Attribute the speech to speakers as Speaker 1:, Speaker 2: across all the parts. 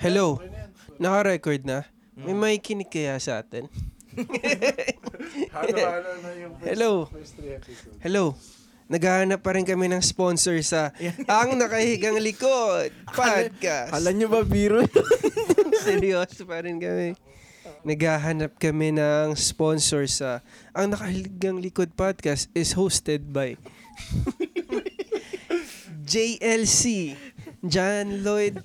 Speaker 1: Hello. Naka-record na? May makikinig kaya sa atin?
Speaker 2: Halo-halo na yung first,
Speaker 1: Hello.
Speaker 2: first three episodes.
Speaker 1: Hello. Naghahanap pa rin kami ng sponsor sa Ang Nakahigang Likod Podcast.
Speaker 3: Alam nyo ba, biro?
Speaker 1: Seryoso pa rin kami. Naghahanap kami ng sponsor sa Ang Nakahigang Likod Podcast is hosted by JLC John Lloyd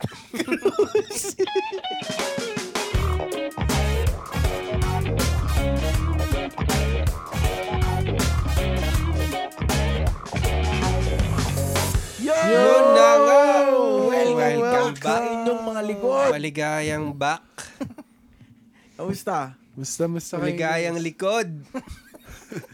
Speaker 3: Yo!
Speaker 1: Yun na nga!
Speaker 3: Welcome,
Speaker 1: Welcome
Speaker 3: welcome
Speaker 1: back.
Speaker 3: back. Inyong mga likod.
Speaker 1: Maligayang Back
Speaker 3: Kamusta?
Speaker 2: Musta, musta kayo?
Speaker 1: Maligayang Likod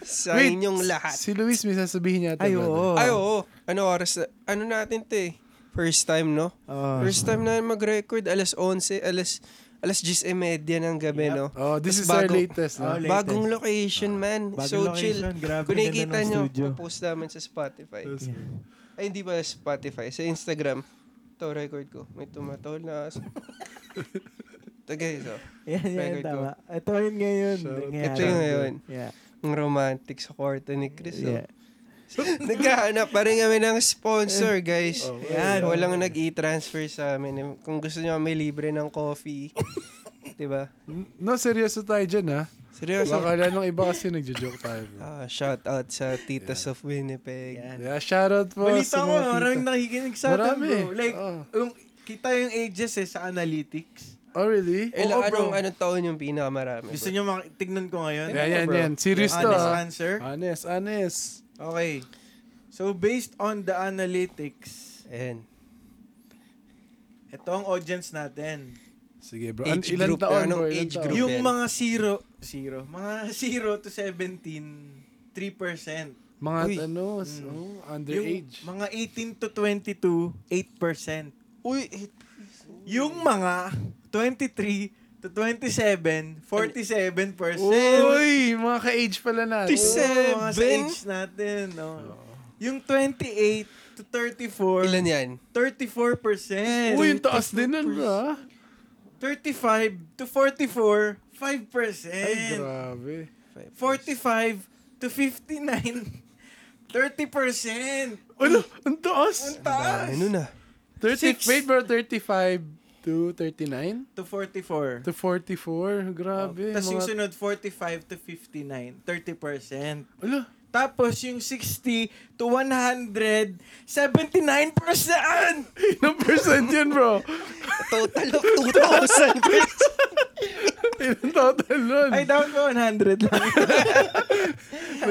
Speaker 1: sa
Speaker 2: Wait,
Speaker 1: inyong lahat.
Speaker 2: Si Luis may sasabihin niya.
Speaker 3: Ay, oo.
Speaker 1: Ay, oo. Ano oras na? Ano natin to eh? First time, no?
Speaker 2: Oh.
Speaker 3: Ah.
Speaker 1: First time na mag-record. Alas 11, alas, alas 10.30 ng gabi, no?
Speaker 2: Oh, this
Speaker 1: Tapos
Speaker 2: is our
Speaker 1: bago- Ah,
Speaker 2: latest.
Speaker 3: Oh,
Speaker 2: no?
Speaker 3: latest. Ah.
Speaker 1: Bagong location, man.
Speaker 3: Bagong
Speaker 1: so
Speaker 3: location.
Speaker 1: chill.
Speaker 3: Grabe,
Speaker 1: Kung nakikita
Speaker 3: ganda ng
Speaker 1: nyo,
Speaker 3: studio.
Speaker 1: post namin sa Spotify.
Speaker 2: Yes.
Speaker 1: Ay, hindi ba Spotify? Sa Instagram. Ito, record ko. May tumatol na aso. Ito, guys, oh.
Speaker 3: Yan, yan,
Speaker 1: Record
Speaker 3: tama. Ito yun ngayon.
Speaker 2: Shout out.
Speaker 3: nangyari.
Speaker 1: Ito yun ngayon.
Speaker 3: Yeah.
Speaker 1: Ang romantic sa kwarto ni Chris, oh.
Speaker 3: yeah.
Speaker 1: Nagkahanap pa rin kami ng sponsor, guys.
Speaker 2: Oh,
Speaker 3: Yan.
Speaker 1: Walang nag-e-transfer sa amin. Kung gusto nyo may libre ng coffee, 'di ba?
Speaker 2: No, seryoso tayo dyan, ha?
Speaker 1: Seryoso.
Speaker 2: Bakala nung iba kasi nagjo-joke tayo. no?
Speaker 1: Ah, shout out sa Titas of Winnipeg.
Speaker 3: Yan.
Speaker 2: Yeah, shoutout po.
Speaker 3: Balita
Speaker 2: sa
Speaker 3: ko,
Speaker 2: mga tita.
Speaker 3: maraming nakikinig sa atin,
Speaker 2: Marami. Oh,
Speaker 3: bro. Like,
Speaker 2: Oo.
Speaker 3: yung, kita yung ages eh, sa analytics.
Speaker 2: Oh, really?
Speaker 1: Eh,
Speaker 3: Oo, bro.
Speaker 1: anong, anong taon yung pinakamarami?
Speaker 3: Gusto
Speaker 1: bro?
Speaker 3: nyo mak- tignan ko ngayon?
Speaker 2: Yan, yan,
Speaker 1: bro.
Speaker 2: yan. Serious to, ah.
Speaker 3: Honest
Speaker 2: ha?
Speaker 3: answer?
Speaker 2: Honest, honest.
Speaker 3: Okay. So, based on the analytics,
Speaker 1: Ayan.
Speaker 3: ito ang audience natin.
Speaker 2: Sige, bro.
Speaker 1: Age
Speaker 2: ilan
Speaker 1: group,
Speaker 2: taon,
Speaker 1: anong
Speaker 2: bro? Ilan
Speaker 1: age
Speaker 2: taon?
Speaker 1: group?
Speaker 3: Yung
Speaker 1: yan.
Speaker 3: mga zero, zero, mga zero to 17, 3%.
Speaker 2: Mga
Speaker 1: Uy.
Speaker 2: ano, oh,
Speaker 3: Mm. Yung
Speaker 2: underage.
Speaker 3: mga 18 to 22, 8%.
Speaker 1: Uy,
Speaker 3: Yung mga 23 to 27, 47%.
Speaker 2: Uy, mga ka-age pala Oh. natin.
Speaker 3: Oo, mga sa
Speaker 1: 27?
Speaker 3: age natin. No? Yung 28 to 34,
Speaker 1: ilan yan?
Speaker 3: 34%.
Speaker 2: Uy, yung taas din nun, ah. bro. ha?
Speaker 3: 35 to 44, 5%.
Speaker 2: Ay, grabe.
Speaker 3: 45 to 59, 30%.
Speaker 2: Ano? Ang taas!
Speaker 3: Ang taas.
Speaker 1: Ano na?
Speaker 2: 30,
Speaker 3: Six.
Speaker 2: wait bro, 35 to 39
Speaker 3: To 44.
Speaker 2: to 44. Grabe.
Speaker 3: Tapos yung
Speaker 2: mga,
Speaker 3: sunod, 45 to 59, 30%.
Speaker 2: Ala,
Speaker 3: Tapos yung 60 to 100, 79%!
Speaker 2: ilang percent yun bro?
Speaker 1: Total of 2,000 pesos.
Speaker 2: Ilang total nun?
Speaker 3: Ay, down ko 100 lang.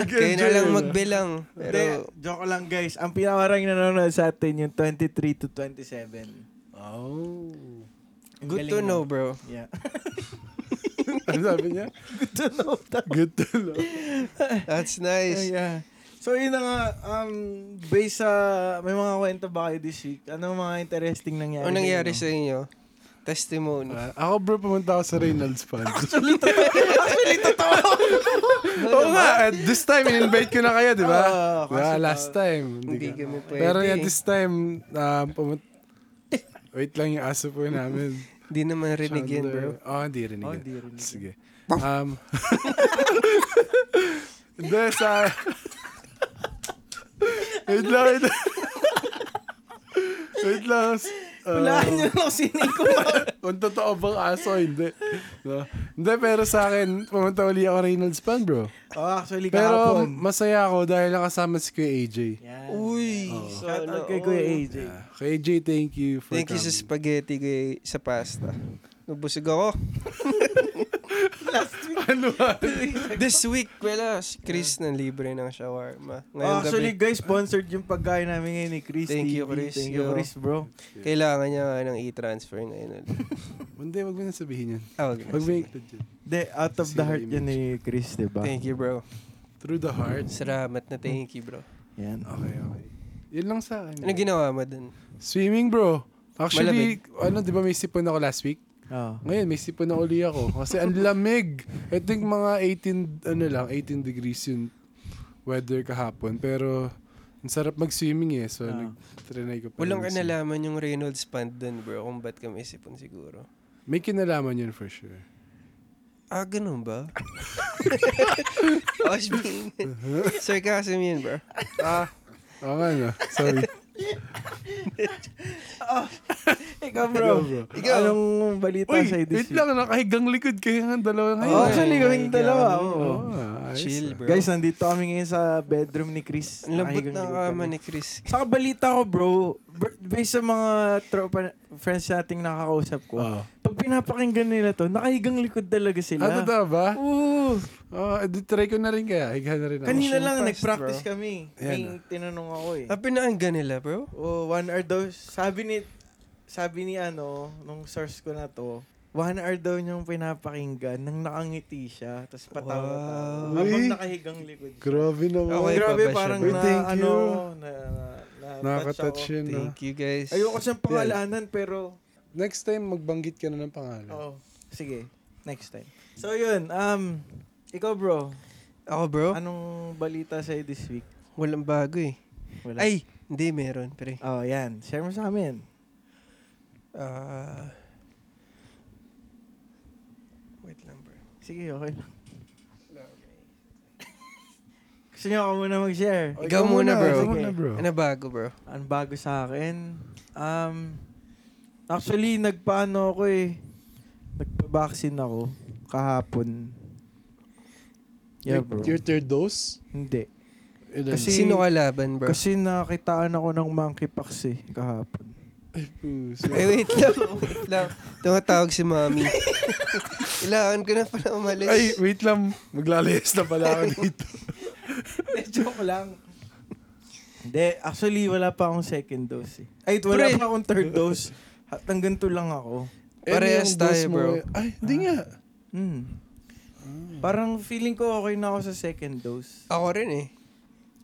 Speaker 1: Kaya na lang magbilang.
Speaker 3: Pero,
Speaker 1: Pero,
Speaker 3: joke lang guys, ang pinakamarang nanonood sa atin yung 23 to 27.
Speaker 2: Oh.
Speaker 3: Ang
Speaker 1: good
Speaker 3: galing
Speaker 1: to
Speaker 3: mo.
Speaker 1: know, bro.
Speaker 3: Yeah.
Speaker 2: Ano sabi niya?
Speaker 3: good to know.
Speaker 2: Good to know.
Speaker 1: That's nice.
Speaker 3: yeah. So yun na nga, um, based sa, may mga kwento ba kayo this week? Ano mga interesting nangyari?
Speaker 1: Ano nangyari sa
Speaker 3: sa
Speaker 1: inyo? Testimony.
Speaker 2: Ah, ako bro, pumunta ako sa Reynolds Fund.
Speaker 3: Actually, totoo!
Speaker 2: Oo nga, at this time, in-invite ko na kayo, di ba?
Speaker 3: Ah,
Speaker 2: Di ba?
Speaker 3: kasi
Speaker 2: last time.
Speaker 1: Hindi
Speaker 2: Hindi ka.
Speaker 1: kami pwede.
Speaker 2: Pero yeah,
Speaker 1: eh.
Speaker 2: this time, ah, pumunta. Wait lang yung aso po namin.
Speaker 1: Hindi naman rinig yan, bro.
Speaker 2: Chandler. Oh, hindi rinig.
Speaker 3: Oh,
Speaker 2: yun.
Speaker 3: hindi rinig yun.
Speaker 2: Sige. Um, hindi, sa... wait lang, wait lang. wait lang. s- uh,
Speaker 3: Hulaan nyo lang sinig ko.
Speaker 2: kung totoo bang aso, hindi. No? Hindi, pero sa akin, pumunta uli ako Reynolds Pan, bro.
Speaker 3: oh, actually,
Speaker 2: Pero
Speaker 3: kahapon.
Speaker 2: masaya ako dahil nakasama si Kuya AJ.
Speaker 3: Yan.
Speaker 1: Uy,
Speaker 2: Oo.
Speaker 1: so
Speaker 3: Shout
Speaker 1: ano,
Speaker 3: out kay Kuya
Speaker 1: oh.
Speaker 3: AJ.
Speaker 2: Yeah. Kuya AJ, thank you for
Speaker 1: Thank you sa
Speaker 2: coming.
Speaker 1: spaghetti kay sa pasta. Nabusog ako.
Speaker 3: Last week.
Speaker 2: Ano ba?
Speaker 1: This week, wala. Si Chris
Speaker 3: Ah.
Speaker 1: na libre ng shawarma. Ngayong
Speaker 3: Oh, actually, guys, sponsored yung pagkain namin ngayon ni Chris.
Speaker 1: Thank you,
Speaker 3: TV.
Speaker 1: Chris.
Speaker 3: Thank you,
Speaker 1: Yo.
Speaker 3: Chris, bro.
Speaker 1: gabi, kailangan niya nga ng e-transfer ngayon. ulit.
Speaker 2: Hindi, wag mo na sabihin yan.
Speaker 1: Ah, wag na.
Speaker 2: Wag mo include yun.
Speaker 3: De, out of the
Speaker 2: Sila
Speaker 3: heart
Speaker 2: image.
Speaker 3: yun ni Chris, di ba?
Speaker 1: Thank you, bro.
Speaker 2: Through the heart.
Speaker 1: Salamat na thank you, bro.
Speaker 3: Yan.
Speaker 2: Okay, okay. Yun lang sa akin.
Speaker 3: Mm.
Speaker 1: Ano ginawa mo dun?
Speaker 2: Swimming, bro. Actually, ano, di ba may sipon ako last week?
Speaker 3: Oh.
Speaker 2: Ngayon, may sipon na uli ako. Kasi ang lamig. I think mga 18, ano lang, 18 degrees yung weather kahapon. Pero, Ang sarap mag-swimming eh. So,
Speaker 3: Ah.
Speaker 2: nag-trinay ko pa.
Speaker 1: Walang
Speaker 2: rin mag-swimming.
Speaker 1: kanalaman yung Reynolds Pond dun, bro, kung ba't kami sipon siguro.
Speaker 2: May kinalaman yun for sure.
Speaker 1: Ah, ganun ba? I was being sarcasm yun, bro.
Speaker 2: Oo nga, no? Sorry.
Speaker 3: Ikaw,
Speaker 2: Ikaw,
Speaker 3: bro.
Speaker 2: bro.
Speaker 1: Ikaw.
Speaker 3: Anong balita
Speaker 2: Uy,
Speaker 3: sa
Speaker 2: wait
Speaker 3: edisi?
Speaker 2: lang. Nakahigang likod kayo ng dalawa ngayon.
Speaker 1: Ay,
Speaker 3: Oo, Oh, actually,
Speaker 1: ay,
Speaker 3: kaming
Speaker 1: ay,
Speaker 3: dalawa. Oh.
Speaker 1: ano,
Speaker 3: oo.
Speaker 2: Oo, ah, ayos,
Speaker 1: Chill,
Speaker 2: ah.
Speaker 1: bro.
Speaker 3: Guys, nandito kami ngayon sa bedroom ni Chris.
Speaker 1: ang lambot
Speaker 3: Nakahigang
Speaker 1: na
Speaker 3: likod
Speaker 1: kama
Speaker 3: kami.
Speaker 1: ni Chris.
Speaker 3: Saka balita eh. ko, bro, br- based sa mga tropa, friends nating nakakausap ko,
Speaker 2: Oo.
Speaker 3: pag pinapakinggan nila to, nakahigang likod talaga
Speaker 2: Ah,
Speaker 3: sila.
Speaker 2: totoo ba?
Speaker 3: Oo.
Speaker 2: Oo, oh, try ko na rin kaya. Higa na rin ako.
Speaker 3: Kanina
Speaker 1: Motion
Speaker 3: lang,
Speaker 1: fast,
Speaker 3: nag-practice
Speaker 1: bro.
Speaker 3: kami.
Speaker 2: Ayan,
Speaker 3: May tinanong ako eh.
Speaker 1: Ah, pinaanggan nila, bro?
Speaker 3: Oh, one hour daw. Sabi ni, sabi ni ano, nung source ko na to, one hour daw niyang pinapakinggan nang nakangiti siya. Tapos
Speaker 1: Wow.
Speaker 3: patawa-tawa. Habang
Speaker 2: Uy.
Speaker 3: nakahigang likod siya.
Speaker 2: Grabe naman.
Speaker 1: Okay,
Speaker 3: Grabe,
Speaker 1: pa ba siya,
Speaker 3: parang
Speaker 1: bro?
Speaker 3: na,
Speaker 2: Thank you.
Speaker 3: ano, na, na,
Speaker 2: Nakaka-touch
Speaker 3: ako.
Speaker 2: yun. ah.
Speaker 1: Thank you, guys.
Speaker 3: Ayoko siyang pangalanan, pero,
Speaker 2: Next time, magbanggit ka na ng pangalan.
Speaker 3: oh, sige, next time. So yun, um, ikaw bro,
Speaker 1: Ako, bro?
Speaker 3: anong balita sa'yo this week?
Speaker 1: Walang bago eh.
Speaker 3: Wala.
Speaker 1: Ay, hindi, meron, pre.
Speaker 3: Oh, yan. Share mo sa amin.
Speaker 1: Ah. wait lang, bro.
Speaker 3: Sige, okay lang. Gusto niyo ako muna mag-share?
Speaker 2: Oh,
Speaker 1: Ikaw muna, bro.
Speaker 2: Ikaw muna,
Speaker 3: Sige.
Speaker 2: bro.
Speaker 1: Ano bago, bro?
Speaker 3: Ang bago sa akin, um, actually, nagpaano ako eh. Nagpa-vaccine ako kahapon.
Speaker 2: Your-
Speaker 3: Yeah, bro.
Speaker 2: Your third dose?
Speaker 3: Hindi.
Speaker 2: Ilan?
Speaker 3: Kasi-
Speaker 1: Sino ka laban, bro?
Speaker 3: Kasi nakitaan ako ng monkeypox eh, kahapon.
Speaker 2: Ay, puso.
Speaker 1: Ay, wait lang. Wait lang. Tumatawag si mami. Kailangan ko na pala umalis.
Speaker 2: Ay, wait lang. Maglalayas na pala ako dito.
Speaker 3: Joke lang. Hindi, actually, wala pa akong second dose eh. Ay, wala
Speaker 1: Pre.
Speaker 3: pa akong third dose. At ang ganito lang ako.
Speaker 1: Parehas
Speaker 2: Eh, yung dose
Speaker 1: tayo,
Speaker 2: mo
Speaker 1: bro.
Speaker 2: eh. Ay, hindi nga.
Speaker 3: Hmm. Parang feeling ko okay na ako sa second dose.
Speaker 1: Ako rin eh.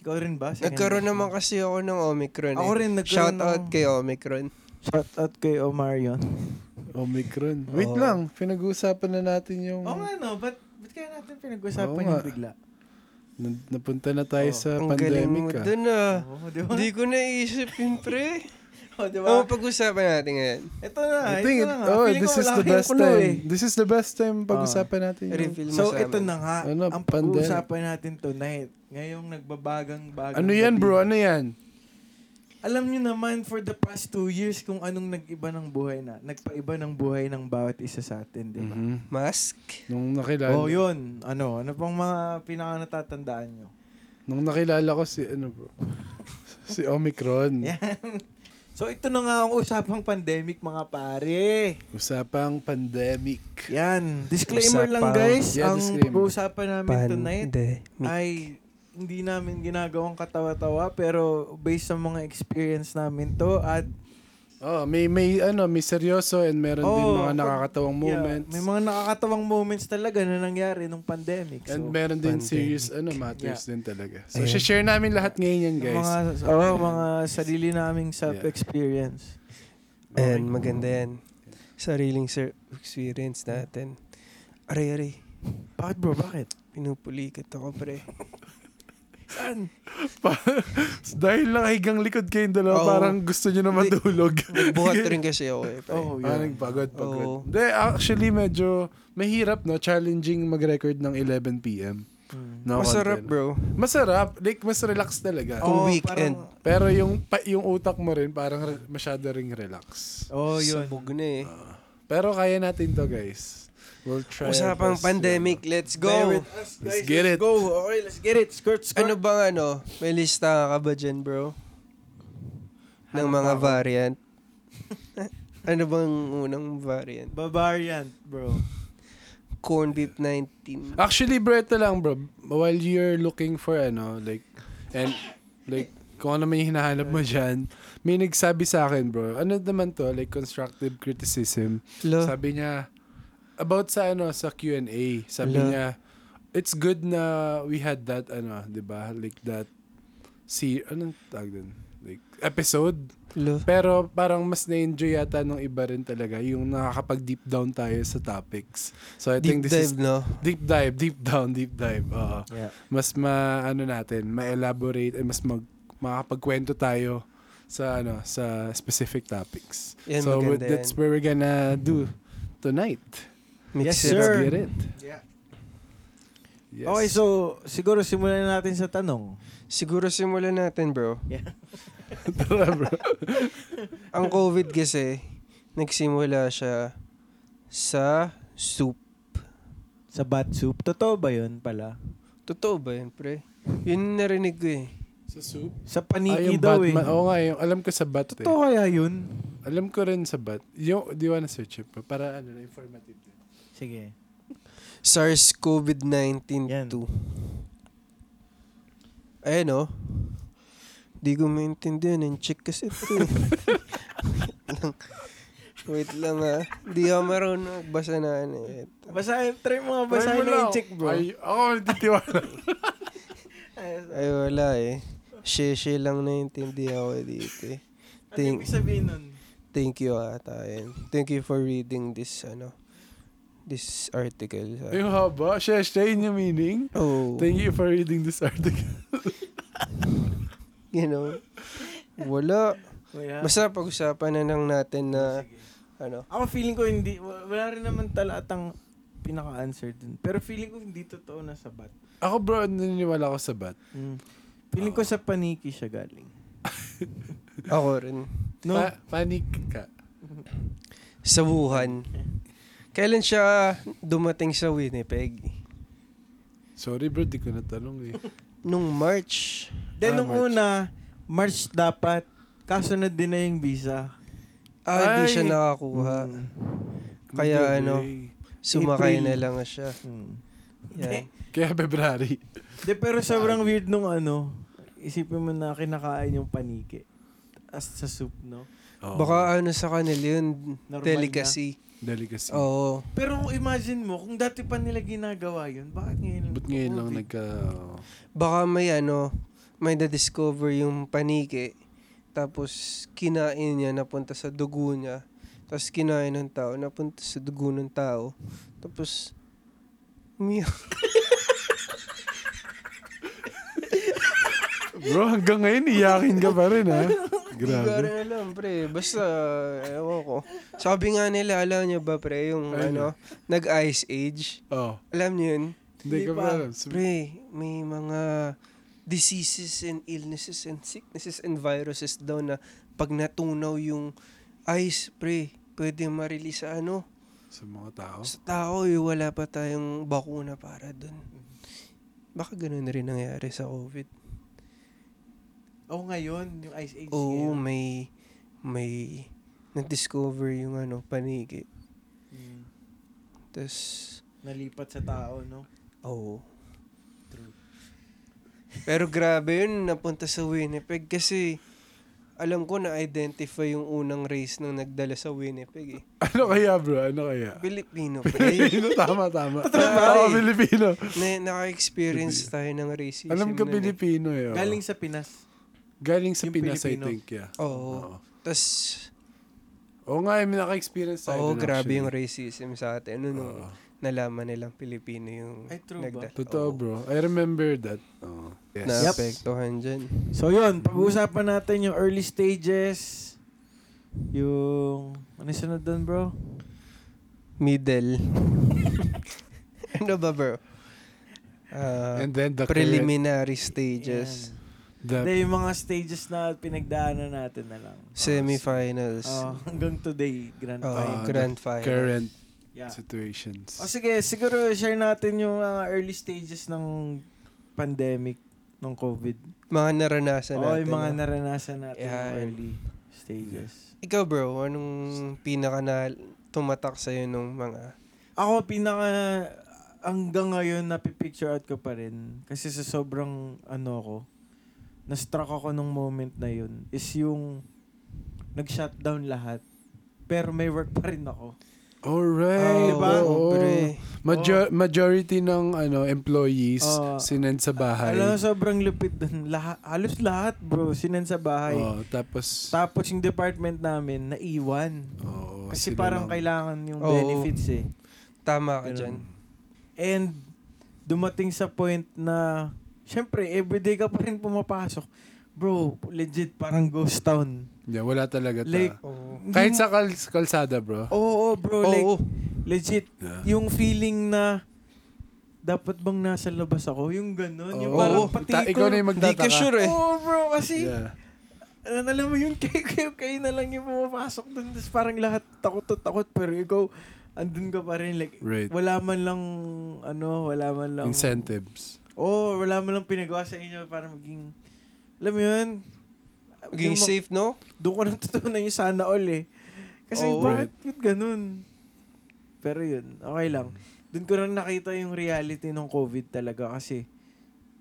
Speaker 3: Ikaw rin ba? Second
Speaker 1: Nagkaroon
Speaker 3: dose
Speaker 1: naman
Speaker 3: mo?
Speaker 1: kasi ako ng Omicron eh.
Speaker 3: Ako rin, nagkaroon
Speaker 1: Shout out
Speaker 3: ng-
Speaker 1: kay Omicron.
Speaker 3: Shout out kay Omarion.
Speaker 2: Omicron. Wait
Speaker 1: Oo.
Speaker 2: lang. Pinag-uusapan na natin yung...
Speaker 1: Oh,
Speaker 3: Oo nga no, ba't, ba't kaya natin pinag-usapan
Speaker 2: Oo
Speaker 3: yung
Speaker 2: nga.
Speaker 3: bigla?
Speaker 2: Na- napunta na tayo
Speaker 3: Oo.
Speaker 2: sa
Speaker 1: Oh. Ang galing mo
Speaker 2: pandemic ah.
Speaker 1: dun ah.
Speaker 3: Oo, di ba?
Speaker 1: Hindi ko naisip yun, pre.
Speaker 3: Oo, di ba?
Speaker 1: Ano pag-usapan natin ngayon?
Speaker 3: Oh, Ito na,
Speaker 2: I
Speaker 3: ito
Speaker 2: think, it,
Speaker 3: na nga.
Speaker 2: oh,
Speaker 3: Feeling
Speaker 2: this
Speaker 3: ko
Speaker 2: is
Speaker 3: wala
Speaker 2: the
Speaker 3: kayong
Speaker 2: best
Speaker 3: kulo
Speaker 2: time.
Speaker 3: eh.
Speaker 2: This is the best time pag-usapan natin. yun.
Speaker 1: Oh. Reveal mo
Speaker 3: So,
Speaker 1: sa
Speaker 3: ito
Speaker 1: amin.
Speaker 3: na nga.
Speaker 2: Ano,
Speaker 3: ang
Speaker 2: pandemic.
Speaker 3: pag-uusapan natin tonight. Ngayong nagbabagang-bagang.
Speaker 2: Ano yan
Speaker 3: gabi.
Speaker 2: bro? Ano yan?
Speaker 3: Alam nyo naman, for the past two years, kung anong nag-iba ng buhay na. Nagpaiba ng buhay ng bawat isa sa atin, di ba?
Speaker 2: Mhm.
Speaker 1: Mask?
Speaker 2: Nung nakilala,
Speaker 3: Diba? Oh, yun. Ano? Ano pang mga pinaka natatandaan nyo?
Speaker 2: nung nakilala ko si ano bro, si Omicron.
Speaker 3: Yan. So, ito na nga ang usapang pandemic, mga pare.
Speaker 2: Usapang pandemic.
Speaker 3: Yan. Disclaimer
Speaker 1: Usapang-
Speaker 3: lang, guys.
Speaker 2: Yeah,
Speaker 3: ang
Speaker 2: disclaimer.
Speaker 3: pag-uusapan namin tonight
Speaker 1: Pandemic.
Speaker 3: ay hindi namin ginagawang katawa-tawa pero based sa mga experience namin to at
Speaker 2: Oh, may may ano, may seryoso and meron din
Speaker 3: Oh,
Speaker 2: mga
Speaker 3: pag-
Speaker 2: nakakatawang
Speaker 3: yeah,
Speaker 2: moments.
Speaker 3: may mga nakakatawang moments talaga na nangyari nung pandemic. So,
Speaker 2: and meron din
Speaker 1: pandemic.
Speaker 2: serious ano matters
Speaker 3: Yeah.
Speaker 2: din talaga. So,
Speaker 1: Ayan.
Speaker 2: share namin lahat ngayon yan, guys.
Speaker 3: mga, oh, mga sarili naming self-experience.
Speaker 1: And maganda yan. Sariling sir experience natin. Aray, aray.
Speaker 3: Bakit bro? Bakit?
Speaker 1: Pinupulikat ako, pre.
Speaker 3: Saan?
Speaker 2: Dahil lang higang likod kayong dalawa,
Speaker 1: Oo.
Speaker 2: parang gusto nyo na matulog.
Speaker 1: Nagbuhat rin kasi ako eh, pre.
Speaker 3: Oh,
Speaker 2: Ah,
Speaker 3: yun.
Speaker 2: nagpagod, pagod.
Speaker 1: Oo.
Speaker 2: Hindi, actually, medyo mahirap, no? Challenging mag-record ng 11 p.m.
Speaker 3: Hmm.
Speaker 2: No,
Speaker 1: Masarap, bro.
Speaker 2: content. Masarap. Like, mas relax talaga.
Speaker 1: Kung
Speaker 3: Oo,
Speaker 1: weekend.
Speaker 3: Oh, parang-
Speaker 2: Pero yung pa, yung utak mo rin, parang re- masyado ring relax.
Speaker 3: Oh, yun.
Speaker 1: Sabog na eh.
Speaker 2: Pero kaya natin to, guys. We'll try. our
Speaker 1: Usapang
Speaker 2: best
Speaker 1: pandemic. Let's
Speaker 3: Bear
Speaker 1: go!
Speaker 3: with us,
Speaker 2: Let's
Speaker 3: guys.
Speaker 2: get it.
Speaker 3: Go. Okay, let's get it. Skirt, skirt.
Speaker 1: Ano bang ano? May lista ka ba dyan, bro? Ng
Speaker 3: Hanap
Speaker 1: mga
Speaker 3: ako.
Speaker 1: variant? ano bang unang variant?
Speaker 3: Bavarian, bro.
Speaker 1: Corn beef 19.
Speaker 3: Ah,
Speaker 2: To. Actually, bro, ito lang, bro. While you're looking for, ano, like, and, like, kung ano may hinahanap mo dyan, may nagsabi sa akin, bro. Ano naman to? Like, constructive criticism.
Speaker 1: Lo,
Speaker 2: Sabi niya, about sa, ano, sa Q&A, sabi
Speaker 1: Ala.
Speaker 2: niya, it's good na we had that, ano, di ba? Like, that, si, anong tawag dun? Like, episode?
Speaker 1: lo.
Speaker 2: Pero parang mas na-enjoy yata nung iba rin talaga yung nakakapag-deep down tayo sa topics. So I think
Speaker 1: Deep
Speaker 2: this is
Speaker 1: dive, no?
Speaker 2: deep dive, deep down, deep dive. Oo.
Speaker 3: Yeah.
Speaker 2: Mas ma ano natin, ma-elaborate and mas mag makakapagkwento tayo sa ano sa specific topics.
Speaker 1: Yan,
Speaker 2: so
Speaker 1: maganda
Speaker 2: with,
Speaker 1: yan.
Speaker 2: that's where we're gonna do tonight.
Speaker 1: Mix
Speaker 3: Yes,
Speaker 1: it up.
Speaker 3: Mm-hmm. sir.
Speaker 2: Let's get it.
Speaker 3: Yeah.
Speaker 2: Yes.
Speaker 3: Okay, so siguro simulan na natin sa tanong.
Speaker 1: Siguro simulan natin, bro.
Speaker 2: Tara, bro.
Speaker 1: Ang COVID kasi, nagsimula siya sa soup.
Speaker 3: Sa bat soup. Totoo ba yun pala?
Speaker 1: Totoo ba yun, pre? Yun narinig ko eh.
Speaker 2: sa soup.
Speaker 3: Sa
Speaker 2: Ay,
Speaker 3: paniki
Speaker 2: Ah, yung
Speaker 3: daw
Speaker 2: Batman.
Speaker 3: eh.
Speaker 2: Oo nga, yung, alam ko sa bat. eh.
Speaker 3: Totoo kaya yun?
Speaker 2: Alam ko rin sa bat. Yung, di ba na search it pa? Para ano, informative. din.
Speaker 3: Sige.
Speaker 1: SARS COVID-19
Speaker 3: Yan.
Speaker 1: 2. Ayan o. Di ko maintindihan. Yung check kasi ito eh. Wait lang ha. Di ako marunong magbasa na ano eh.
Speaker 3: Basahin, try mo nga
Speaker 2: Try mo
Speaker 3: basahin na
Speaker 2: lang.
Speaker 3: yung check bro.
Speaker 2: Ay, ako, hindi tiwala.
Speaker 1: Ay wala eh. She-she lang naiintindihan ko dito eh.
Speaker 3: Ano ibig sabihin nun?
Speaker 1: Thank you ata yun. Thank you for reading this ano this article. sa-
Speaker 2: yung haba. Shesh, yun yung meaning.
Speaker 1: Oh,
Speaker 2: Thank you for reading this article.
Speaker 1: you know. Wala.
Speaker 3: Wala.
Speaker 1: Basta pag-usapan na lang natin na
Speaker 3: Sige.
Speaker 1: ano.
Speaker 3: Ako feeling ko hindi, wa- wala rin naman talatang pinaka-answer dun. Pero feeling ko hindi totoo na sa bat.
Speaker 2: Ako bro, naniniwala ko sa bat.
Speaker 3: Mm. Feeling ko sa paniki siya galing.
Speaker 1: Ako rin.
Speaker 3: No?
Speaker 2: Pa- panic ka.
Speaker 1: Sa Wuhan. Kailan siya dumating sa Winnipeg?
Speaker 2: Sorry bro, di ko natanong eh.
Speaker 1: Nung March.
Speaker 2: Ah,
Speaker 3: Then nung
Speaker 2: March.
Speaker 3: una, March dapat, kaso na din na yung visa.
Speaker 1: Ah, hindi
Speaker 2: Ay! Hmm.
Speaker 1: siya nakakuha.
Speaker 3: Mm.
Speaker 1: Kaya
Speaker 2: Hindi,
Speaker 1: ano?
Speaker 2: eh.
Speaker 1: Sumakay
Speaker 3: April.
Speaker 1: na lang siya.
Speaker 3: Mm.
Speaker 1: Yan.
Speaker 2: Kaya February.
Speaker 3: De, pero sobrang weird nung ano, isipin mo na kinakain yung paniki. As sa soup, no?
Speaker 2: Oo.
Speaker 1: Baka ano sa kanila yun,
Speaker 3: Normal
Speaker 1: delicacy.
Speaker 2: ah, Delicacy.
Speaker 1: Oo.
Speaker 3: Pero kung imagine mo, kung dati pa nila ginagawa yun, bakit ngayon?
Speaker 2: Ba't ngayon lang
Speaker 3: COVID?
Speaker 2: nagka... oh.
Speaker 1: Baka may ano, may na-discover yung paniki. Tapos kinain niya, napunta sa dugo niya. Tapos kinain ng tao, napunta sa dugo ng tao. Tapos, umiyak.
Speaker 2: Bro, hanggang ngayon, iyakin ka pa rin ha.
Speaker 1: Hindi ko
Speaker 2: Grabe.
Speaker 1: rin alam, pre. Basta, ewan ko. Sabi nga nila, alam niyo ba, pre, yung ano,
Speaker 2: Ano?
Speaker 1: nag-ice age.
Speaker 2: Oh,
Speaker 1: Alam niyo yun?
Speaker 2: hindi
Speaker 3: Hindi
Speaker 2: ka
Speaker 3: pa.
Speaker 2: pa alam.
Speaker 1: Pre, may mga diseases and illnesses and sicknesses and viruses daw na pag natunaw yung ice, pre, pwede ma-release sa ano.
Speaker 2: Sa mga tao.
Speaker 1: Sa tao, eh, wala pa tayong bakuna para dun. Baka ganun rin nangyari sa COVID.
Speaker 3: Oo, ngayon, yung Ice Age.
Speaker 1: Oo,
Speaker 3: ngayon.
Speaker 1: may, may, na-discover yung ano, paniki.
Speaker 3: Mm.
Speaker 1: Tapos,
Speaker 3: Nalipat sa tao, no?
Speaker 1: oo.
Speaker 3: True.
Speaker 1: Pero grabe yun, napunta sa Winnipeg kasi alam ko na-identify yung unang race nung nagdala sa Winnipeg eh.
Speaker 2: Ano kaya bro? Ano kaya?
Speaker 1: Pilipino. pre.
Speaker 2: Pilipino, eh. tama, tama.
Speaker 1: Totoo ba?
Speaker 2: Oo, Pilipino.
Speaker 1: Na, naka-experience tayo ng racism.
Speaker 2: Alam ko
Speaker 1: nun eh.
Speaker 2: Pilipino eh. oo.
Speaker 3: Galing sa Pinas.
Speaker 2: Galing sa
Speaker 3: Yung
Speaker 2: Pinas, I
Speaker 3: Pilipino.
Speaker 2: think, yeah. Ah.
Speaker 1: Oo. Tapos,
Speaker 2: Oo nga, eh, may naka-experience tayo.
Speaker 1: oo,
Speaker 2: dun,
Speaker 1: grabe
Speaker 2: actually. Ah.
Speaker 1: yung racism sa atin. Ano nung
Speaker 2: Oo.
Speaker 1: nalaman nilang Pilipino yung
Speaker 3: Ay, true ba?
Speaker 2: Totoo,
Speaker 1: Oo.
Speaker 2: bro. I remember that. Oo. Yes.
Speaker 1: Naapektuhan dyan.
Speaker 3: So yun, pag-uusapan natin yung early stages, yung... Ano yung sunod doon, bro?
Speaker 1: Middle. ano ba bro? Ah,
Speaker 2: And then the current-
Speaker 1: preliminary stages.
Speaker 2: the,
Speaker 3: Hindi, yung mga stages na pinagdaanan natin na lang.
Speaker 1: Semifinals.
Speaker 3: Oh, hanggang today, grand
Speaker 1: Oh,
Speaker 3: final.
Speaker 2: Ah,
Speaker 1: grand final.
Speaker 2: current
Speaker 3: Yeah.
Speaker 2: situations.
Speaker 3: O sige, siguro share natin yung mga early stages ng pandemic ng COVID.
Speaker 1: Mga naranasan
Speaker 3: Oo,
Speaker 1: natin.
Speaker 3: Oh, yung mga
Speaker 1: no?
Speaker 3: naranasan natin
Speaker 1: Yan.
Speaker 3: yung early stages.
Speaker 1: Ikaw bro, anong pinaka na tumatak sa'yo nung mga...
Speaker 3: Ako pinaka hanggang ngayon napipicture out ko pa rin kasi sa sobrang ano ko na-struck ako nung moment na yun is yung nag-shutdown lahat pero may work pa rin ako.
Speaker 2: Alright.
Speaker 3: diba?
Speaker 1: Oo,
Speaker 2: Oo.
Speaker 1: pre.
Speaker 2: Majo- majority ng ano employees
Speaker 3: Oo.
Speaker 2: sinend sa bahay.
Speaker 3: Ah, Alam mo, sobrang lupit dun. Lahat, halos lahat bro, sinan sa bahay.
Speaker 2: Oo, tapos
Speaker 3: Tapos yung department namin, naiwan.
Speaker 2: Oo, sila
Speaker 3: Kasi
Speaker 2: Oh,
Speaker 3: parang
Speaker 2: lang.
Speaker 3: kailangan yung
Speaker 1: Oo.
Speaker 3: benefits eh.
Speaker 1: Tama ka
Speaker 3: Ganun.
Speaker 1: dyan.
Speaker 3: And dumating sa point na, syempre, everyday ka pa rin pumapasok. Bro, legit parang ghost town.
Speaker 2: Yeah, wala talaga ta.
Speaker 3: Like,
Speaker 1: Oo.
Speaker 2: Kahit sa kal- kalsada, bro.
Speaker 3: Oo, bro.
Speaker 1: Oo.
Speaker 3: Like, legit.
Speaker 2: Yeah.
Speaker 3: Yung feeling na dapat bang nasa labas ako? Yung ganun. Yung
Speaker 2: Oo.
Speaker 3: parang pati
Speaker 2: Ta- ikaw na yung
Speaker 1: Hindi
Speaker 2: magtataka.
Speaker 1: ka sure eh.
Speaker 3: Oo, bro. Kasi,
Speaker 2: Yeah.
Speaker 3: ah, alam mo yun, kayo, kayo, kayo na lang yung pumapasok dun. Tapos parang lahat takot na takot. Pero ikaw, andun ka pa rin. Like,
Speaker 2: Right.
Speaker 3: wala man lang, ano, wala man lang.
Speaker 2: Incentives.
Speaker 3: Oo, oh, wala man lang pinagawa sa inyo para maging, alam mo yun?
Speaker 1: Maging
Speaker 3: Yung ma-
Speaker 1: safe, no?
Speaker 3: Doon ko natutunan yung sana all eh. Kasi
Speaker 1: Oo.
Speaker 3: bakit ba't ganun? Pero yun, okay lang. Doon ko lang nakita yung reality ng COVID talaga kasi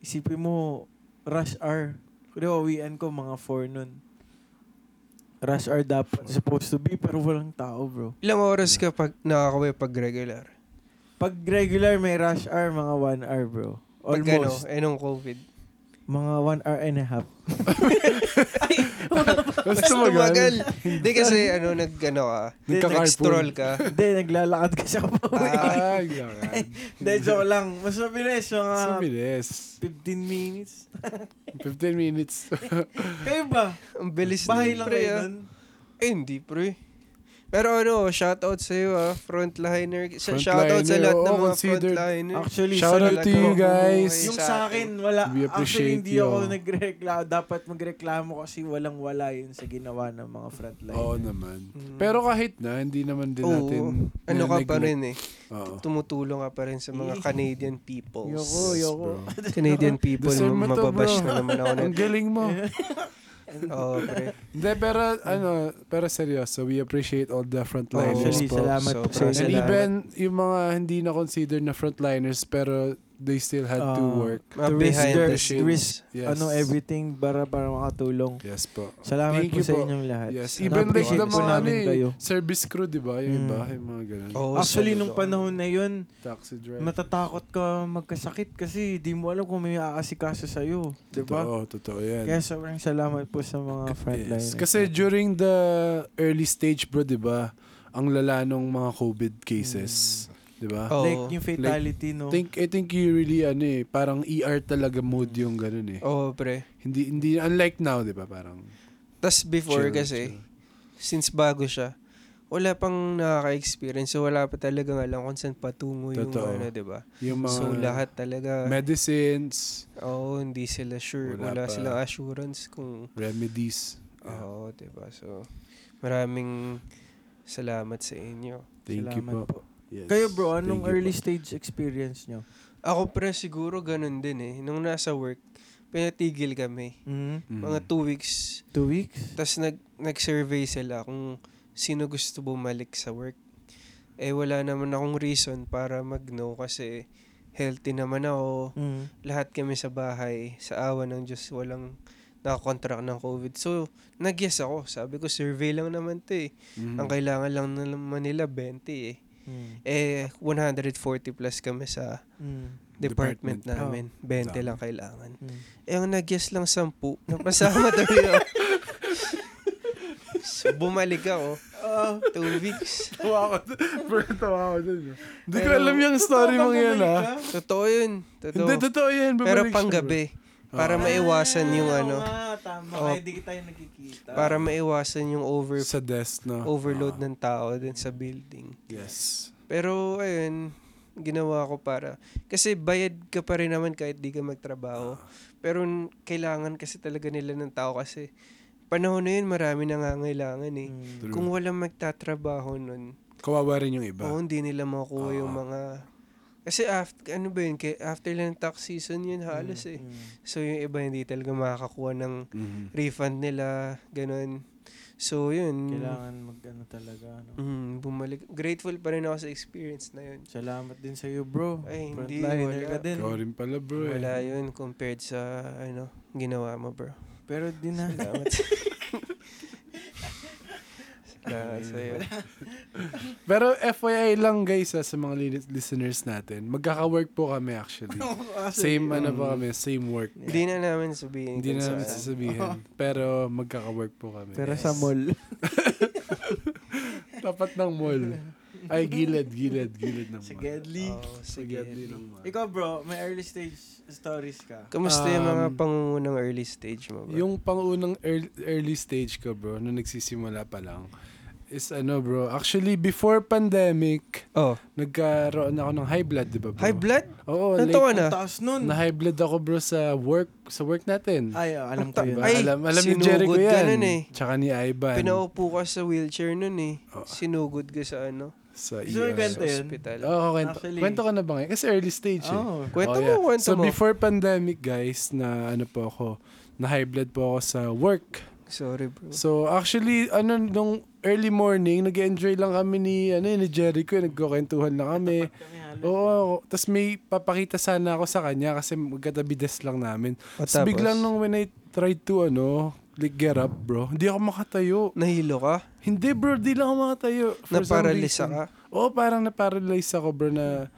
Speaker 3: isipin mo, rush hour. Kaya uwian ko mga 4 nun. Rush hour dapat supposed to be pero walang tao bro.
Speaker 1: Ilang oras ka pag nakakaway pag regular?
Speaker 3: Pag regular may rush hour, mga 1 hour bro.
Speaker 1: Pag
Speaker 3: Almost.
Speaker 1: ano, eh nung COVID.
Speaker 3: Mga 1 hour and a half.
Speaker 1: Mas
Speaker 2: Mas
Speaker 1: tumagal. Hindi kasi ano, nag ano ka, nag-stroll
Speaker 2: Nagka-carpool.
Speaker 1: ka.
Speaker 3: Hindi, naglalakad kasi ako pa uwi.
Speaker 2: Ah, yakan.
Speaker 3: Hindi, joke lang. Mas mabilis mga
Speaker 2: So bilis.
Speaker 3: 15 minutes.
Speaker 2: 15 minutes.
Speaker 3: Kayo ba?
Speaker 1: Ang bilis
Speaker 3: Bahay
Speaker 1: nun,
Speaker 3: lang
Speaker 1: pre,
Speaker 3: kayo
Speaker 1: ah.
Speaker 3: nun?
Speaker 1: Eh, hindi, pre. Pero ano, shoutout sa iyo ah, frontliner. Sa
Speaker 2: Frontliner,
Speaker 1: shoutout sa lahat ng
Speaker 2: oo,
Speaker 1: mga
Speaker 2: considered.
Speaker 1: frontliner.
Speaker 3: Actually,
Speaker 2: Shout
Speaker 3: sorry,
Speaker 2: out to you guys.
Speaker 3: yung sa akin,
Speaker 2: We
Speaker 3: wala. Actually,
Speaker 2: appreciate
Speaker 3: hindi
Speaker 2: you.
Speaker 3: ako nagreklamo. Dapat magreklamo kasi walang wala yun sa ginawa ng mga frontline.
Speaker 2: Oo naman.
Speaker 1: Mm.
Speaker 2: Pero kahit na, hindi naman din
Speaker 1: Oo.
Speaker 2: natin...
Speaker 1: ano ka pa
Speaker 2: nag-
Speaker 1: rin eh.
Speaker 2: Oo.
Speaker 1: Tumutulong ka pa rin sa mga
Speaker 3: Eh.
Speaker 1: Canadian peoples.
Speaker 3: Yoko, yoko.
Speaker 2: Bro.
Speaker 1: Canadian people,
Speaker 2: Deserve mo to,
Speaker 1: mababash
Speaker 2: bro.
Speaker 1: na naman ako.
Speaker 2: Ang
Speaker 1: nun.
Speaker 2: galing mo.
Speaker 1: Oo, pre.
Speaker 2: Hindi, pero ano, pero seryoso, we appreciate all the frontliners.
Speaker 3: Actually,
Speaker 1: po.
Speaker 3: salamat po.
Speaker 1: Sobrang
Speaker 2: And
Speaker 1: salamat.
Speaker 2: even yung mga hindi na consider na frontliners pero they still had to
Speaker 3: Ah.
Speaker 2: work.
Speaker 1: Mga
Speaker 3: To risk
Speaker 1: behind
Speaker 3: their-
Speaker 1: the scenes.
Speaker 3: risk,
Speaker 2: Yes.
Speaker 3: ano, everything para, para makatulong.
Speaker 2: Yes po.
Speaker 3: Salamat
Speaker 2: Thank
Speaker 3: po
Speaker 2: you
Speaker 3: sa
Speaker 2: po.
Speaker 3: inyong lahat.
Speaker 2: Yes, even like
Speaker 1: Na-appreciate
Speaker 2: the
Speaker 1: po
Speaker 2: mga ano,
Speaker 1: namin
Speaker 2: eh,
Speaker 3: kayo.
Speaker 2: service crew, di ba? Yung
Speaker 3: Mm.
Speaker 2: iba, yung mga ganun.
Speaker 1: Oo,
Speaker 3: Actually,
Speaker 1: saludo.
Speaker 3: nung panahon na yun,
Speaker 2: Taxi driver.
Speaker 3: matatakot ka magkasakit kasi di mo alam kung may aasikaso sa'yo. Di ba?
Speaker 2: Totoo, totoo yan.
Speaker 3: Kaya sobrang salamat po sa mga frontliners.
Speaker 2: Yes. Kasi during the early stage, bro, di ba? Ang lala nung mga COVID cases.
Speaker 1: Mm.
Speaker 2: Di ba?
Speaker 1: Oo.
Speaker 3: like yung fatality, no?
Speaker 2: Think, I think you really, ano eh, parang ER talaga mood yung ganun eh.
Speaker 1: Oo, pre.
Speaker 2: Hindi, hindi, unlike now, di ba? Parang,
Speaker 1: Tapos before
Speaker 2: Chill,
Speaker 1: kasi, since bago siya, wala pang nakaka-experience. So, wala pa talagang alam kung saan patungo yung
Speaker 2: Totoo.
Speaker 1: ano, di ba?
Speaker 2: yung mga
Speaker 1: So, lahat uh, talaga,
Speaker 2: medicines,
Speaker 1: oo, hindi sila sure.
Speaker 2: Wala
Speaker 1: Wala,
Speaker 2: pa. Ah.
Speaker 1: silang assurance kung,
Speaker 2: remedies. Yeah.
Speaker 1: oo, di ba? So, maraming salamat sa inyo.
Speaker 2: Thank you
Speaker 3: Salamat
Speaker 2: po. Yes.
Speaker 3: Kayo bro,
Speaker 2: Thank
Speaker 3: anong
Speaker 2: you
Speaker 3: early
Speaker 2: po.
Speaker 3: stage experience nyo?
Speaker 1: Ako pre, siguro ganun din eh. Nung nasa work, pinatigil kami.
Speaker 2: Mm.
Speaker 1: Mga two weeks.
Speaker 3: Two weeks?
Speaker 1: Tapos nag, nag-survey sila kung sino gusto bumalik sa work. Eh wala naman akong reason para mag-no kasi healthy naman ako.
Speaker 3: Mm.
Speaker 1: Lahat kami sa bahay, sa awa ng Diyos, walang nakakontract ng COVID. So, nag-yes ako. Sabi ko, survey lang naman to eh.
Speaker 2: Mm.
Speaker 1: Ang kailangan lang naman nila 20 eh.
Speaker 3: Mm.
Speaker 1: Eh, 140 plus kami sa
Speaker 3: Mm.
Speaker 1: department,
Speaker 2: Department. Oh.
Speaker 1: namin. 20
Speaker 2: Dami.
Speaker 1: lang kailangan.
Speaker 3: Mm.
Speaker 1: Eh, ang nag-guess lang 10, napasama tuloy ako. so, bumalik ako. Two weeks.
Speaker 2: Tawa ako. dun. Bro, tawa ako dun. Hindi ko
Speaker 1: Pero-
Speaker 2: alam yung story ah. mong yan, ha?
Speaker 1: Totoo yun. Totoo.
Speaker 2: Hindi, totoo yan.
Speaker 1: Pero
Speaker 2: Babalik siya,
Speaker 1: panggabi.
Speaker 2: bro. Ah.
Speaker 1: Para
Speaker 2: Oo.
Speaker 1: maiwasan yung ano.
Speaker 3: Ah, tama.
Speaker 1: Oh.
Speaker 3: Kaya di tayo nakikita.
Speaker 1: Para maiwasan yung over
Speaker 2: Sa desk, no?
Speaker 1: overload
Speaker 2: Ah,
Speaker 1: ng tao din sa building.
Speaker 2: Yes.
Speaker 1: Pero, ayun, ginawa ko para... Kasi bayad ka pa rin naman kahit di ka magtrabaho. Pero n- kailangan kasi talaga nila ng tao kasi panahon na yun marami nangangailangan eh.
Speaker 3: Mm.
Speaker 2: True.
Speaker 1: Kung walang magtatrabaho nun,
Speaker 2: Kawawa rin yung iba.
Speaker 1: Oo, hindi nila makuha yung
Speaker 2: Oo.
Speaker 1: mga... Kasi after, ano ba yun, kay- after lang ng tax season yun halos eh.
Speaker 3: Mm.
Speaker 1: So yung iba hindi talaga makakakuha ng
Speaker 2: Mhm.
Speaker 1: refund nila, ganun. So yun,
Speaker 3: Kailangan mag ano talaga. Ano.
Speaker 1: mm, bumalik. Grateful pa rin ako sa experience na yun.
Speaker 3: Salamat din sa'yo bro.
Speaker 1: Ay, hindi,
Speaker 3: Frontliner
Speaker 1: wala.
Speaker 3: ka din.
Speaker 2: Ikaw rin pala, bro. eh.
Speaker 1: Mm-hmm. Wala yun compared sa ano, ginawa mo bro.
Speaker 3: Pero di na.
Speaker 1: Salamat. Salamat sa'yo.
Speaker 2: Pero FYI lang guys ha, sa mga li- listeners natin. Magkaka-work po kami actually. same ano po kami, same work.
Speaker 1: Hindi na namin sabihin.
Speaker 2: Hindi
Speaker 1: kung
Speaker 2: na namin
Speaker 1: saan.
Speaker 2: sasabihin. Pero magkaka-work po kami.
Speaker 3: Pero sa mall.
Speaker 2: Tapat ng mall. Ay, gilid, gilid, gilid ng
Speaker 3: Si
Speaker 2: mga.
Speaker 3: Gedli.
Speaker 1: Oo,
Speaker 2: Si
Speaker 1: sige.
Speaker 2: Gedli ng mga.
Speaker 3: Ikaw bro, may early stage stories ka.
Speaker 1: Kamusta yung mga
Speaker 2: Um,
Speaker 1: pangungunang early stage mo, bro?
Speaker 2: Yung pangunang early, early stage ko, bro, nung nagsisimula pa lang, is ano, bro, actually, before pandemic,
Speaker 1: oh,
Speaker 2: nagkaroon ako ng high blood, di ba, bro?
Speaker 1: high blood? Ano
Speaker 2: Oo,
Speaker 1: Anong
Speaker 2: late-
Speaker 1: taon na?
Speaker 3: Ang taas nun.
Speaker 2: na high blood ako, bro, sa work, sa work natin.
Speaker 3: Ay, oh, alam ko yun.
Speaker 1: Ay,
Speaker 2: Ay, alam, alam ni
Speaker 1: sinugod
Speaker 2: Jericho
Speaker 1: ka
Speaker 2: yan.
Speaker 1: nun eh.
Speaker 2: Tsaka ni Ivan.
Speaker 1: Pinaupo ka sa wheelchair nun eh.
Speaker 2: Oo.
Speaker 1: Sinugod ka sa ano?
Speaker 2: sa
Speaker 3: Gusto
Speaker 2: ER.
Speaker 3: mo ikwento
Speaker 1: Sa
Speaker 3: yun?
Speaker 1: hospital.
Speaker 2: Oo, kwento,
Speaker 3: Actually-
Speaker 2: kwento ka na ba ngayon? Kasi early stage eh.
Speaker 3: Oh.
Speaker 1: Kwento
Speaker 2: Oh, yeah.
Speaker 1: mo, kwento
Speaker 2: so
Speaker 1: mo.
Speaker 2: before pandemic, guys, na ano po ako, na high blood po ako sa work.
Speaker 1: Sorry, bro.
Speaker 2: So actually, ano, nung early morning, nag enjoy lang kami ni, ano, yun, ni Jericho, nagkukwentuhan lang kami. Oo, tapos may papakita sana ako sa kanya kasi magkatabi desk lang namin.
Speaker 1: O,
Speaker 2: Tapos biglang nung when I tried to, ano, like get up, bro, hindi ako makatayo.
Speaker 1: Nahilo ka?
Speaker 2: Hindi bro, di lang ako makatayo. For some
Speaker 1: Naparalisa
Speaker 2: reason.
Speaker 1: ka?
Speaker 2: Oo, parang na-paralyze ako bro na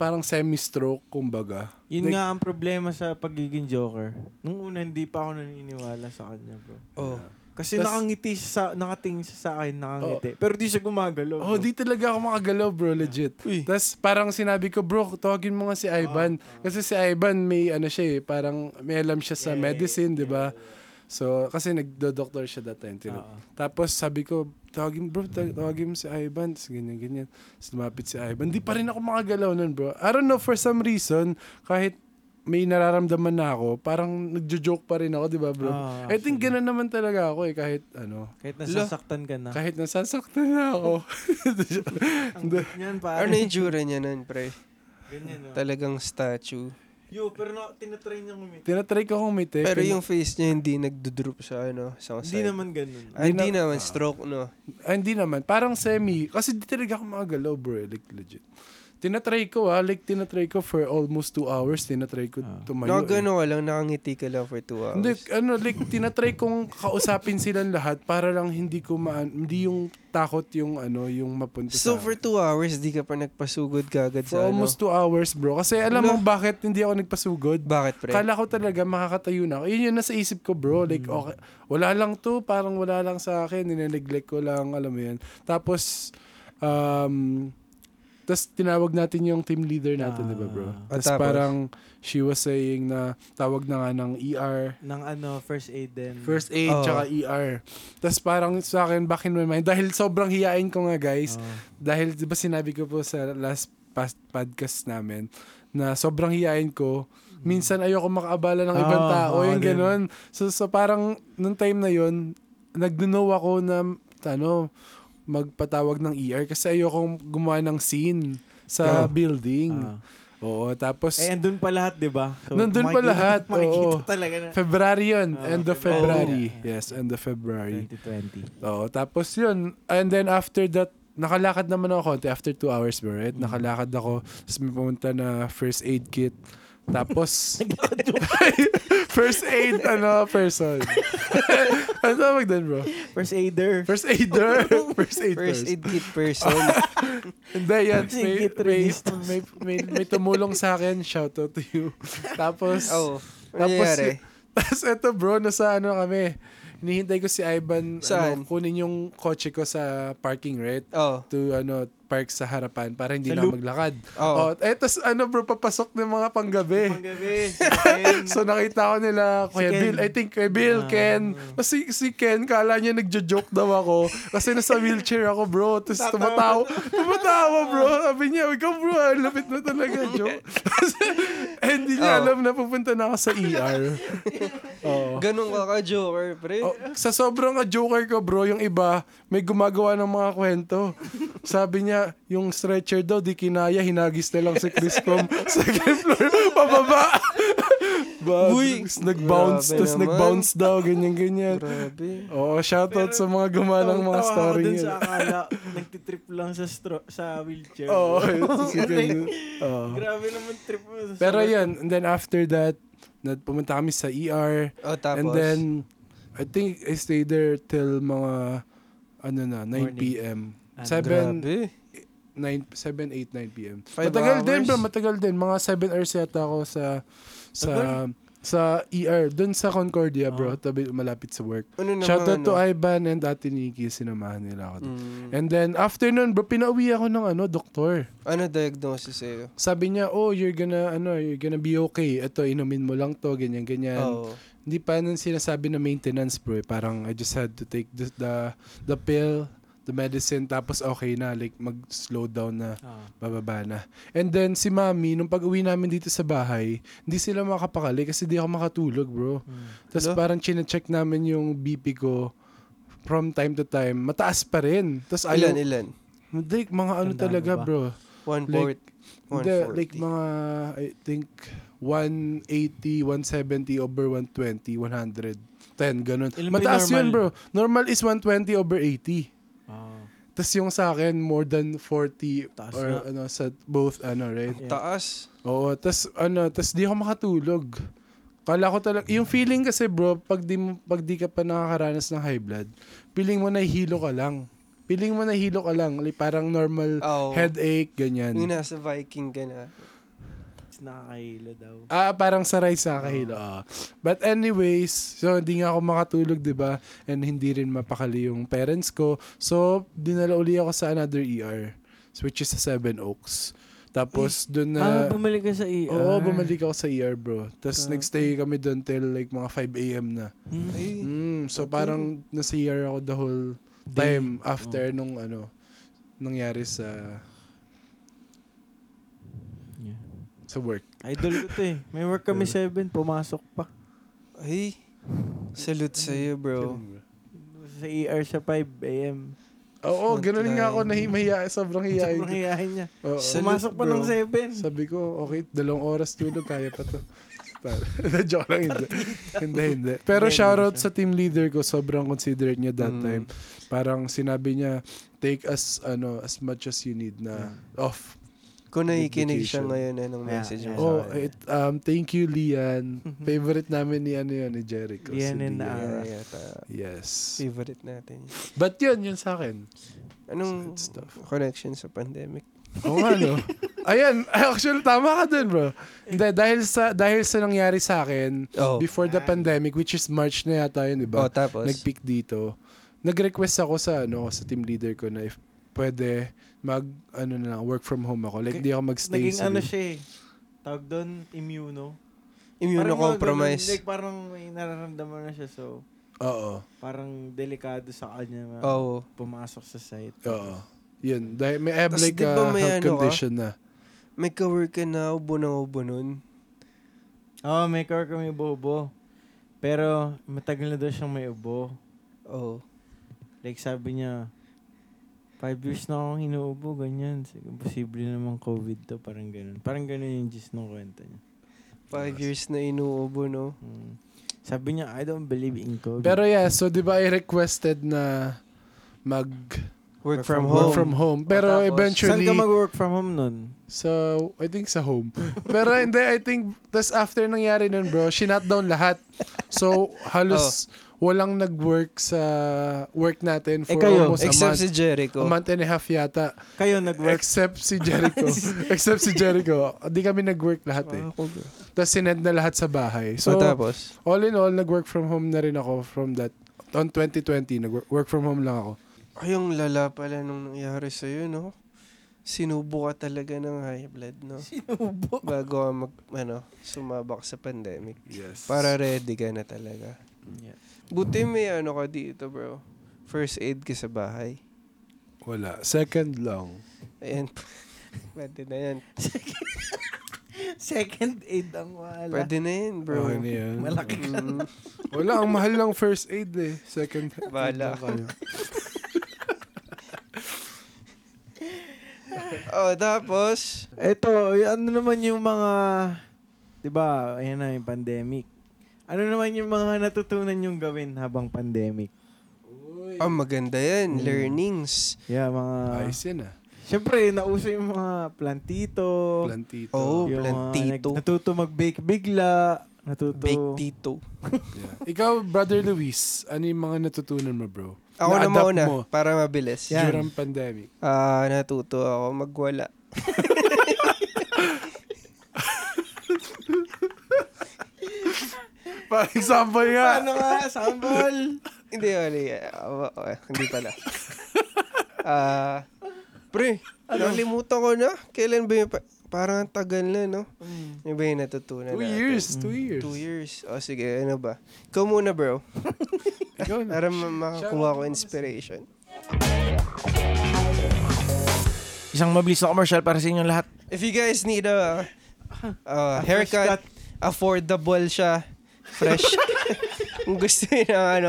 Speaker 2: parang semi-stroke, kumbaga.
Speaker 3: Yun
Speaker 2: Like-
Speaker 3: nga ang problema sa pagiging joker. Nung una, hindi pa ako naniniwala sa kanya, bro.
Speaker 1: Oh.
Speaker 3: Kasi
Speaker 2: Tas-
Speaker 3: nakangiti siya sa, nakatingin siya sa akin, nakangiti. Pero di siya gumagalaw.
Speaker 2: Oh,
Speaker 3: bro.
Speaker 2: di talaga ako makagalaw bro, legit.
Speaker 3: Uy.
Speaker 2: Tapos parang sinabi ko, bro, tawagin mo nga si Ivan. Kasi si Ivan may ano siya eh, parang may alam siya sa medicine, di ba? So, kasi nagdo-doctor siya that time. tinu-
Speaker 3: Oo.
Speaker 2: Tapos sabi ko, tawagin bro, taw- tawagin mo si Ivan. Tapos ganyan, ganyan. Tapos lumapit si Ivan. Di pa rin ako makagalaw nun bro. I don't know, for some reason, kahit may nararamdaman na ako, parang nagjo-joke pa rin ako, di ba bro?
Speaker 3: Ah,
Speaker 2: I think ganun naman talaga ako eh, kahit ano.
Speaker 3: Kahit nasasaktan ka na.
Speaker 2: Kahit nasasaktan na ako.
Speaker 3: Ang ganyan,
Speaker 2: Ah.
Speaker 1: Ano
Speaker 3: pare.
Speaker 1: yung jura niya nun, pre?
Speaker 3: Ganyan, no?
Speaker 1: Talagang statue.
Speaker 3: Yo, pero na, tinatry niya ngumiti.
Speaker 2: Tinatry ko kung may
Speaker 1: Pero
Speaker 2: Eh, pin-
Speaker 1: yung face niya hindi nagdudrop sa ano, sa
Speaker 3: Hindi
Speaker 1: side.
Speaker 3: naman ganun.
Speaker 1: Ah, hindi
Speaker 2: Hindi na-
Speaker 1: naman, stroke, no?
Speaker 2: Ah, hindi naman. Parang semi. Kasi di talaga ako makagalaw, bro. eh, Like, legit. Tinatry ko, ah. Like, tinatry ko for almost two hours. Tinatry ko
Speaker 3: Ah.
Speaker 2: tumayo. eh.
Speaker 1: Nakagano ka lang, nakangiti ka lang for two hours.
Speaker 2: Hindi, ano, like, tinatry kong kausapin silang lahat para lang hindi ko ma... Hindi yung takot yung, ano, yung mapunta
Speaker 1: So
Speaker 2: sa... ano,
Speaker 1: for two hours, di ka pa nagpasugod kagad
Speaker 2: for
Speaker 1: sa ano?
Speaker 2: almost two hours, bro. Kasi alam mo bakit hindi ako nagpasugod?
Speaker 1: ano? Bakit, pre?
Speaker 2: Kala ko talaga makakatayo na ako. Yun yung nasa isip ko, bro. Like, okay, wala lang to. Parang wala lang sa akin. Nineneglect ko lang. Alam mo yun. Tapos, um, tapos tinawag natin yung team leader natin,
Speaker 3: Ah.
Speaker 2: di ba, bro?
Speaker 1: Ah,
Speaker 2: Tapos
Speaker 1: tapos?
Speaker 2: parang she was saying na tawag na nga ng ER.
Speaker 3: Nang ano, first aid din.
Speaker 2: First aid,
Speaker 1: Oo.
Speaker 2: tsaka ER. Tapos parang sa akin, back in my mind, dahil sobrang hiyain ko nga, guys.
Speaker 3: Oo.
Speaker 2: Dahil, di ba sinabi ko po sa last past podcast namin, na sobrang hiyain ko, minsan ayoko makaabala ng
Speaker 3: Ah,
Speaker 2: ibang tao, yung
Speaker 3: ako Mm. din.
Speaker 2: ganun. So, so parang, nung time na yun, nagdunaw ako na, ano, magpatawag ng ER kasi ayoko gumawa ng scene sa
Speaker 1: Oh.
Speaker 2: building.
Speaker 3: Ah.
Speaker 2: Oo, tapos...
Speaker 3: Eh, andun pa lahat, di ba? So,
Speaker 2: Nandun pa
Speaker 3: makikita-
Speaker 2: lahat,
Speaker 3: Makikita
Speaker 2: oo.
Speaker 3: talaga na.
Speaker 2: February yun.
Speaker 3: Ah,
Speaker 2: end of
Speaker 3: February. Oh.
Speaker 2: February. Yes, end of February.
Speaker 3: 2020.
Speaker 2: Oo, tapos yun. And then after that, nakalakad naman ako konti after two hours, bro,
Speaker 1: Mm.
Speaker 2: right? Nakalakad ako. Tapos may pumunta na first aid kit. Tapos, first aid, ano, person. ano tawag doon, bro?
Speaker 3: First aider.
Speaker 2: First aider. first aid
Speaker 1: First
Speaker 2: first.
Speaker 1: aid kit person.
Speaker 2: Hindi, yan.
Speaker 3: First aid
Speaker 2: May,
Speaker 3: kit
Speaker 2: may,
Speaker 3: revistas.
Speaker 2: may, may, may tumulong sa akin. Shout out to you. Tapos,
Speaker 1: Oo. Oh,
Speaker 2: Tapos
Speaker 1: nangyari.
Speaker 2: yun- Tapos eto bro, nasa ano kami. Hinihintay ko si Ivan
Speaker 1: Saan?
Speaker 2: ano, kunin yung kotse ko sa parking, right?
Speaker 1: Oh.
Speaker 2: To ano, park sa harapan para hindi
Speaker 3: Sa
Speaker 2: na ako
Speaker 3: loop.
Speaker 2: maglakad.
Speaker 1: Oh.
Speaker 2: Oh. eh, tas ano bro, papasok ng mga panggabi.
Speaker 3: Panggabi. si Ken.
Speaker 2: So nakita ko nila, Kuya
Speaker 3: Ken.
Speaker 2: Bill, I think Kuya Bill,
Speaker 3: Ah.
Speaker 2: Ken. Tapos si, si Ken, kala niya nagjo-joke daw ako. Kasi nasa wheelchair ako bro. Tapos
Speaker 3: Tatawa.
Speaker 2: tumatawa. Tumatawa bro. Sabi niya, ikaw bro, ah, lapit mo talaga, joke. Eh, hindi niya
Speaker 1: Oh.
Speaker 2: alam na pupunta na ako sa ER. Oo.
Speaker 1: Ganun ka ka, Joker, pre.
Speaker 2: Oh, sa sobrang ka-joker ko, bro, yung iba, may gumagawa ng mga kwento. Sabi niya, yung stretcher daw, di kinaya, hinagis na lang si Chris Com. Second floor, pababa. Bad,
Speaker 1: Uy!
Speaker 2: tapos nag-bounce,
Speaker 1: Grabe
Speaker 2: tapos
Speaker 1: naman.
Speaker 2: nag-bounce daw, ganyan-ganyan.
Speaker 1: Grabe.
Speaker 2: Oo, shoutout sa mga gumawa ng mga
Speaker 3: Tawang-tawa
Speaker 2: story
Speaker 3: ako dun
Speaker 2: niya.
Speaker 3: sa akala, nagtitrip lang sa, stro- sa wheelchair.
Speaker 2: Oo, sige, ganyan. Oo.
Speaker 3: Grabe naman trip mo.
Speaker 2: Pero yun, and then after that, nat- pumunta kami sa ER.
Speaker 1: Oh, tapos.
Speaker 2: And then, I think I stayed there till mga, ano na, 9
Speaker 3: Morning.
Speaker 2: p.m.
Speaker 3: Ah,
Speaker 2: 7,
Speaker 1: Grabe.
Speaker 2: 9, 7, 8, 9 p.m.
Speaker 1: Five
Speaker 2: matagal din,
Speaker 1: hours?
Speaker 2: bro. Matagal din. Mga 7 hours yata ako sa, sa, Sa ER, dun sa Concordia, bro,
Speaker 3: Ah.
Speaker 2: tabi malapit sa work.
Speaker 1: Ano naman,
Speaker 2: Shoutout to
Speaker 1: ano?
Speaker 2: Ivan and Ate Nikki, sinamahan nila ako. dun.
Speaker 1: Mm.
Speaker 2: And then, after nun, bro, pinauwi ako ng ano, doktor.
Speaker 1: ano diagnosis sa'yo?
Speaker 2: Sabi niya, oh, you're gonna, ano, you're gonna be okay. Ito, inumin mo lang to, ganyan, ganyan.
Speaker 1: Oo.
Speaker 2: Hindi pa nun sinasabi na maintenance, bro. eh. Parang, I just had to take the, the, the pill, the medicine, tapos okay na. Like, mag-slow down na.
Speaker 3: Ah,
Speaker 2: bababa na. And then si Mami, nung pag-uwi namin dito sa bahay, hindi sila makapakali kasi di ako makatulog, bro.
Speaker 3: hmm.
Speaker 2: Tapos
Speaker 1: Hello?
Speaker 2: parang chine-check namin yung BP ko from time to time. Mataas pa rin. Tapos
Speaker 1: ilan, eh?
Speaker 2: ayaw,
Speaker 1: ilan?
Speaker 2: like, mga ano
Speaker 3: Tandaan
Speaker 2: talaga,
Speaker 3: mo ba?
Speaker 2: bro.
Speaker 1: One
Speaker 2: Like,
Speaker 1: fourth. One
Speaker 2: Hindi,
Speaker 1: forty.
Speaker 2: like mga, I think, 180, 170 over 120, 100. 10, ganun.
Speaker 3: Ilan ba yung
Speaker 2: Mataas yun, bro. Normal
Speaker 3: normal?
Speaker 2: is 120 over 80.
Speaker 3: Ah.
Speaker 2: Tapos yung sa akin, more than 40
Speaker 3: Taas
Speaker 2: or
Speaker 3: nga.
Speaker 2: ano, sa both, ano, right?
Speaker 1: Ang Taas.
Speaker 2: Oo, tas ano, tas di ako makatulog. Kala ko talaga, yung feeling kasi bro, pag di, mo- pag di ka pa nakakaranas ng high blood, feeling mo nahihilo ka lang. Feeling mo nahihilo ka lang, like parang normal
Speaker 1: Oo.
Speaker 2: headache, ganyan.
Speaker 1: Oh. Yung nasa Viking ka na.
Speaker 3: It's nakakahilo daw.
Speaker 2: Ah, parang saray sa kahilo. ah. But anyways, so hindi nga ako makatulog, 'di ba? And hindi rin mapakali yung parents ko. So, dinala uli ako sa another ER, which is sa Seven Oaks. Tapos doon na
Speaker 3: ah, bumalik ka sa ER.
Speaker 2: Oo, bumalik ako sa ER, bro. Tapos
Speaker 3: Grabe.
Speaker 2: nagstay kami doon till like mga 5 a.m. na.
Speaker 3: Hmm.
Speaker 1: Ay,
Speaker 2: Mm, so
Speaker 1: Okay.
Speaker 2: parang nasa ER ako the whole time
Speaker 3: Oh.
Speaker 2: after nung ano nangyari sa
Speaker 3: Yeah.
Speaker 2: sa work.
Speaker 3: Idol ko to eh. May work kami 7, pumasok pa.
Speaker 1: ay. Salute sa'yo, bro.
Speaker 3: Sa ER siya 5 a.m.
Speaker 2: Oo,
Speaker 1: Front
Speaker 2: ganun nga ako
Speaker 1: line.
Speaker 2: nahi mahiya, sobrang hiyain.
Speaker 3: Sobrang hiyahin niya.
Speaker 2: Oo.
Speaker 1: Sa-
Speaker 3: Pumasok pa
Speaker 2: bro.
Speaker 3: ng 7.
Speaker 2: Sabi ko, okay, dalawang oras tulog, kaya pa to. Par- Joke lang, hindi. hindi, hindi. Pero
Speaker 3: Hindi,
Speaker 2: shoutout
Speaker 3: hindi
Speaker 2: sa
Speaker 3: siya. Hmm.
Speaker 2: team leader ko, sobrang considerate niya that
Speaker 1: Mm.
Speaker 2: time. Parang sinabi niya, take as ano as much as you need na
Speaker 3: Hmm.
Speaker 2: off.
Speaker 1: Kung nakikinig siya
Speaker 2: Dedication.
Speaker 1: ngayon eh, ng
Speaker 3: Yeah,
Speaker 1: message mo
Speaker 3: yeah.
Speaker 2: Oh,
Speaker 1: sa akin.
Speaker 2: it, um, thank you, Lian. Favorite namin ni ano yun, ni Jericho. si
Speaker 3: Lian and
Speaker 2: Lian.
Speaker 3: Ara.
Speaker 1: Yeah, yeah, ta-
Speaker 2: Yes.
Speaker 1: Favorite natin.
Speaker 2: But yun, yun sa akin.
Speaker 1: Anong
Speaker 2: Good stuff.
Speaker 1: connection sa pandemic?
Speaker 2: Oo nga, no? Ayan, actually, tama ka dun, bro. Hindi, dahil sa, dahil sa nangyari sa akin,
Speaker 1: Oh.
Speaker 2: before the pandemic, which is March na yata yun, di ba?
Speaker 1: Oh, tapos?
Speaker 2: nag-pick dito. Nag-request ako sa ano sa team leader ko na if pwede mag ano na lang, work from home ako. Like di ako magstay
Speaker 3: Naging
Speaker 2: sa
Speaker 3: ano siya eh. Tawag doon, immuno. Parang mga ganun,
Speaker 1: Immunocompromise.
Speaker 3: Like parang may nararamdaman na siya so
Speaker 2: Oo.
Speaker 3: parang delikado sa kanya na
Speaker 1: Oo.
Speaker 3: pumasok sa site.
Speaker 2: Oo. Yun, dahil may have
Speaker 1: Tas
Speaker 2: like
Speaker 1: di
Speaker 2: a
Speaker 1: ba may ano
Speaker 2: health
Speaker 1: ka?
Speaker 2: condition na.
Speaker 1: May kawork ka na ubo ng ubo nun.
Speaker 3: Oo, Oh, may car kami bobo. Pero matagal na daw siyang may ubo.
Speaker 1: Oh.
Speaker 3: Like sabi niya, five years na akong inuubo, ganyan. Sige, Posible naman COVID to, parang ganun. Parang ganun yung gist ng kwento niya.
Speaker 1: Five years na inuubo, no?
Speaker 3: Mm. Sabi niya, I don't believe in COVID.
Speaker 2: Pero yeah, so di ba I requested na mag
Speaker 1: Work, from,
Speaker 2: work
Speaker 1: home.
Speaker 2: from home.
Speaker 1: O,
Speaker 2: Pero
Speaker 1: tapos,
Speaker 3: Saan
Speaker 2: eventually
Speaker 3: ka mag-work from home nun?
Speaker 2: So, I think sa home. Pero hindi, I think, tas after nangyari nun, bro, shinut down lahat. So, halos
Speaker 1: Oh.
Speaker 2: walang nag-work sa work natin for
Speaker 3: Eh, kayo,
Speaker 2: almost a
Speaker 1: Except
Speaker 2: month.
Speaker 1: si Jericho.
Speaker 2: A month and a half yata.
Speaker 3: Kayo nag-work?
Speaker 2: Except si Jericho. except si Jericho. Hindi kami nag-work lahat eh.
Speaker 1: Ah, Ako, bro.
Speaker 2: Tapos sinend na lahat sa bahay.
Speaker 1: So,
Speaker 3: Oh,
Speaker 2: So,
Speaker 1: tapos?
Speaker 2: all in all, nag-work from home na rin ako from that. On 2020, nag-work from home lang ako.
Speaker 1: Ay, ang lala pala nung nangyari sa'yo, no? Sinubo ka talaga ng high blood, no?
Speaker 3: Sinubo.
Speaker 1: Bago ka mag, ano, sumabak sa pandemic.
Speaker 2: Yes.
Speaker 1: Para ready ka na talaga.
Speaker 3: Yeah.
Speaker 1: Buti may ano ka dito, bro. First aid ka sa bahay.
Speaker 2: Wala. Second lang.
Speaker 1: Ayan. Pwede na yan.
Speaker 3: Second aid ang wala.
Speaker 1: Pwede na yan, bro.
Speaker 2: Okay na yan.
Speaker 3: Malaki ka.
Speaker 1: Mm,
Speaker 2: Wala, ang mahal lang first aid eh. Second aid
Speaker 1: Bahala
Speaker 2: lang kayo.
Speaker 1: oh, tapos,
Speaker 3: Ito, y- ano naman yung mga, di ba, ayan na yung pandemic. Ano naman yung mga natutunan yung gawin habang pandemic?
Speaker 1: oh, maganda yan.
Speaker 2: Hmm.
Speaker 3: Mm.
Speaker 1: Learnings.
Speaker 3: Yeah, mga...
Speaker 2: Ayos yan ah.
Speaker 3: Siyempre, nauso yung mga plantito.
Speaker 1: Oh.
Speaker 2: Plantito.
Speaker 1: Oo.
Speaker 3: yung mga
Speaker 1: plantito.
Speaker 3: nag- natuto mag-bake bigla. Natuto...
Speaker 1: Big Tito.
Speaker 2: Yeah. Ikaw, Brother Luis, ano yung mga natutunan mo, bro?
Speaker 1: Ako na
Speaker 2: Na-adapt
Speaker 1: mauna,
Speaker 2: mo.
Speaker 1: para mabilis.
Speaker 3: Yan.
Speaker 2: During pandemic.
Speaker 1: Ah, natuto ako magwala.
Speaker 2: Parang example nga.
Speaker 3: Paano nga? Sambol!
Speaker 1: Hindi, wala. yeah. Ah, ah, hindi pala. Ah, pre,
Speaker 2: Ano?
Speaker 1: nalimutan ko na. Kailan ba yung... pa- parang ang tagal na, no?
Speaker 3: Mm.
Speaker 1: Yung ba yung natutunan
Speaker 2: Two
Speaker 1: natin?
Speaker 2: years, two years.
Speaker 1: Mm. Two years. O sige, ano ba? Ikaw muna, bro.
Speaker 2: Ikaw na.
Speaker 1: Para ma- makakuha ko inspiration.
Speaker 3: Isang mabilis na commercial para sa inyong lahat.
Speaker 1: If you guys need a, a haircut, affordable siya, fresh. Kung gusto niyo ng ano,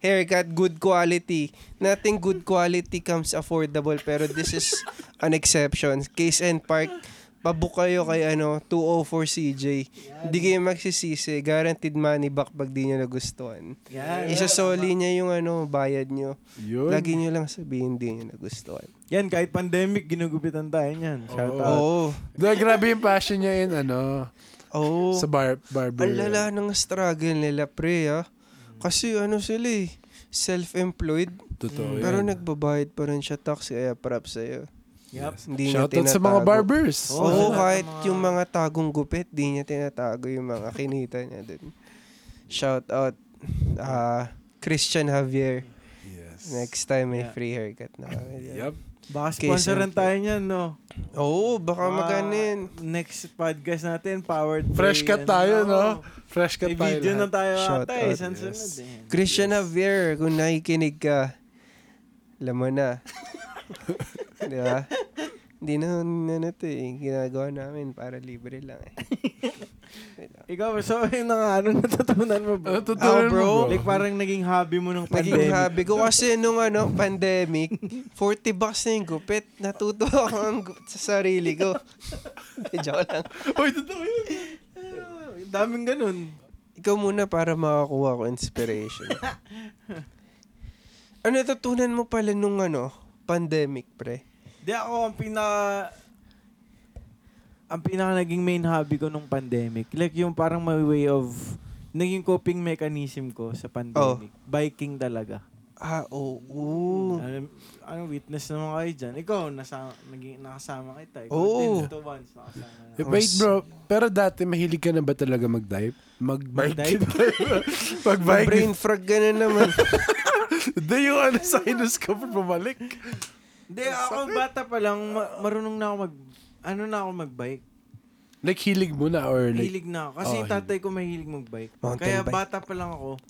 Speaker 1: haircut, good quality. Nothing good quality comes affordable, pero this is an exception. Case and Park, pabook kayo kay ano, 204 CJ. Hindi kayo magsisisi. Guaranteed money back pag di nyo nagustuhan.
Speaker 3: Yan.
Speaker 1: Isasoli niya yung ano, bayad nyo.
Speaker 2: Yun.
Speaker 1: Lagi nyo lang sabihin di nyo nagustuhan.
Speaker 3: Yan, kahit pandemic, ginugupitan tayo niyan. Shout
Speaker 2: Oo.
Speaker 3: out.
Speaker 1: Oo.
Speaker 2: Dahil grabe yung passion niya in, ano,
Speaker 1: Oo.
Speaker 2: sa bar barber.
Speaker 1: Ang lala ng struggle nila, pre, ah.
Speaker 2: Mm.
Speaker 1: Kasi ano sila eh, self-employed.
Speaker 2: Oh, Totoo
Speaker 1: Pero
Speaker 2: yun.
Speaker 1: nagbabayad pa rin siya tax, kaya props sa'yo.
Speaker 3: Yup.
Speaker 1: Hindi niya
Speaker 2: Shoutout sa mga Oh,
Speaker 1: tinatago.
Speaker 2: barbers.
Speaker 1: Oo, Oh.
Speaker 3: Oo,
Speaker 1: kahit
Speaker 3: mga-
Speaker 1: yung mga tagong gupit, di niya tinatago yung mga kinita niya dun. Shout out ah, Christian Javier.
Speaker 2: Yes.
Speaker 1: Next time may
Speaker 3: Yeah.
Speaker 1: free haircut na kami.
Speaker 2: Yep.
Speaker 3: Baka
Speaker 1: Case
Speaker 3: sponsoran
Speaker 1: and point.
Speaker 3: tayo niyan, no?
Speaker 1: Oo, baka
Speaker 3: Baka
Speaker 1: magano yun.
Speaker 3: Next podcast natin, powered by,
Speaker 2: Fresh cut
Speaker 3: ano,
Speaker 2: tayo, no? Fresh cut
Speaker 3: May
Speaker 2: tayo.
Speaker 3: video
Speaker 2: lahat.
Speaker 3: na tayo
Speaker 1: Shout
Speaker 3: ata eh.
Speaker 1: out,
Speaker 3: San
Speaker 2: yes.
Speaker 3: sunod eh.
Speaker 1: Christian Javier, kung nakikinig ka, alam mo na. Di ba? Hindi na, ano to eh, ginagawa namin para libre lang eh.
Speaker 3: Ikaw, so yung nang ano natutunan mo
Speaker 2: Ano
Speaker 3: bro?
Speaker 1: Ah,
Speaker 2: tutunan
Speaker 1: bro.
Speaker 2: mo, bro?
Speaker 3: Like parang naging hobby mo ng
Speaker 1: Naging
Speaker 3: pandemic.
Speaker 1: hobby ko kasi nung ano, pandemic, 40 bucks na yung gupit. Natuto ako ang gu- sa sarili ko. Joke lang.
Speaker 2: Uy, totoo yun.
Speaker 3: Ah, Daming ganun.
Speaker 1: Ikaw muna para makakuha ko inspiration. ano natutunan mo pala nung ano, pandemic, pre?
Speaker 3: Di ako ang pinaka... Ang pinaka naging main hobby ko nung pandemic. Like yung parang my way of... Naging coping mechanism ko sa pandemic. Biking talaga.
Speaker 1: Ah, oo.
Speaker 3: Ano, ano witness naman kayo dyan. Ikaw, nasa, naging, nakasama kita. Ikaw
Speaker 1: Oo.
Speaker 3: din, ito once, nakasama na.
Speaker 2: Eh, Wait, bro. Pero dati, mahilig ka na ba talaga mag-dive? Mag-bike? Mag-bike?
Speaker 1: Brain frog ka na naman.
Speaker 2: Hindi yung ano, sinus ko pa bumalik.
Speaker 3: Hindi, ako bata pa lang, ma- marunong na ako mag... Ano na ako magbike.
Speaker 2: Like, hilig mo na or like...
Speaker 3: Hilig na ako. Kasi
Speaker 2: Oh,
Speaker 3: yung tatay ko mahilig magbike.
Speaker 1: Mountain
Speaker 3: Kaya
Speaker 1: bike.
Speaker 3: bata pa lang ako,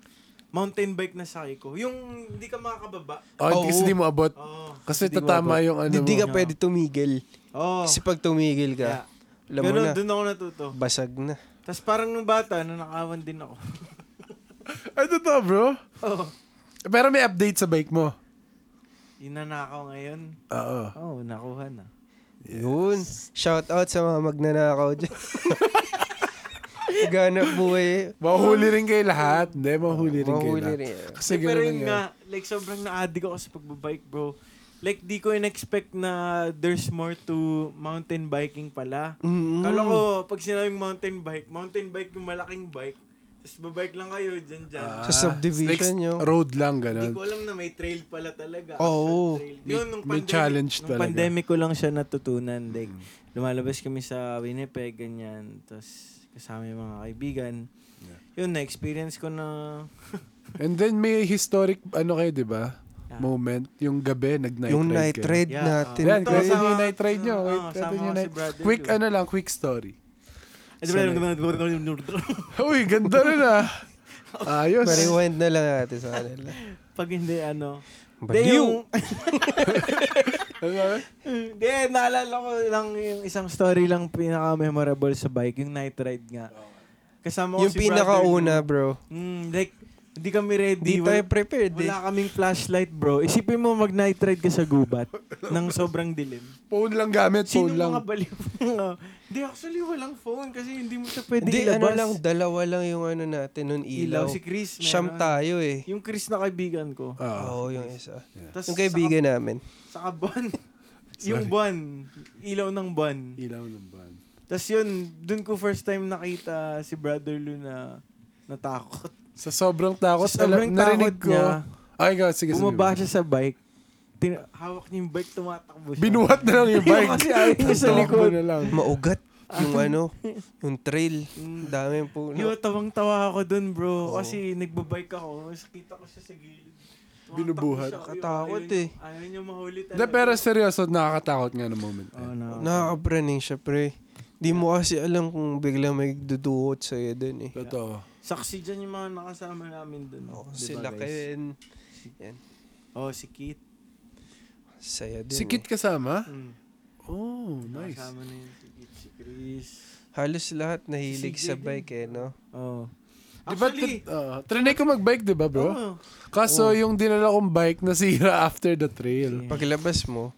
Speaker 3: mountain bike na sakay ko. Yung hindi ka makakababa. Oh.
Speaker 2: Oh,
Speaker 1: Oo.
Speaker 2: kasi di mo abot.
Speaker 3: Oo.
Speaker 2: Kasi
Speaker 1: Hindi mo
Speaker 2: tatama yung ano
Speaker 1: Hindi ka
Speaker 2: mo.
Speaker 3: mo.
Speaker 1: pwede tumigil.
Speaker 3: Oh.
Speaker 1: Kasi pag tumigil ka,
Speaker 3: Yeah.
Speaker 1: alam mo
Speaker 3: Ganun,
Speaker 1: na,
Speaker 3: dun ako natuto.
Speaker 1: basag na.
Speaker 3: Tapos parang nung bata, nanakawan din ako.
Speaker 2: Ay, totoo, bro.
Speaker 3: Oo.
Speaker 2: Pero may update sa bike mo.
Speaker 3: Inanakaw ngayon.
Speaker 2: Oo.
Speaker 3: Oo, oh, nakuha na.
Speaker 1: Yun. Shout out sa mga magnanakaw dyan. Ganap buhay.
Speaker 2: Mahuli rin kayo lahat. Hindi, mahuli rin kayo
Speaker 1: Mahuli
Speaker 2: lahat.
Speaker 1: rin.
Speaker 2: Kasi
Speaker 3: Sige, pero
Speaker 2: ganun
Speaker 3: yun
Speaker 2: nga.
Speaker 3: nga, like sobrang na-addict ako sa pagbabike, bro. Like, di ko in-expect na there's more to mountain biking pala.
Speaker 1: Mm.
Speaker 3: Kala ko, pag sinabing mountain bike, mountain bike yung malaking bike. Tapos babike lang kayo, dyan, dyan.
Speaker 1: uh, Sa subdivision
Speaker 2: like,
Speaker 1: nyo.
Speaker 2: Road lang,
Speaker 3: Hindi
Speaker 2: ganun.
Speaker 3: ko alam na may trail pala talaga.
Speaker 1: Oo.
Speaker 3: Trail.
Speaker 2: May- may challenge
Speaker 3: nung
Speaker 2: talaga. Mm.
Speaker 3: pandemic ko lang siya natutunan. Like, lumalabas kami sa Winnipeg, ganyan. Tapos, kasama yung mga kaibigan. Yun, na-experience ko na...
Speaker 2: And then may historic, ano kayo, di ba?
Speaker 3: Yeah.
Speaker 2: Moment. Yung gabi, nag-night
Speaker 1: Yung night
Speaker 2: ride kayo.
Speaker 1: ride natin.
Speaker 2: Yan,
Speaker 1: pre.
Speaker 2: kwento niyo yung night ride nyo. Wait, kwento niyo yung night- Quick, ano lang, quick story.
Speaker 3: Eh,
Speaker 2: Uy, ganda rin ah. Ayos.
Speaker 1: Pa-rewind na lang natin sa kanila.
Speaker 3: Pag hindi, ano... Hindi,
Speaker 1: Baliw!
Speaker 3: yung...
Speaker 2: Ano
Speaker 3: Hindi, naalala ko lang yung isang story lang pinaka-memorable sa bike, yung night ride nga. Kasama ko
Speaker 1: Yung
Speaker 3: si
Speaker 1: pinakauna,
Speaker 3: brother.
Speaker 1: bro.
Speaker 3: Mm, like, hindi kami ready.
Speaker 1: Di tayo prepared eh.
Speaker 3: wala kaming flashlight, bro. Isipin mo mag-night ride ka sa gubat ng sobrang dilim.
Speaker 2: Phone lang gamit,
Speaker 3: Sino
Speaker 2: phone lang.
Speaker 3: mga baliw? Hindi, actually, walang phone kasi hindi mo siya pwede
Speaker 1: Hindi,
Speaker 3: ilabas.
Speaker 1: ano lang, dalawa lang yung ano natin, nun ilaw.
Speaker 3: Ilaw si Chris. meron.
Speaker 1: Siyam tayo eh.
Speaker 3: Yung Chris na kaibigan ko.
Speaker 2: Oo.
Speaker 1: Oo, yung isa.
Speaker 3: Tas
Speaker 1: Yung kaibigan namin.
Speaker 3: Saka, saka buwan. yung buwan. Ilaw ng buwan.
Speaker 2: Ilaw ng ban.
Speaker 3: Tapos yun, dun ko first time nakita si Brother Lou na natakot.
Speaker 2: Sa sobrang takot,
Speaker 3: Sa sobrang
Speaker 2: alam, narinig ko.
Speaker 3: takot niya,
Speaker 2: Ay, God, sige, sige.
Speaker 3: Bumaba siya sa bike. Tin- hawak niya yung bike, tumatakbo siya.
Speaker 2: Binuhat na lang yung
Speaker 3: Ayun
Speaker 2: bike.
Speaker 3: kasi ayaw niya sa
Speaker 2: Takbo
Speaker 3: likod.
Speaker 2: na lang.
Speaker 1: Maugat. yung
Speaker 3: Ah.
Speaker 1: ano, yung trail. Mm, Dami po.
Speaker 3: Yo, tawang-tawa ako dun, bro.
Speaker 1: Oo.
Speaker 3: Kasi nagbabike ako. Tapos kita ko siya sa gilid. Tumatakbo
Speaker 2: Binubuhat.
Speaker 3: siya, yo,
Speaker 1: Katakot
Speaker 3: ayaw niya-
Speaker 1: eh.
Speaker 3: Ayaw niya mahuli
Speaker 2: Hindi,
Speaker 3: talaga.
Speaker 2: pero seryoso, nakakatakot nga ng moment.
Speaker 3: Oh, no.
Speaker 1: Nakaka-branding siya, pre. Di mo kasi alam kung bigla may duduot sa'yo dun eh.
Speaker 2: Totoo.
Speaker 3: Saksi dyan yung mga nakasama namin dun.
Speaker 1: Oh,
Speaker 3: Diba,
Speaker 1: sila
Speaker 3: guys?
Speaker 1: Ken.
Speaker 3: Oh, si Kit.
Speaker 1: Saya din
Speaker 2: Si Kit
Speaker 1: eh.
Speaker 2: kasama?
Speaker 3: Mm.
Speaker 2: Oh, nice.
Speaker 3: Nakasama na yun si Kit, si Chris.
Speaker 1: Halos lahat nahilig
Speaker 3: Si
Speaker 1: sa
Speaker 3: CJ
Speaker 1: bike eh, no?
Speaker 3: Oh.
Speaker 2: Di ba,
Speaker 3: Actually,
Speaker 2: tr- ah,
Speaker 3: Oh.
Speaker 2: trinay ko mag-bike, di ba, bro?
Speaker 3: oo.
Speaker 2: Kaso
Speaker 1: Oo.
Speaker 2: yung dinala kong bike, nasira after the trail.
Speaker 3: Yeah.
Speaker 1: Paglabas mo,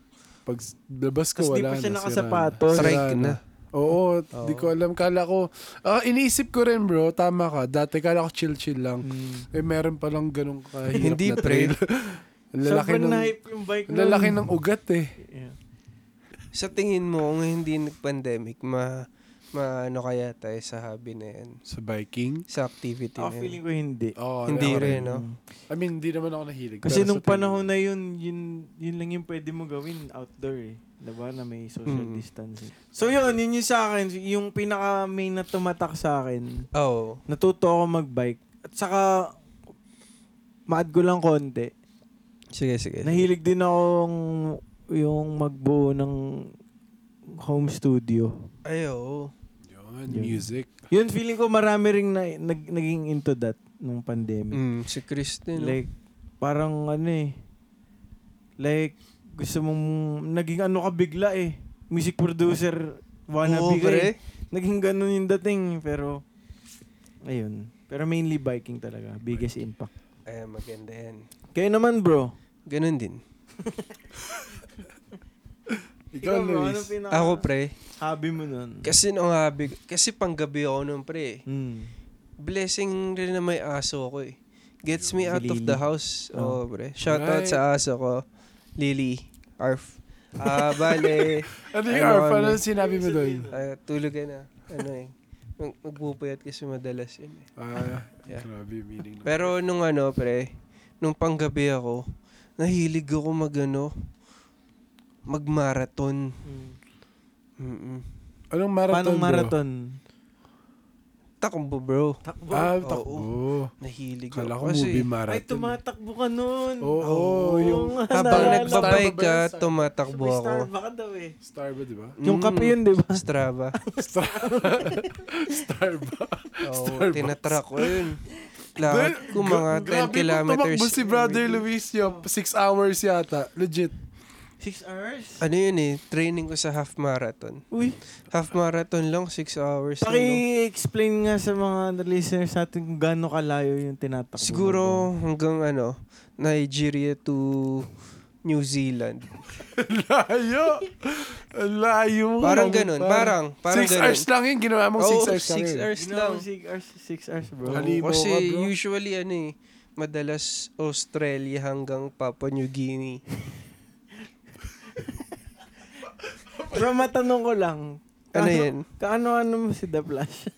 Speaker 2: Pag s- labas ko,
Speaker 3: Tapos di
Speaker 2: wala
Speaker 3: pa siya
Speaker 2: nasira
Speaker 3: nakasapatos.
Speaker 2: Sira
Speaker 1: Strike na.
Speaker 2: Oo, di ko alam. Kala ko, ah, iniisip ko rin, bro. Tama ka. Dati kala ko chill-chill lang.
Speaker 3: Mm.
Speaker 2: Eh, meron palang ganun kahirap
Speaker 1: Hindi,
Speaker 2: na
Speaker 1: pre.
Speaker 2: trail. Ang lalaki
Speaker 3: Sobrang
Speaker 2: ng,
Speaker 3: na-hype yung bike
Speaker 2: ang lalaki ng ugat eh.
Speaker 3: Yeah.
Speaker 1: sa tingin mo, kung hindi nag-pandemic, ma, ma ano kaya tayo sa hobby na yan?
Speaker 2: Sa biking?
Speaker 1: Sa activity
Speaker 3: Ako
Speaker 1: na
Speaker 3: feeling
Speaker 1: yan?
Speaker 3: ko hindi.
Speaker 2: Oo,
Speaker 1: Hindi
Speaker 2: ako
Speaker 1: rin, no?
Speaker 3: Mm.
Speaker 2: I mean, hindi naman ako nahilig.
Speaker 3: Kasi
Speaker 2: Pero
Speaker 3: nung
Speaker 2: sa tingin-
Speaker 3: panahon na yun, yun, yun lang yung pwede mo gawin outdoor eh. Diba? Na may social
Speaker 1: Mm.
Speaker 3: distancing. So yun, yun yung sa akin. Yung pinaka main na tumatak sa akin.
Speaker 1: Oo.
Speaker 3: Natuto ako magbike. At saka, maad ko lang konti.
Speaker 1: Sige, sige.
Speaker 3: Nahilig din akong yung magbuo ng home studio.
Speaker 1: Ay, oo.
Speaker 2: Yun,
Speaker 3: Yun.
Speaker 2: music.
Speaker 3: Yun, feeling ko marami rin na, nag, naging into that nung pandemic.
Speaker 1: Mm, si
Speaker 3: eh,
Speaker 1: Kristen. Like,
Speaker 3: Like, parang ano eh. Like, gusto mong, naging ano ka bigla eh. Music producer, wannabe ka eh. Naging ganun yung dating, pero, ayun. Pero mainly biking talaga, biggest impact.
Speaker 1: Ay, Eh, maganda yan.
Speaker 3: Kayo naman bro.
Speaker 1: Ganun din.
Speaker 2: Ikaw,
Speaker 3: bro, ano
Speaker 2: Luis.
Speaker 3: pinaka-
Speaker 1: Ako, pre.
Speaker 3: Hobby mo nun.
Speaker 1: Kasi nung habi, kasi panggabi ako nun, pre.
Speaker 3: Mm.
Speaker 1: Blessing rin na may aso ko eh. Gets me
Speaker 3: Si
Speaker 1: out of
Speaker 3: Lily.
Speaker 1: the house.
Speaker 3: Oh.
Speaker 1: Oo, pre. Shout out
Speaker 2: Alright.
Speaker 1: sa aso ko. Lily. Arf. Ah, bale.
Speaker 2: Ano yung
Speaker 1: Ano,
Speaker 2: Arf?
Speaker 1: ano?
Speaker 2: Ano yung sinabi mo doon?
Speaker 1: Ah, tulog ka na. Ano eh. Mag- Magpupuyat kasi madalas yun eh.
Speaker 2: Ah,
Speaker 1: Yeah.
Speaker 2: grabe yung meaning na.
Speaker 1: Pero nung ano, pre, nung panggabi ako, nahilig ako mag ano, mag-marathon.
Speaker 3: Mm.
Speaker 1: Mm-mm.
Speaker 2: Anong marathon,
Speaker 3: Paano
Speaker 2: bro?
Speaker 3: marathon?
Speaker 1: Takbo, bro.
Speaker 3: Takbo.
Speaker 1: Oo.
Speaker 2: Ah, takbo.
Speaker 1: Nahilig
Speaker 2: Kala ko
Speaker 1: ako. Kasi
Speaker 2: movie marathon.
Speaker 3: Ay, tumatakbo ka nun.
Speaker 2: Oo,
Speaker 1: Oo,
Speaker 2: yung
Speaker 3: nga,
Speaker 1: habang
Speaker 3: naalala ko.
Speaker 1: nagbabike
Speaker 2: Starbucks.
Speaker 1: ka, tumatakbo
Speaker 3: May
Speaker 1: ako.
Speaker 3: Starbucks ka daw eh.
Speaker 2: Star ba, di ba?
Speaker 3: Yung
Speaker 1: Mm,
Speaker 3: kape yun, di ba?
Speaker 1: Strava.
Speaker 2: Star, Star ba?
Speaker 1: Oo,
Speaker 2: Starbucks.
Speaker 1: tinatrack ko yun. Lahat ko mga 10
Speaker 2: Gra- Grabe
Speaker 1: kilometers.
Speaker 2: po tumakbo si Brother Luis yung 6 hours yata. Legit.
Speaker 3: Six hours?
Speaker 1: Ano yun eh, training ko sa half marathon.
Speaker 3: Uy,
Speaker 1: Half marathon lang, 6 hours. lang.
Speaker 3: paki-explain nga sa mga listeners natin kung gaano kalayo yung tinatakbo.
Speaker 1: Ano, Siguro hanggang ano, Nigeria to New Zealand.
Speaker 2: Layo. Layo.
Speaker 1: Parang ganun, parang, parang
Speaker 2: 6
Speaker 1: ganun.
Speaker 2: hours lang yun. Ginawa mong 6
Speaker 1: Oo,
Speaker 2: hours lang
Speaker 1: six
Speaker 2: yun.
Speaker 1: hours lang.
Speaker 3: Ginawa mo six hours, six hours bro.
Speaker 1: Oo,
Speaker 2: Halimo
Speaker 1: kasi
Speaker 2: ka, bro.
Speaker 1: usually ano eh, madalas Australia hanggang Papua New Guinea.
Speaker 3: Bro, matanong ko lang.
Speaker 2: Ah.
Speaker 1: Ano yan?
Speaker 3: Kaano-ano mo si The Flash?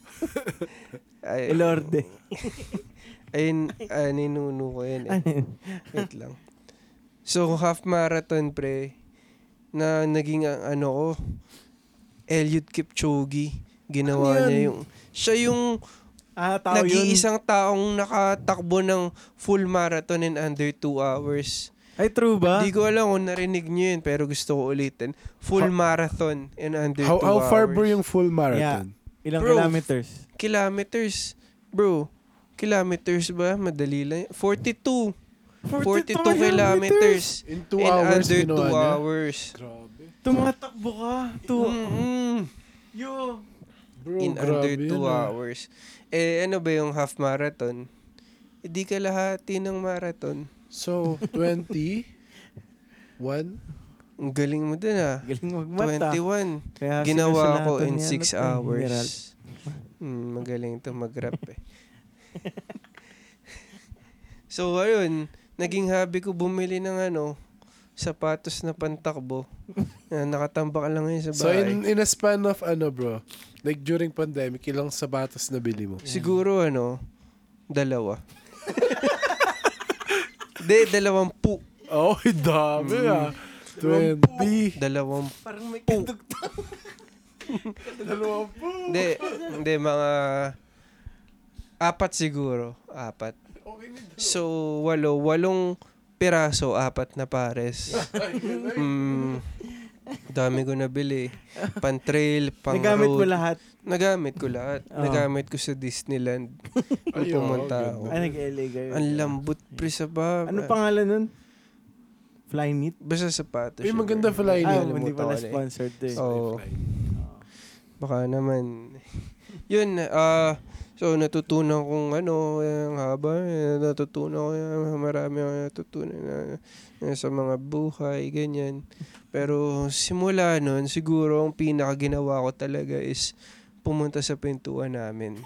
Speaker 1: Ay,
Speaker 3: Elorde.
Speaker 1: ayun, ah, ninuno ko yan eh.
Speaker 3: Ano yun?
Speaker 1: Wait lang. So, half marathon, pre, na naging ang ano ko, Eliud Kipchoge. Ginawa
Speaker 3: Ano yun?
Speaker 1: niya yung... Siya yung
Speaker 3: Ah, tao yun.
Speaker 1: nag-iisang taong nakatakbo ng full marathon in under 2 hours.
Speaker 3: Ay, true ba?
Speaker 1: Hindi ko alam kung narinig niyo yun, pero gusto ko ulitin. Full
Speaker 2: Ho-
Speaker 1: marathon in under 2
Speaker 2: How,
Speaker 1: hours.
Speaker 2: how far bro yung full marathon?
Speaker 3: Ilang
Speaker 1: Bro.
Speaker 3: kilometers?
Speaker 1: Kilometers. Bro, kilometers ba? Madali lang. yun. 42. 42, kilometers.
Speaker 2: In 2
Speaker 1: in
Speaker 2: hours
Speaker 1: under 2
Speaker 2: ginawa niya?
Speaker 1: hours.
Speaker 2: Grabe.
Speaker 3: Tumatakbo ka.
Speaker 1: Mm.
Speaker 3: Tu-
Speaker 1: Mm-mm.
Speaker 3: Yo.
Speaker 2: Bro,
Speaker 1: in
Speaker 2: Oh, grabe
Speaker 1: under
Speaker 2: yun,
Speaker 1: 2
Speaker 2: ah.
Speaker 1: hours. Eh, ano ba yung half marathon? Hindi kalahati ng marathon.
Speaker 2: So, 20, 1,
Speaker 1: Ang galing mo dun ah.
Speaker 3: Galing magmata.
Speaker 1: 21.
Speaker 3: Kaya
Speaker 1: Ginawa ko
Speaker 3: sinusulatan
Speaker 1: in
Speaker 3: ni
Speaker 1: 6
Speaker 3: ano to,
Speaker 1: hours.
Speaker 3: Gerald.
Speaker 1: Hmm, magaling to mag-rap eh. so, ayun. Naging hobby ko bumili ng ano, sapatos na pantakbo. na nakatambak lang ngayon sa
Speaker 2: So
Speaker 1: bahay.
Speaker 2: in in a span of ano bro, like during pandemic, ilang sapatos na bili mo?
Speaker 1: Siguro ano, dalawa. De, dalawampu.
Speaker 2: Oh, dami ah. 20.
Speaker 1: Dalawampu.
Speaker 3: Parang may kadugtong.
Speaker 1: Hindi, hindi, mga apat siguro. Apat. So, walo. Walong piraso, apat na pares. Mm, dami ko nabili. Pan-trail, pang-road.
Speaker 3: Nagamit mo lahat.
Speaker 1: Nagamit ko lahat.
Speaker 3: Oo.
Speaker 1: Nagamit ko sa Disneyland. Nung
Speaker 2: Ay, oo,
Speaker 1: pumunta
Speaker 2: ganda.
Speaker 1: ako.
Speaker 3: Ah, nag-LA kayo.
Speaker 1: Ang lambot pre sa ba.
Speaker 3: Ano pangalan nun? Flyknit?
Speaker 1: Basta sapatos.
Speaker 2: Uy, maganda pala yun.
Speaker 3: Ah,
Speaker 1: Alam
Speaker 3: hindi
Speaker 1: mo
Speaker 3: pala
Speaker 1: tawag eh.
Speaker 3: sponsored to eh.
Speaker 1: Oo. Baka naman. Yun, ah, so natutunan kong ano, ang haba, eh, natutunan ko, eh, marami akong natutunan na, na sa mga buhay, ganyan. Pero simula nun, siguro ang pinaka ginawa ko talaga is pumunta sa pintuan namin.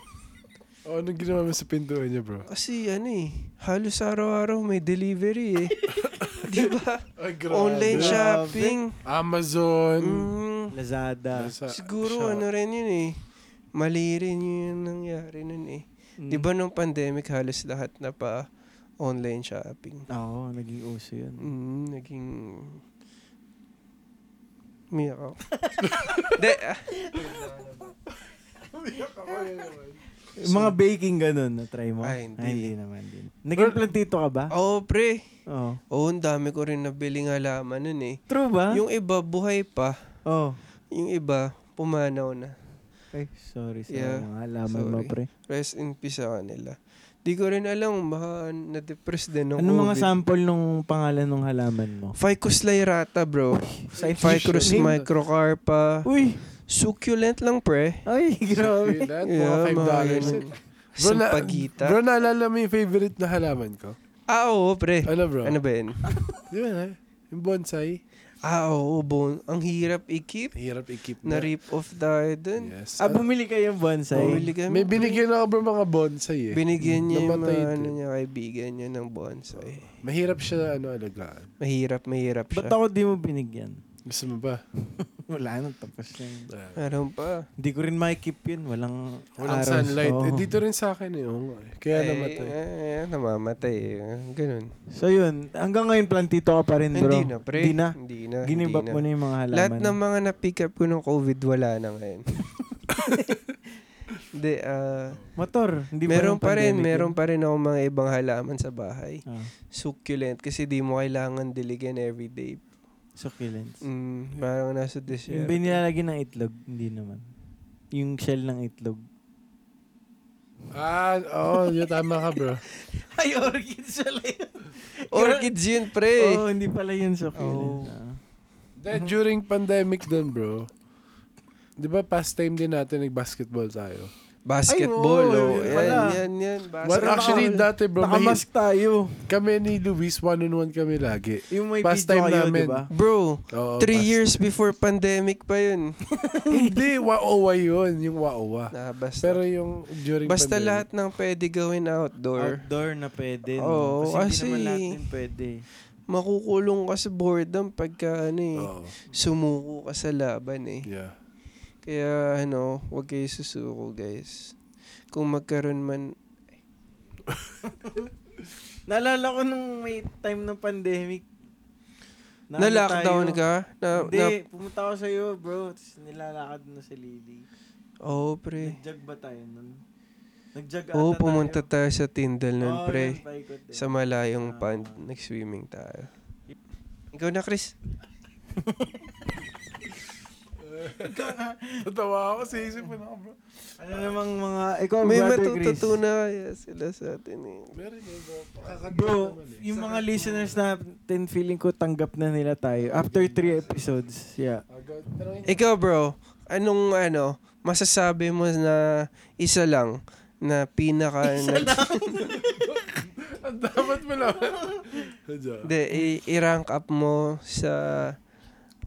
Speaker 2: Oh, anong ginawa mo sa pintuan niya, bro?
Speaker 1: Kasi ano eh, halos araw-araw may delivery eh. Di ba?
Speaker 2: Ay, grabe.
Speaker 1: Online
Speaker 3: Grabe.
Speaker 1: shopping.
Speaker 2: Amazon.
Speaker 1: Mm.
Speaker 3: Lazada.
Speaker 2: Nasa
Speaker 1: Siguro
Speaker 2: shop.
Speaker 1: ano rin yun eh. Mali rin yun yung nangyari nun eh.
Speaker 3: Hmm.
Speaker 1: Di ba nung pandemic halos lahat na pa online shopping.
Speaker 3: Oo, naging uso yun.
Speaker 1: Mm, naging... Umiyak ako. De, ah,
Speaker 3: Yung mga baking ganun, na-try mo?
Speaker 1: Ay, hindi. Oh.
Speaker 3: naman din. Naging plantito ka ba?
Speaker 1: oo pre.
Speaker 3: Oo.
Speaker 1: Oo, ang dami ko rin nabiling halaman nun eh.
Speaker 3: True ba?
Speaker 1: Yung iba buhay pa.
Speaker 3: Oo.
Speaker 1: Yung iba pumanaw na.
Speaker 3: Ay, sorry sa
Speaker 1: Yeah,
Speaker 3: mga alaman mo,
Speaker 1: sorry.
Speaker 3: pre.
Speaker 1: Rest in peace sa kanila. Di ko rin alam, baka na-depress din ng
Speaker 3: Ano mga
Speaker 1: COVID.
Speaker 3: sample nung pangalan ng halaman mo?
Speaker 1: Ficus lyrata bro. Ficus
Speaker 3: Name?
Speaker 1: microcarpa.
Speaker 3: Uy!
Speaker 1: Succulent lang pre.
Speaker 3: Ay, grabe.
Speaker 2: Succulent, mga
Speaker 1: mga
Speaker 2: $5.
Speaker 1: ganun.
Speaker 2: Bro, na-
Speaker 1: Sampagita.
Speaker 2: Bro, naalala mo yung favorite na halaman ko?
Speaker 1: Ah, oo, pre.
Speaker 2: Ano, bro?
Speaker 1: Ano ba yun?
Speaker 2: Di ba na? Yung bonsai.
Speaker 1: Ah, oo, bon. Ang hirap i-keep.
Speaker 2: Hirap i-keep
Speaker 1: Na rip off tayo dun.
Speaker 2: Yes.
Speaker 3: Ah, bumili kayo yung bonsai.
Speaker 1: Bumili kami.
Speaker 2: May binigyan ako bro mga bonsai eh.
Speaker 1: Binigyan niya yung
Speaker 2: Napatay
Speaker 1: mga
Speaker 2: ito.
Speaker 1: ano niya, kaibigan niya ng bonsai.
Speaker 2: Mahirap siya ano alagaan.
Speaker 1: Mahirap, mahirap
Speaker 3: Ba't
Speaker 1: siya.
Speaker 3: ako di mo binigyan?
Speaker 2: Gusto mo ba?
Speaker 3: Wala na, tapos na yun.
Speaker 2: Ah,
Speaker 1: Meron pa.
Speaker 3: Hindi ko rin makikip yun. Walang,
Speaker 2: Walang
Speaker 3: araw.
Speaker 2: sunlight.
Speaker 3: Oo.
Speaker 1: Oh.
Speaker 2: Eh, dito rin sa akin eh. oo nga eh. Kaya
Speaker 1: Ay,
Speaker 2: namatay.
Speaker 1: ay, ay, namamatay. eh. Ganun.
Speaker 3: So yun, hanggang ngayon plantito ka pa rin, bro.
Speaker 1: Hindi na, pre.
Speaker 3: Hindi na.
Speaker 1: Hindi na.
Speaker 3: Ginibap
Speaker 1: hindi
Speaker 3: mo na yung mga halaman.
Speaker 1: Lahat ng mga na-pick up ko ng COVID, wala na ngayon. Hindi, ah...
Speaker 3: Motor. Hindi
Speaker 1: meron pa rin,
Speaker 3: pandemic eh.
Speaker 1: meron
Speaker 3: yun?
Speaker 1: pa rin ako mga ibang halaman sa bahay.
Speaker 3: Ah,
Speaker 1: Succulent kasi di mo kailangan diligan every day.
Speaker 3: succulents.
Speaker 1: Mm, parang nasa
Speaker 3: Yung
Speaker 1: desert.
Speaker 3: binilalagay ng itlog, hindi naman. Yung shell ng itlog.
Speaker 2: Ah, oo. yun, tama ka bro.
Speaker 3: Ay, orchid shell yun.
Speaker 1: Orchids yun, pre.
Speaker 3: Oo, hindi pala yun
Speaker 1: Oo.
Speaker 3: succulent. Ah.
Speaker 2: Dahil during pandemic din bro, di ba past time din natin nag-basketball tayo?
Speaker 1: Basketball.
Speaker 3: Ay, oo,
Speaker 1: oh,
Speaker 3: yun
Speaker 1: yan,
Speaker 3: pala.
Speaker 1: yan, yan.
Speaker 2: Well,
Speaker 1: Basketball.
Speaker 3: Basta
Speaker 2: actually,
Speaker 3: naka-
Speaker 2: dati bro, may,
Speaker 3: Nakamask tayo.
Speaker 2: kami ni Luis, one-on-one kami lagi.
Speaker 3: Yung may
Speaker 2: Past
Speaker 3: video
Speaker 2: time
Speaker 3: kayo,
Speaker 2: namin.
Speaker 3: di ba?
Speaker 1: Bro,
Speaker 2: Oo,
Speaker 1: three
Speaker 2: past-
Speaker 1: years before pandemic pa yun.
Speaker 2: Hindi, waowa yun. Yung waowa.
Speaker 1: Ah, basta.
Speaker 2: Pero yung during
Speaker 1: basta
Speaker 2: pandemic. Ah.
Speaker 1: lahat ng pwede gawin outdoor.
Speaker 3: Outdoor na pwede. no?
Speaker 1: Oo,
Speaker 3: Kasi hindi naman
Speaker 1: kasi-
Speaker 3: lahat din pwede.
Speaker 1: Makukulong ka sa boredom pagka ano eh.
Speaker 2: Oo.
Speaker 1: Sumuko ka sa laban eh.
Speaker 2: Yeah.
Speaker 1: Kaya ano, huwag kayo susuko guys. Kung magkaroon man
Speaker 3: Naalala ko nung may time ng pandemic. na
Speaker 1: Na
Speaker 3: ano
Speaker 1: lockdown
Speaker 3: tayo.
Speaker 1: ka? Na,
Speaker 3: Hindi,
Speaker 1: na,
Speaker 3: pumunta ako sa'yo, bro. Tapos nilalakad na si Lily.
Speaker 1: oh, pre.
Speaker 3: Nag-jog ba tayo nun? Nag-jog ata
Speaker 1: Oo, oh, pumunta
Speaker 3: tayo.
Speaker 1: tayo sa Tindal nun,
Speaker 3: Oo,
Speaker 1: pre.
Speaker 3: yun, paikot din.
Speaker 1: Sa malayong
Speaker 3: Ah.
Speaker 1: pond, nag-swimming tayo. Ikaw na, Chris.
Speaker 2: Natawa ako sa isip ko na bro.
Speaker 3: Ano namang mga... Ikaw,
Speaker 1: May
Speaker 3: brother Chris.
Speaker 1: matututunan kaya sila sa atin eh.
Speaker 2: Meron yun bro. eh.
Speaker 3: Bro, yung mga listeners natin, feeling ko tanggap na nila tayo. After three episodes, yeah.
Speaker 2: Ah,
Speaker 1: Ikaw, bro. Anong ano, masasabi mo na isa lang na pinaka... Isa lang?
Speaker 2: Ang dapat mo lang.
Speaker 1: De, i- i-rank up mo sa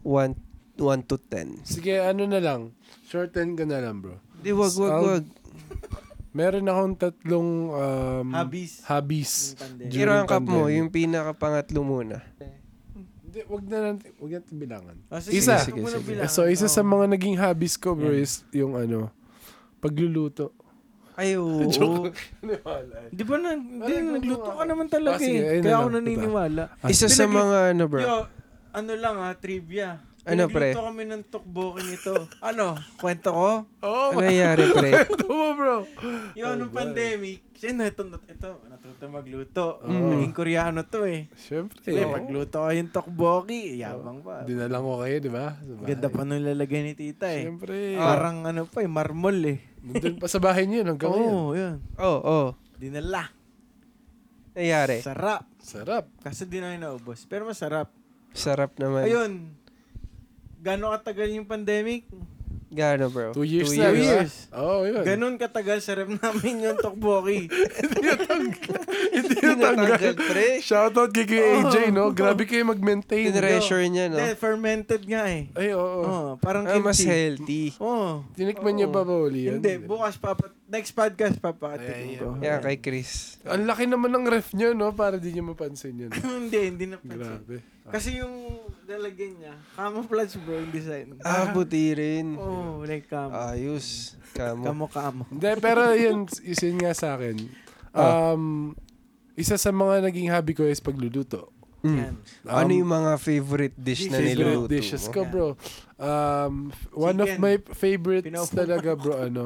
Speaker 1: 1 1 to 10.
Speaker 2: Sige, ano na lang. Shorten ka na lang bro.
Speaker 1: Di, wag, wag,
Speaker 2: Sound.
Speaker 1: wag.
Speaker 2: Meron akong tatlong um,
Speaker 3: Mm. Hobbies.
Speaker 2: hobbies.
Speaker 3: Yung pandemic.
Speaker 2: During
Speaker 1: I-rank up mo
Speaker 2: pandemic.
Speaker 1: yung pinaka pangatlo muna.
Speaker 2: Hindi, wag na natin, wag natin bilangan.
Speaker 3: Oh,
Speaker 2: Isa.
Speaker 3: wag
Speaker 1: Sige,
Speaker 3: mo na
Speaker 1: sige.
Speaker 3: bilangan.
Speaker 2: so, isa sa
Speaker 3: Oo.
Speaker 2: mga naging hobbies ko bro
Speaker 3: Yeah.
Speaker 2: is yung ano, pagluluto.
Speaker 1: Ay, oo.
Speaker 2: Joke.
Speaker 3: Di ba na, di,
Speaker 2: Parang
Speaker 3: nagluto
Speaker 2: nagawa ko.
Speaker 3: ka naman talaga
Speaker 2: Ah, sige, ayun
Speaker 3: eh.
Speaker 2: na
Speaker 3: Kaya
Speaker 2: lang.
Speaker 3: ako naniniwala.
Speaker 1: Isa sa
Speaker 3: Pinag-
Speaker 1: mga ano, bro.
Speaker 3: Yo, ano lang ha, trivia.
Speaker 1: Ano pre?
Speaker 3: Pinagluto kami ng tukbo nito. ano? Kwento ko?
Speaker 2: Oh,
Speaker 1: Ano nangyari pre?
Speaker 2: Ito mo, bro.
Speaker 3: Yung anong pandemic. Kasi na ito, ito, natuto magluto.
Speaker 2: Mm. oh.
Speaker 3: Naging koreano to eh.
Speaker 2: Siyempre.
Speaker 3: Kasi pagluto ko yung tokboki, yabang pa.
Speaker 2: Dinalang ko kayo, di ba? Sa bahay.
Speaker 3: Ganda pa nung lalagay ni tita eh.
Speaker 2: Siyempre.
Speaker 3: Parang ano pa eh, marmol eh.
Speaker 2: Nandun pa sa bahay niyo yun hanggang ngayon.
Speaker 3: Oo, yun.
Speaker 1: Oo, oh, oh.
Speaker 3: Dinala.
Speaker 1: Nangyari.
Speaker 3: Sarap.
Speaker 2: Sarap.
Speaker 3: Kasi di namin naubos. Pero masarap.
Speaker 1: Sarap naman.
Speaker 3: Ayun. Gano'ng katagal yung pandemic?
Speaker 1: Gano bro?
Speaker 2: Two years
Speaker 3: Two
Speaker 2: na, di ba?
Speaker 3: years.
Speaker 2: Oo, oh, yun.
Speaker 3: Ganon katagal sa rep namin yung tokboki.
Speaker 1: Tinatanggal pre.
Speaker 2: Shoutout kay Kuya AJ, no? Grabe kayo mag-maintain.
Speaker 1: Tinreasure niya no?
Speaker 3: Hindi, fermented nga eh.
Speaker 2: Ay, oo.
Speaker 3: Oo, parang
Speaker 1: Ano? Ah, mas
Speaker 3: kimchi.
Speaker 1: healthy.
Speaker 3: Oo.
Speaker 2: Tinikman niyo ba ba uli yun?
Speaker 3: Hindi, bukas papa next podcast
Speaker 2: Ay,
Speaker 3: papakatikin ko.
Speaker 1: Yeah, kay Chris. Ah,
Speaker 2: Ang laki naman ng ref niyo, no? Para di niyo mapansin yun.
Speaker 3: hindi, hindi napansin.
Speaker 2: Grabe.
Speaker 3: Kasi yung lalagyan niya, camouflage bro yung design.
Speaker 1: Ah, buti rin.
Speaker 3: Oo, oh, like camo.
Speaker 1: Ayos. Kamo.
Speaker 3: Kamo kamo.
Speaker 2: Hindi, pero yun, yun nga sa akin. Um, isa sa mga naging hobby ko is pagluluto.
Speaker 1: Mm.
Speaker 3: Yan.
Speaker 2: Um,
Speaker 1: ano yung mga favorite dish na
Speaker 3: Favorite
Speaker 1: niluto
Speaker 2: favorite
Speaker 1: mo?
Speaker 2: dishes ko,
Speaker 3: Yeah.
Speaker 2: bro. Um, f- one of
Speaker 3: Chicken.
Speaker 2: my favorites
Speaker 3: Pinaupo
Speaker 2: talaga, bro, ano,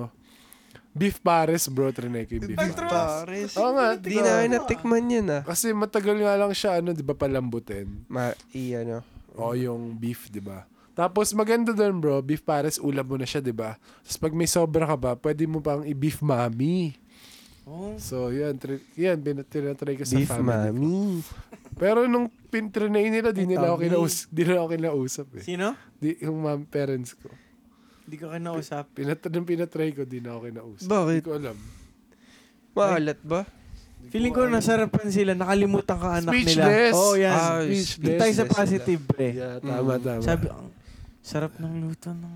Speaker 2: beef pares, bro, trinay ko yung beef
Speaker 3: Ay,
Speaker 2: pares.
Speaker 1: Pares.
Speaker 2: Diba? Oo nga, diba?
Speaker 1: Di na natikman yun ah.
Speaker 2: Kasi matagal nga lang siya, ano, di ba, palambutin.
Speaker 1: Ma, ano, iya no.
Speaker 2: O yung beef, di ba? Tapos maganda doon, bro, beef pares, ulam mo na siya, di ba? Tapos pag may sobra ka ba, pwede mo pang i-beef mami.
Speaker 3: Oh,
Speaker 2: So, yun, tri- yun, bin- tinatry ko sa
Speaker 1: Beef
Speaker 2: family.
Speaker 1: mami.
Speaker 2: Pero nung pintrinay nila, di
Speaker 3: Ang
Speaker 2: nila ako
Speaker 3: dami.
Speaker 2: kinausap, di nila ako kinausap eh.
Speaker 3: sino?
Speaker 2: Di, yung mom, parents ko.
Speaker 3: Hindi ko kinausap.
Speaker 2: Pinat nung pinatry ko, di na ako kinausap.
Speaker 1: Bakit?
Speaker 2: Hindi ko alam.
Speaker 1: Maalat ba?
Speaker 2: Hindi
Speaker 3: Feeling ko nasarapan sila, nakalimutan ka anak
Speaker 2: Speechless.
Speaker 3: nila. Oh, yan.
Speaker 1: Ah,
Speaker 3: Yung
Speaker 2: Speechless.
Speaker 3: tayo sa
Speaker 1: sila.
Speaker 3: positive, pre.
Speaker 2: Yeah,
Speaker 1: Mm.
Speaker 2: tama, tama.
Speaker 3: Sabi, ang sarap ng luto ng...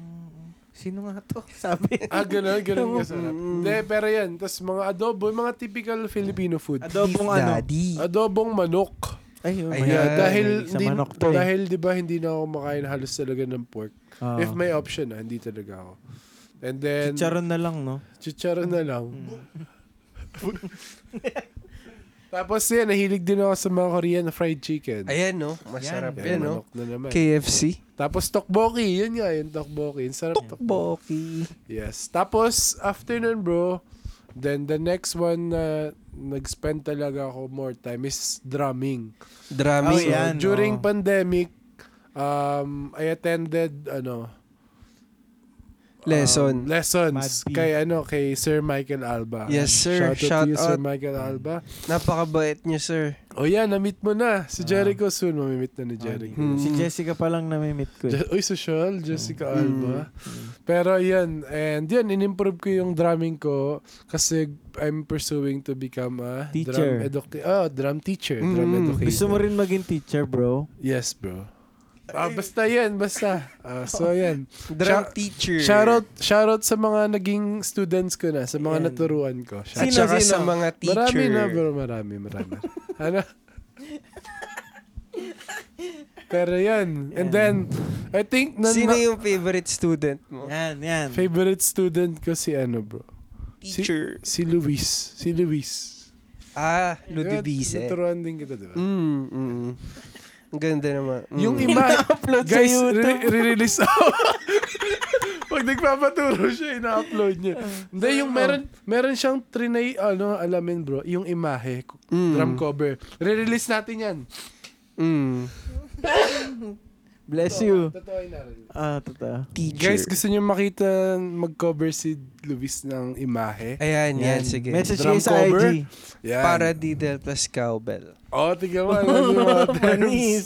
Speaker 3: Sino nga to? Sabi.
Speaker 2: ah, ganun, ganun nga sarap.
Speaker 1: Mm.
Speaker 2: Hindi, pero yan. Tapos mga adobo, yung mga typical Filipino food.
Speaker 3: Adobong
Speaker 1: Beef
Speaker 3: ano?
Speaker 1: daddy.
Speaker 2: Adobong manok.
Speaker 3: Ay,
Speaker 1: Ayan.
Speaker 3: oh, may-
Speaker 2: Yeah,
Speaker 1: Ayan,
Speaker 2: dahil,
Speaker 3: may sa
Speaker 2: di,
Speaker 3: manok to eh.
Speaker 2: dahil di ba hindi na ako makain halos talaga ng pork.
Speaker 3: Ah.
Speaker 2: If may option, ah, hindi talaga ako. And then,
Speaker 3: Chicharon Mm. na lang, no? Hmm.
Speaker 2: Chicharon na lang. Tapos yan, nahilig din ako sa mga Korean fried chicken.
Speaker 1: Ayan no. Masarap
Speaker 2: Yan,
Speaker 1: yan, no.
Speaker 2: manok na naman.
Speaker 1: KFC.
Speaker 2: Tapos tteokbokki, yun nga, yung tteokbokki. Ang sarap ng tteokbokki.
Speaker 1: Boki.
Speaker 2: Yes. Tapos, after nun, bro, then the next one na nag-spend talaga ako more time is drumming.
Speaker 1: Drumming.
Speaker 3: Oh, yan.
Speaker 2: During
Speaker 3: oh.
Speaker 2: pandemic, um, I attended, ano, um,
Speaker 1: Lesson.
Speaker 2: lessons
Speaker 3: Mad P.
Speaker 2: kay ano kay Sir Michael Alba.
Speaker 1: Yes, sir.
Speaker 2: Shout out
Speaker 1: Shout
Speaker 2: to you, Sir
Speaker 1: out.
Speaker 2: Michael Alba.
Speaker 1: Napakabait niyo, sir.
Speaker 2: O yan, na-meet mo na.
Speaker 3: Ah.
Speaker 2: Si Jericho soon, mamimit na ni
Speaker 3: Jerry.
Speaker 2: Jericho.
Speaker 1: Hmm.
Speaker 3: Si Jessica pa lang namimit ko. eh.
Speaker 2: Je- Uy, social, Jessica
Speaker 1: Hmm.
Speaker 2: Alba. Pero yan, and yan, in-improve ko yung drumming ko kasi I'm pursuing to become a
Speaker 3: Teacher.
Speaker 2: drum educator. Oh, drum teacher. Drum
Speaker 1: Mm.
Speaker 2: educator.
Speaker 3: Gusto mo rin maging teacher, bro?
Speaker 2: Yes, bro. Ah, basta yan, basta. Ah,
Speaker 1: Oh.
Speaker 2: so yan.
Speaker 1: Drum
Speaker 2: Shout-
Speaker 1: teacher.
Speaker 2: Shoutout, shoutout sa mga naging students ko na, sa mga
Speaker 3: Ayan.
Speaker 2: naturuan ko.
Speaker 1: At
Speaker 2: Shout-
Speaker 3: Sino,
Speaker 1: saka
Speaker 3: sino?
Speaker 1: sa mga teacher.
Speaker 2: Marami na bro, marami, marami. ano? Pero yan. And
Speaker 3: Yan.
Speaker 2: then, I think, na,
Speaker 1: Sino
Speaker 2: na-
Speaker 1: yung favorite student mo?
Speaker 3: Yan, yan.
Speaker 2: favorite student ko si ano bro.
Speaker 1: Teacher.
Speaker 2: Si Luis. Si Luis.
Speaker 1: Ah, Ludivise.
Speaker 2: Naturuan din kita, di ba?
Speaker 1: Mm, mm. Ang ganda naman. Mm.
Speaker 2: Yung ima...
Speaker 3: Upload sa
Speaker 2: Guys,
Speaker 3: YouTube.
Speaker 2: re- re-release ako. Pag nagpapaturo siya, ina-upload niya.
Speaker 3: Ah.
Speaker 2: Hindi, yung
Speaker 3: oh.
Speaker 2: meron, meron siyang trinay, ano, alamin bro, yung imahe, k-
Speaker 1: Mm.
Speaker 3: Hmm.
Speaker 2: drum cover. Re-release natin yan.
Speaker 1: Mm.
Speaker 3: Bless you.
Speaker 2: Totoo yun na rin.
Speaker 3: Ah, totoo.
Speaker 1: Teacher.
Speaker 2: Guys, gusto niyo makita mag-cover si Luis ng imahe?
Speaker 1: Ayan, yan, sige.
Speaker 3: Message
Speaker 2: Drum
Speaker 3: kayo sa
Speaker 2: cover.
Speaker 3: IG.
Speaker 2: Yan.
Speaker 1: Para Didel plus Cowbell.
Speaker 2: Oo, oh, tingnan mo. alam niyo mga
Speaker 3: Panis.
Speaker 2: terms.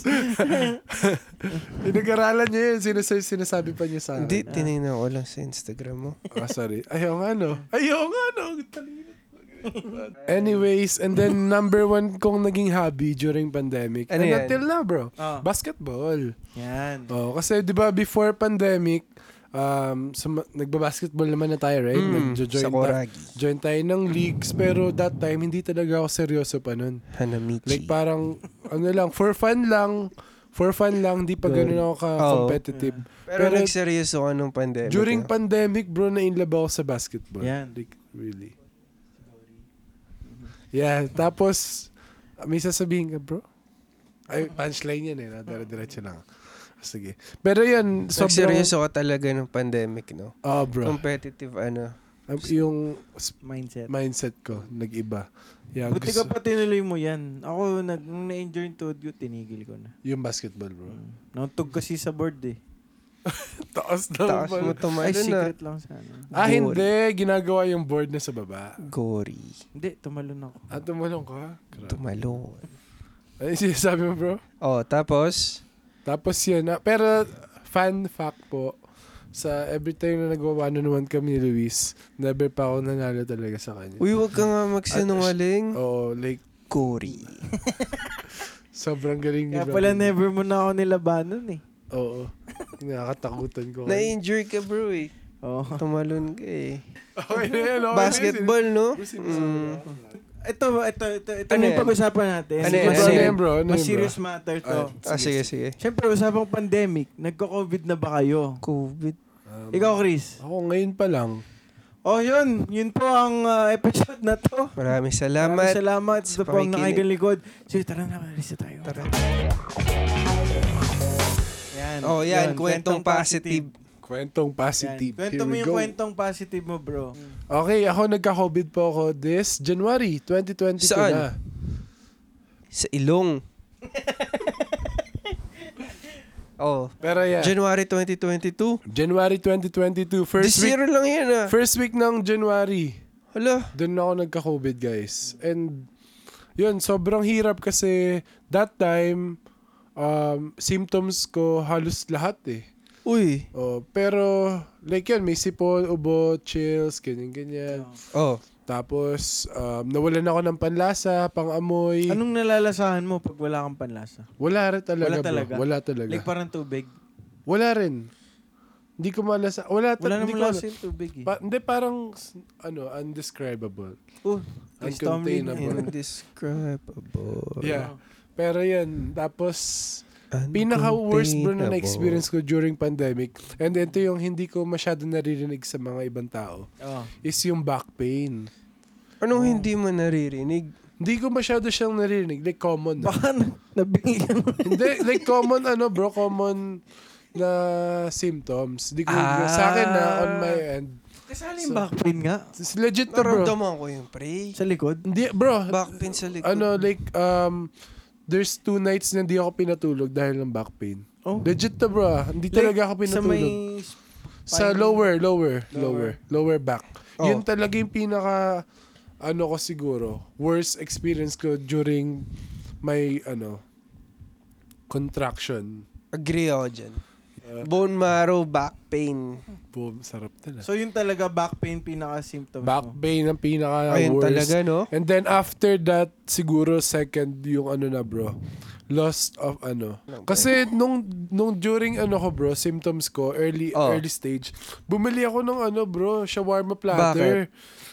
Speaker 2: Pinag-aralan niya yun. Sinas- sinasabi pa niya sa akin.
Speaker 1: Hindi, tinignan ko lang sa Instagram mo.
Speaker 2: Ah, sorry. Ayaw nga, no? Ayaw nga, no? Anyways, and then number one kong naging hobby during pandemic.
Speaker 1: Ano
Speaker 2: and
Speaker 1: yan?
Speaker 2: until now, bro.
Speaker 3: Ah.
Speaker 2: Basketball.
Speaker 3: Yan.
Speaker 2: Oh, kasi 'di ba before pandemic, um sum- nagba-basketball naman na tayo, right?
Speaker 1: Mm,
Speaker 2: Nagjo-join
Speaker 1: sa
Speaker 2: ta-
Speaker 1: Coragi.
Speaker 2: join tayo ng leagues, pero that time hindi talaga ako seryoso pa nun.
Speaker 1: Hanamichi.
Speaker 2: Like parang ano lang, for fun lang. For fun lang, di pa ganun ako ka-competitive.
Speaker 1: pero,
Speaker 2: pero-
Speaker 1: nagseryoso ka nung pandemic. no?
Speaker 2: During pandemic, bro, na-inlove ako sa basketball.
Speaker 3: eh. Yan.
Speaker 2: Like, really. Yeah, tapos, may sasabihin ka, bro? Ay, punchline yan eh. Nadara-diretso lang. Sige. Pero yun, sobrang...
Speaker 1: Seryoso ka talaga ng pandemic, no?
Speaker 2: Oh, bro.
Speaker 1: Competitive, ano.
Speaker 2: Yung
Speaker 3: Mindset.
Speaker 2: mindset ko, nag-iba. Yeah,
Speaker 3: Buti
Speaker 2: gusto,
Speaker 3: ka pa tinuloy mo yan. Ako, nag, nung na-injure yung tuhod ko, tinigil ko na.
Speaker 2: yung basketball, bro.
Speaker 3: Mm. Nauntog kasi sa board eh.
Speaker 2: Taas na.
Speaker 1: Taas mo tumayo
Speaker 3: Ay,
Speaker 1: Ano na.
Speaker 3: secret lang sana.
Speaker 2: Ah,
Speaker 1: Goal.
Speaker 2: hindi. Ginagawa yung board na sa baba.
Speaker 1: Gory.
Speaker 3: Hindi, tumalon ako.
Speaker 2: Ah, tumalong ka? Grabe.
Speaker 1: Tumalon.
Speaker 2: Ano yung sinasabi mo, bro?
Speaker 1: Oh, tapos,
Speaker 2: Tapos yun. ah, pero, fun fact po, sa every time na nagwa naman kami ni Luis, never pa ako nanalo talaga sa kanya.
Speaker 1: uy, wag ka nga magsinungaling.
Speaker 2: Oo, like,
Speaker 1: Gory.
Speaker 2: sobrang galing ni
Speaker 3: Kaya
Speaker 2: bro.
Speaker 3: pala never mo na ako nilabanan eh.
Speaker 2: Oo. Nakakatakutan ko.
Speaker 1: Na-injure ka, bro, eh.
Speaker 3: Oo.
Speaker 1: Tumalon ka, eh.
Speaker 2: Okay na yun, okay na yun.
Speaker 1: Basketball, no? Mm.
Speaker 3: Ito, ito, ito, ito
Speaker 1: Ano
Speaker 3: na
Speaker 1: yan?
Speaker 3: yung pag-usapan natin.
Speaker 1: Ano yan?
Speaker 2: Mas
Speaker 3: mas,
Speaker 1: Ano
Speaker 2: ano
Speaker 1: yan?
Speaker 2: yun, bro? Ano
Speaker 3: mas
Speaker 2: yun, bro?
Speaker 3: serious matter to.
Speaker 1: Ah, sige, sige.
Speaker 3: Siyempre, usapang pandemic. Nagko-COVID na ba kayo?
Speaker 1: COVID.
Speaker 2: Um,
Speaker 3: Ikaw, Chris.
Speaker 2: Ako ngayon pa lang.
Speaker 3: Oh, yun. Yun po ang uh, episode na to.
Speaker 1: Maraming
Speaker 3: Maraming
Speaker 1: salamat.
Speaker 3: Salamat
Speaker 1: sa
Speaker 3: sa pong
Speaker 1: pakikinig.
Speaker 3: nakaigang likod. So, tara na, maris na tayo.
Speaker 1: Tara.
Speaker 3: Yan.
Speaker 1: Oh, yan. Kwentong positive.
Speaker 2: Kwentong
Speaker 3: Yan.
Speaker 2: positive. Here
Speaker 3: Kwento mo
Speaker 2: we
Speaker 3: yung
Speaker 2: go.
Speaker 3: kwentong positive mo, bro.
Speaker 1: Hmm.
Speaker 2: Okay, ako nagka-COVID po ako this January 2022
Speaker 1: Saan?
Speaker 2: na.
Speaker 1: Sa ilong. oh.
Speaker 2: Pero yeah,
Speaker 1: January 2022.
Speaker 2: January 2022, first
Speaker 1: This
Speaker 2: week,
Speaker 1: year lang yan, ah.
Speaker 2: first week ng January.
Speaker 1: Hala.
Speaker 2: Doon ako nagka-COVID, guys. And yun, sobrang hirap kasi that time, um, symptoms ko halos lahat eh.
Speaker 1: Uy.
Speaker 2: Oh, pero like yun, may sipon, ubo, chills, ganyan-ganyan.
Speaker 1: Oh.
Speaker 2: Tapos, um, nawalan ako ng panlasa, pangamoy.
Speaker 3: Anong nalalasahan mo pag wala kang panlasa?
Speaker 2: Wala rin talaga,
Speaker 3: Wala
Speaker 2: bro.
Speaker 3: talaga?
Speaker 2: Wala talaga.
Speaker 3: Like parang tubig.
Speaker 2: wala rin. Hindi ko malasa. Wala, ta-
Speaker 3: Wala
Speaker 2: hindi ko
Speaker 3: namang lasa yung tubig eh.
Speaker 2: Pa- hindi, parang, s- ano, undescribable.
Speaker 3: oh, Chris Tomlin.
Speaker 2: Uncontainable.
Speaker 1: Indescribable.
Speaker 2: Yeah. Pero yan, tapos, pinaka-worst bro na na-experience ko during pandemic, and ito yung hindi ko masyado naririnig sa mga ibang tao,
Speaker 3: Oh.
Speaker 2: is yung back pain.
Speaker 1: Anong hindi mo naririnig?
Speaker 2: Hindi ko masyado siyang naririnig. Like, common. na.
Speaker 3: Baka na- nabingi ka mo.
Speaker 2: Hindi, like, common, ano bro, common na symptoms. Hindi ko,
Speaker 1: Ah.
Speaker 2: sa akin na, on my end.
Speaker 3: Kasali yung back pain nga.
Speaker 2: It's legit to bro.
Speaker 1: Naramdaman ko yung pre.
Speaker 3: Sa likod.
Speaker 2: Hindi, bro,
Speaker 1: Back pain sa likod.
Speaker 2: ano, like, um, there's two nights na hindi ako pinatulog dahil ng back pain.
Speaker 3: Oh.
Speaker 2: Legit to bro, ah. hindi talaga ako
Speaker 3: Sa
Speaker 2: pinatulog.
Speaker 3: may...
Speaker 2: Sa, lower, lower, lower,
Speaker 3: Lower.
Speaker 2: lower back.
Speaker 1: Oh.
Speaker 2: Yun talaga yung pinaka, ano ko siguro, worst experience ko during my, ano, contraction.
Speaker 1: Agree ako dyan.
Speaker 2: Uh,
Speaker 1: Bone marrow, back pain.
Speaker 2: boom, sarap talaga.
Speaker 3: So yun talaga back pain pinaka-symptoms
Speaker 2: back
Speaker 3: mo.
Speaker 2: pain ang pinaka
Speaker 1: Ayun
Speaker 2: Ah, worst.
Speaker 1: talaga, no?
Speaker 2: And then after that, siguro second yung ano na bro. Lost of ano. Kasi nung nung during ano ko bro, symptoms ko early
Speaker 1: Oh.
Speaker 2: early stage. Bumili ako ng ano bro, shawarma platter.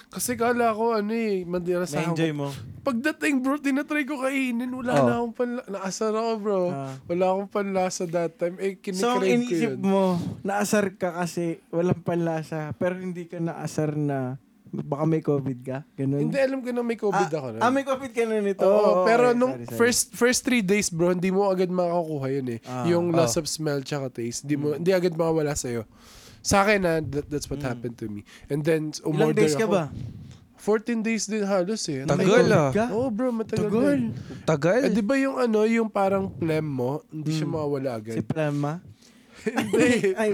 Speaker 2: Kasi kala ko ano eh, mandirasahan
Speaker 3: Na-enjoy
Speaker 2: ko.
Speaker 3: mo.
Speaker 2: Pagdating bro, tinatry ko kainin. Wala
Speaker 1: Oh.
Speaker 2: na akong panla. Naasar ako bro.
Speaker 3: Ah.
Speaker 2: Wala akong panlasa that time. Eh, kinikrave ko
Speaker 3: So, ang
Speaker 2: yun.
Speaker 3: inisip mo, naasar ka kasi walang panlasa, pero hindi ka naasar na baka may COVID ka? Ganun?
Speaker 2: Hindi, alam ko na may COVID ako. nun.
Speaker 3: Ah, may COVID ka na nito.
Speaker 2: Oo,
Speaker 3: Oo,
Speaker 2: pero
Speaker 3: okay,
Speaker 2: nung
Speaker 3: sorry, sorry.
Speaker 2: first first three days bro, hindi mo agad makakuha yun eh.
Speaker 3: Ah, Hmm.
Speaker 2: yung
Speaker 1: ah.
Speaker 2: loss of smell tsaka taste, hindi mo hindi agad makawala sa Sa akin na that's what happened to me. And then
Speaker 3: Ilang
Speaker 2: umorder
Speaker 3: days ka
Speaker 2: ako.
Speaker 3: ba?
Speaker 2: 14 days din halos eh. Ano
Speaker 1: Tagal,
Speaker 2: ba?
Speaker 1: ah.
Speaker 3: Ka?
Speaker 2: Oo bro, matagal.
Speaker 3: Tagal.
Speaker 2: din. Eh,
Speaker 1: Tagal.
Speaker 2: di ba yung ano, yung parang phlegm mo, hindi siya mawala
Speaker 3: Hmm. Si
Speaker 2: agad.
Speaker 3: Plama?
Speaker 2: Hindi.
Speaker 3: Ay,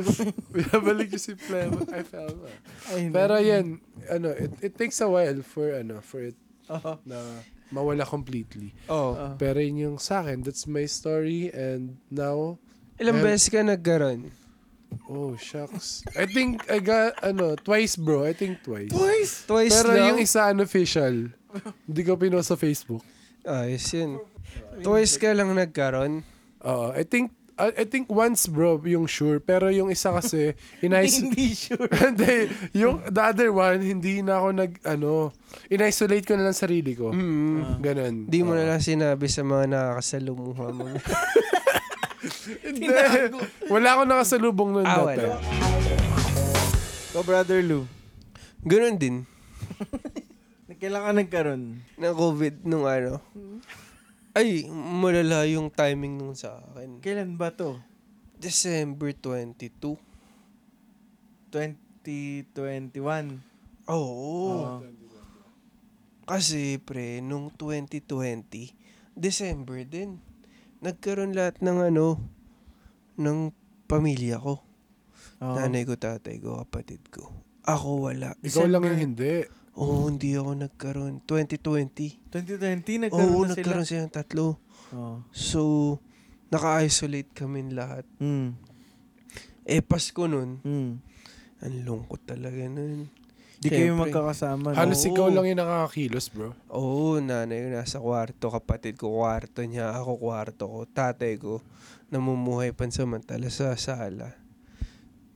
Speaker 2: Binabalik ko si phlegm. I fell.
Speaker 3: ay,
Speaker 2: Pero yan, ano, it, it takes a while for ano, for it
Speaker 3: Oo.
Speaker 2: na mawala completely.
Speaker 1: Oh.
Speaker 3: Oo.
Speaker 2: Pero yun yung sa akin, that's my story and now,
Speaker 1: Ilang
Speaker 2: Eh,
Speaker 1: beses ka nagkaroon?
Speaker 2: oh shucks. I think I got, ano, twice bro, I think twice.
Speaker 3: Twice?
Speaker 1: Twice
Speaker 2: Pero
Speaker 1: lang?
Speaker 2: yung isa unofficial, hindi ko pinost sa Facebook.
Speaker 1: Ayos yun. Twice ka lang nagkaroon?
Speaker 2: Oo, I think, I, I think once bro, yung sure, pero yung isa kasi, inis
Speaker 3: Hindi sure.
Speaker 2: Hindi, yung the other one, hindi na ako nag, ano, in-isolate ko na lang sarili ko.
Speaker 1: Mm.
Speaker 3: Ah.
Speaker 2: Ganon.
Speaker 1: Di mo na lang sinabi sa mga nakakasalumuha mo.
Speaker 2: Hindi. Wala akong nakasalubong nun
Speaker 1: Ah,
Speaker 2: that
Speaker 1: wala.
Speaker 2: time.
Speaker 3: Go, Brother Lou.
Speaker 1: Ganun din.
Speaker 3: Kailangan nagkaroon.
Speaker 1: Ng COVID nung ano.
Speaker 3: Hmm.
Speaker 1: Ay, malala yung timing nung sa akin.
Speaker 3: Kailan ba to?
Speaker 1: December 22.
Speaker 3: 2021.
Speaker 1: Oo.
Speaker 3: Oo.
Speaker 1: Kasi pre, nung 2020, December din, nagkaroon lahat ng ano, ng pamilya ko.
Speaker 3: Oo.
Speaker 1: Nanay ko, tatay ko, kapatid ko. Ako wala.
Speaker 2: Ikaw lang yung
Speaker 1: December.
Speaker 2: hindi.
Speaker 1: Oo, hindi ako nagkaroon. 2020.
Speaker 3: 2020, nagkaroon
Speaker 1: Oo,
Speaker 3: na sila.
Speaker 1: nagkaroon silang tatlo.
Speaker 3: Oo.
Speaker 1: So, naka-isolate kami lahat.
Speaker 3: Mm.
Speaker 1: Eh, Pasko nun,
Speaker 3: Mm.
Speaker 1: ang lungkot talaga nun.
Speaker 3: Di kayo
Speaker 1: Siyempre.
Speaker 3: magkakasama. no?
Speaker 2: Halos
Speaker 1: Oo.
Speaker 2: ikaw lang yung nakakakilos, bro.
Speaker 1: Oo, nanay ko nasa kwarto, kapatid ko kwarto niya, ako kwarto ko, tatay ko namumuhay pansamantala sa sala.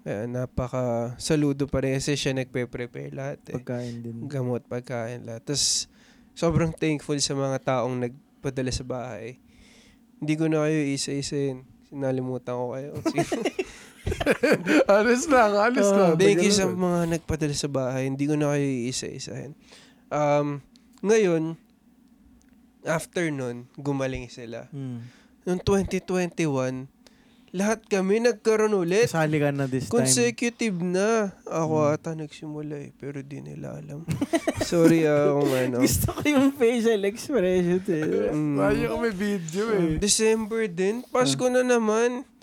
Speaker 1: Kaya napaka saludo pa rin kasi siya nagpe-prepare lahat eh.
Speaker 3: Pagkain din.
Speaker 1: Gamot, pagkain lahat. Tapos sobrang thankful sa mga taong nagpadala sa bahay. Hindi ko na kayo isa-isain. Sinalimutan ko kayo.
Speaker 2: Alis lang, alis lang.
Speaker 3: Ah,
Speaker 1: Thank you sa mga nagpadala sa bahay. Hindi ko na kayo iisa-isahin. Um, ngayon, after nun, gumaling sila.
Speaker 3: Mm.
Speaker 1: Noong 2021, lahat kami nagkaroon ulit.
Speaker 3: Kasali ka na this time. Hmm.
Speaker 1: Consecutive na. Ako ata nagsimula eh, pero di nila alam. Sorry ah, kung ano.
Speaker 3: Gusto ko yung facial expression. Eh.
Speaker 1: Mm.
Speaker 2: Ayaw ko may video eh.
Speaker 1: December din. Pasko na naman.
Speaker 3: Hmm.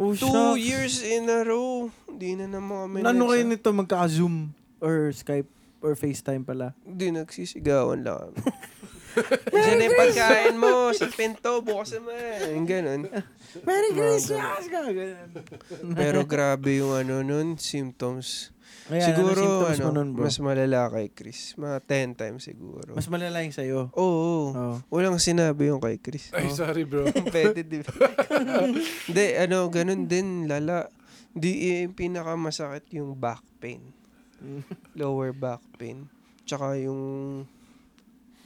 Speaker 3: Oh,
Speaker 1: Two
Speaker 3: shucks.
Speaker 1: years in a row. Hindi na naman kami
Speaker 3: Ano kayo
Speaker 1: nagsa-
Speaker 3: nito? Magkaka-zoom? Or Skype? Or FaceTime pala?
Speaker 1: Hindi, nagsisigawan lang kami. Diyan na yung pagkain mo sa pinto, bukas naman. Yung ganun.
Speaker 3: Merry
Speaker 1: Christmas! Pero grabe yung ano nun, symptoms. siguro, ano, mas malala kay Chris. Mga 10 times siguro.
Speaker 3: mas malala yung sa'yo.
Speaker 1: Oo. oo.
Speaker 3: Oo.
Speaker 1: Walang sinabi yung kay Chris.
Speaker 2: Ay, sorry bro.
Speaker 1: Competitive. Hindi, ano, ganun din, lala. Di, eh, yung pinakamasakit yung back pain. Lower back pain. Tsaka yung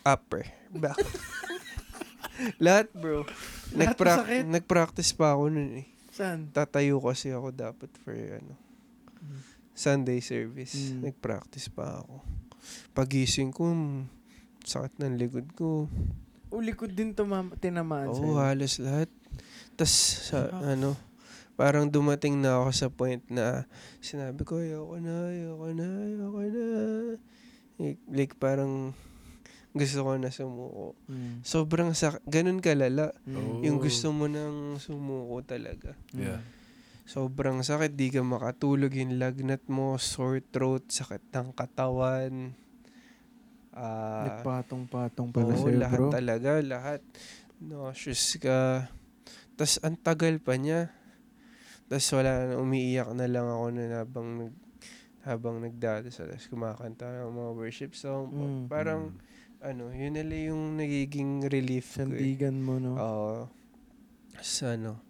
Speaker 1: upper back. Lahat, bro.
Speaker 3: Lahat ng
Speaker 1: Nagprak-
Speaker 3: sakit.
Speaker 1: nagpractice pa ako nun eh.
Speaker 3: Saan?
Speaker 1: Tatayo kasi ako dapat for ano,
Speaker 3: Mm.
Speaker 1: Sunday service.
Speaker 3: Mm.
Speaker 1: Nagpractice pa ako. Pagising ko, mm, sakit ng likod ko.
Speaker 3: O likod din tumama, tinamaan
Speaker 1: Oo,
Speaker 3: Ano sa'yo.
Speaker 1: halos lahat. Tapos, sa,
Speaker 3: Shucks.
Speaker 1: ano, parang dumating na ako sa point na sinabi ko, ayoko na, ayoko na, ayoko na. Like, like, parang gusto ko na sumuko.
Speaker 3: Mm.
Speaker 1: Sobrang sak ganun kalala.
Speaker 3: Mm.
Speaker 1: Yung
Speaker 2: Oh.
Speaker 1: gusto mo nang sumuko talaga.
Speaker 2: Yeah.
Speaker 1: Sobrang sakit, di ka makatulog, yung lagnat mo, sore throat, sakit ng katawan. Ah, Oo,
Speaker 3: Nagpatong-patong pala sa'yo,
Speaker 1: lahat
Speaker 3: bro.
Speaker 1: talaga, lahat. Nauseous ka. Tapos ang tagal pa niya. Tapos wala na, umiiyak na lang ako na habang nag habang nagdadasal, tapos kumakanta ng mga worship song.
Speaker 3: Mm.
Speaker 1: Parang, ano, yun nila yung nagiging relief ko. eh.
Speaker 3: Sandigan mo, no?
Speaker 1: Oo. sa ano,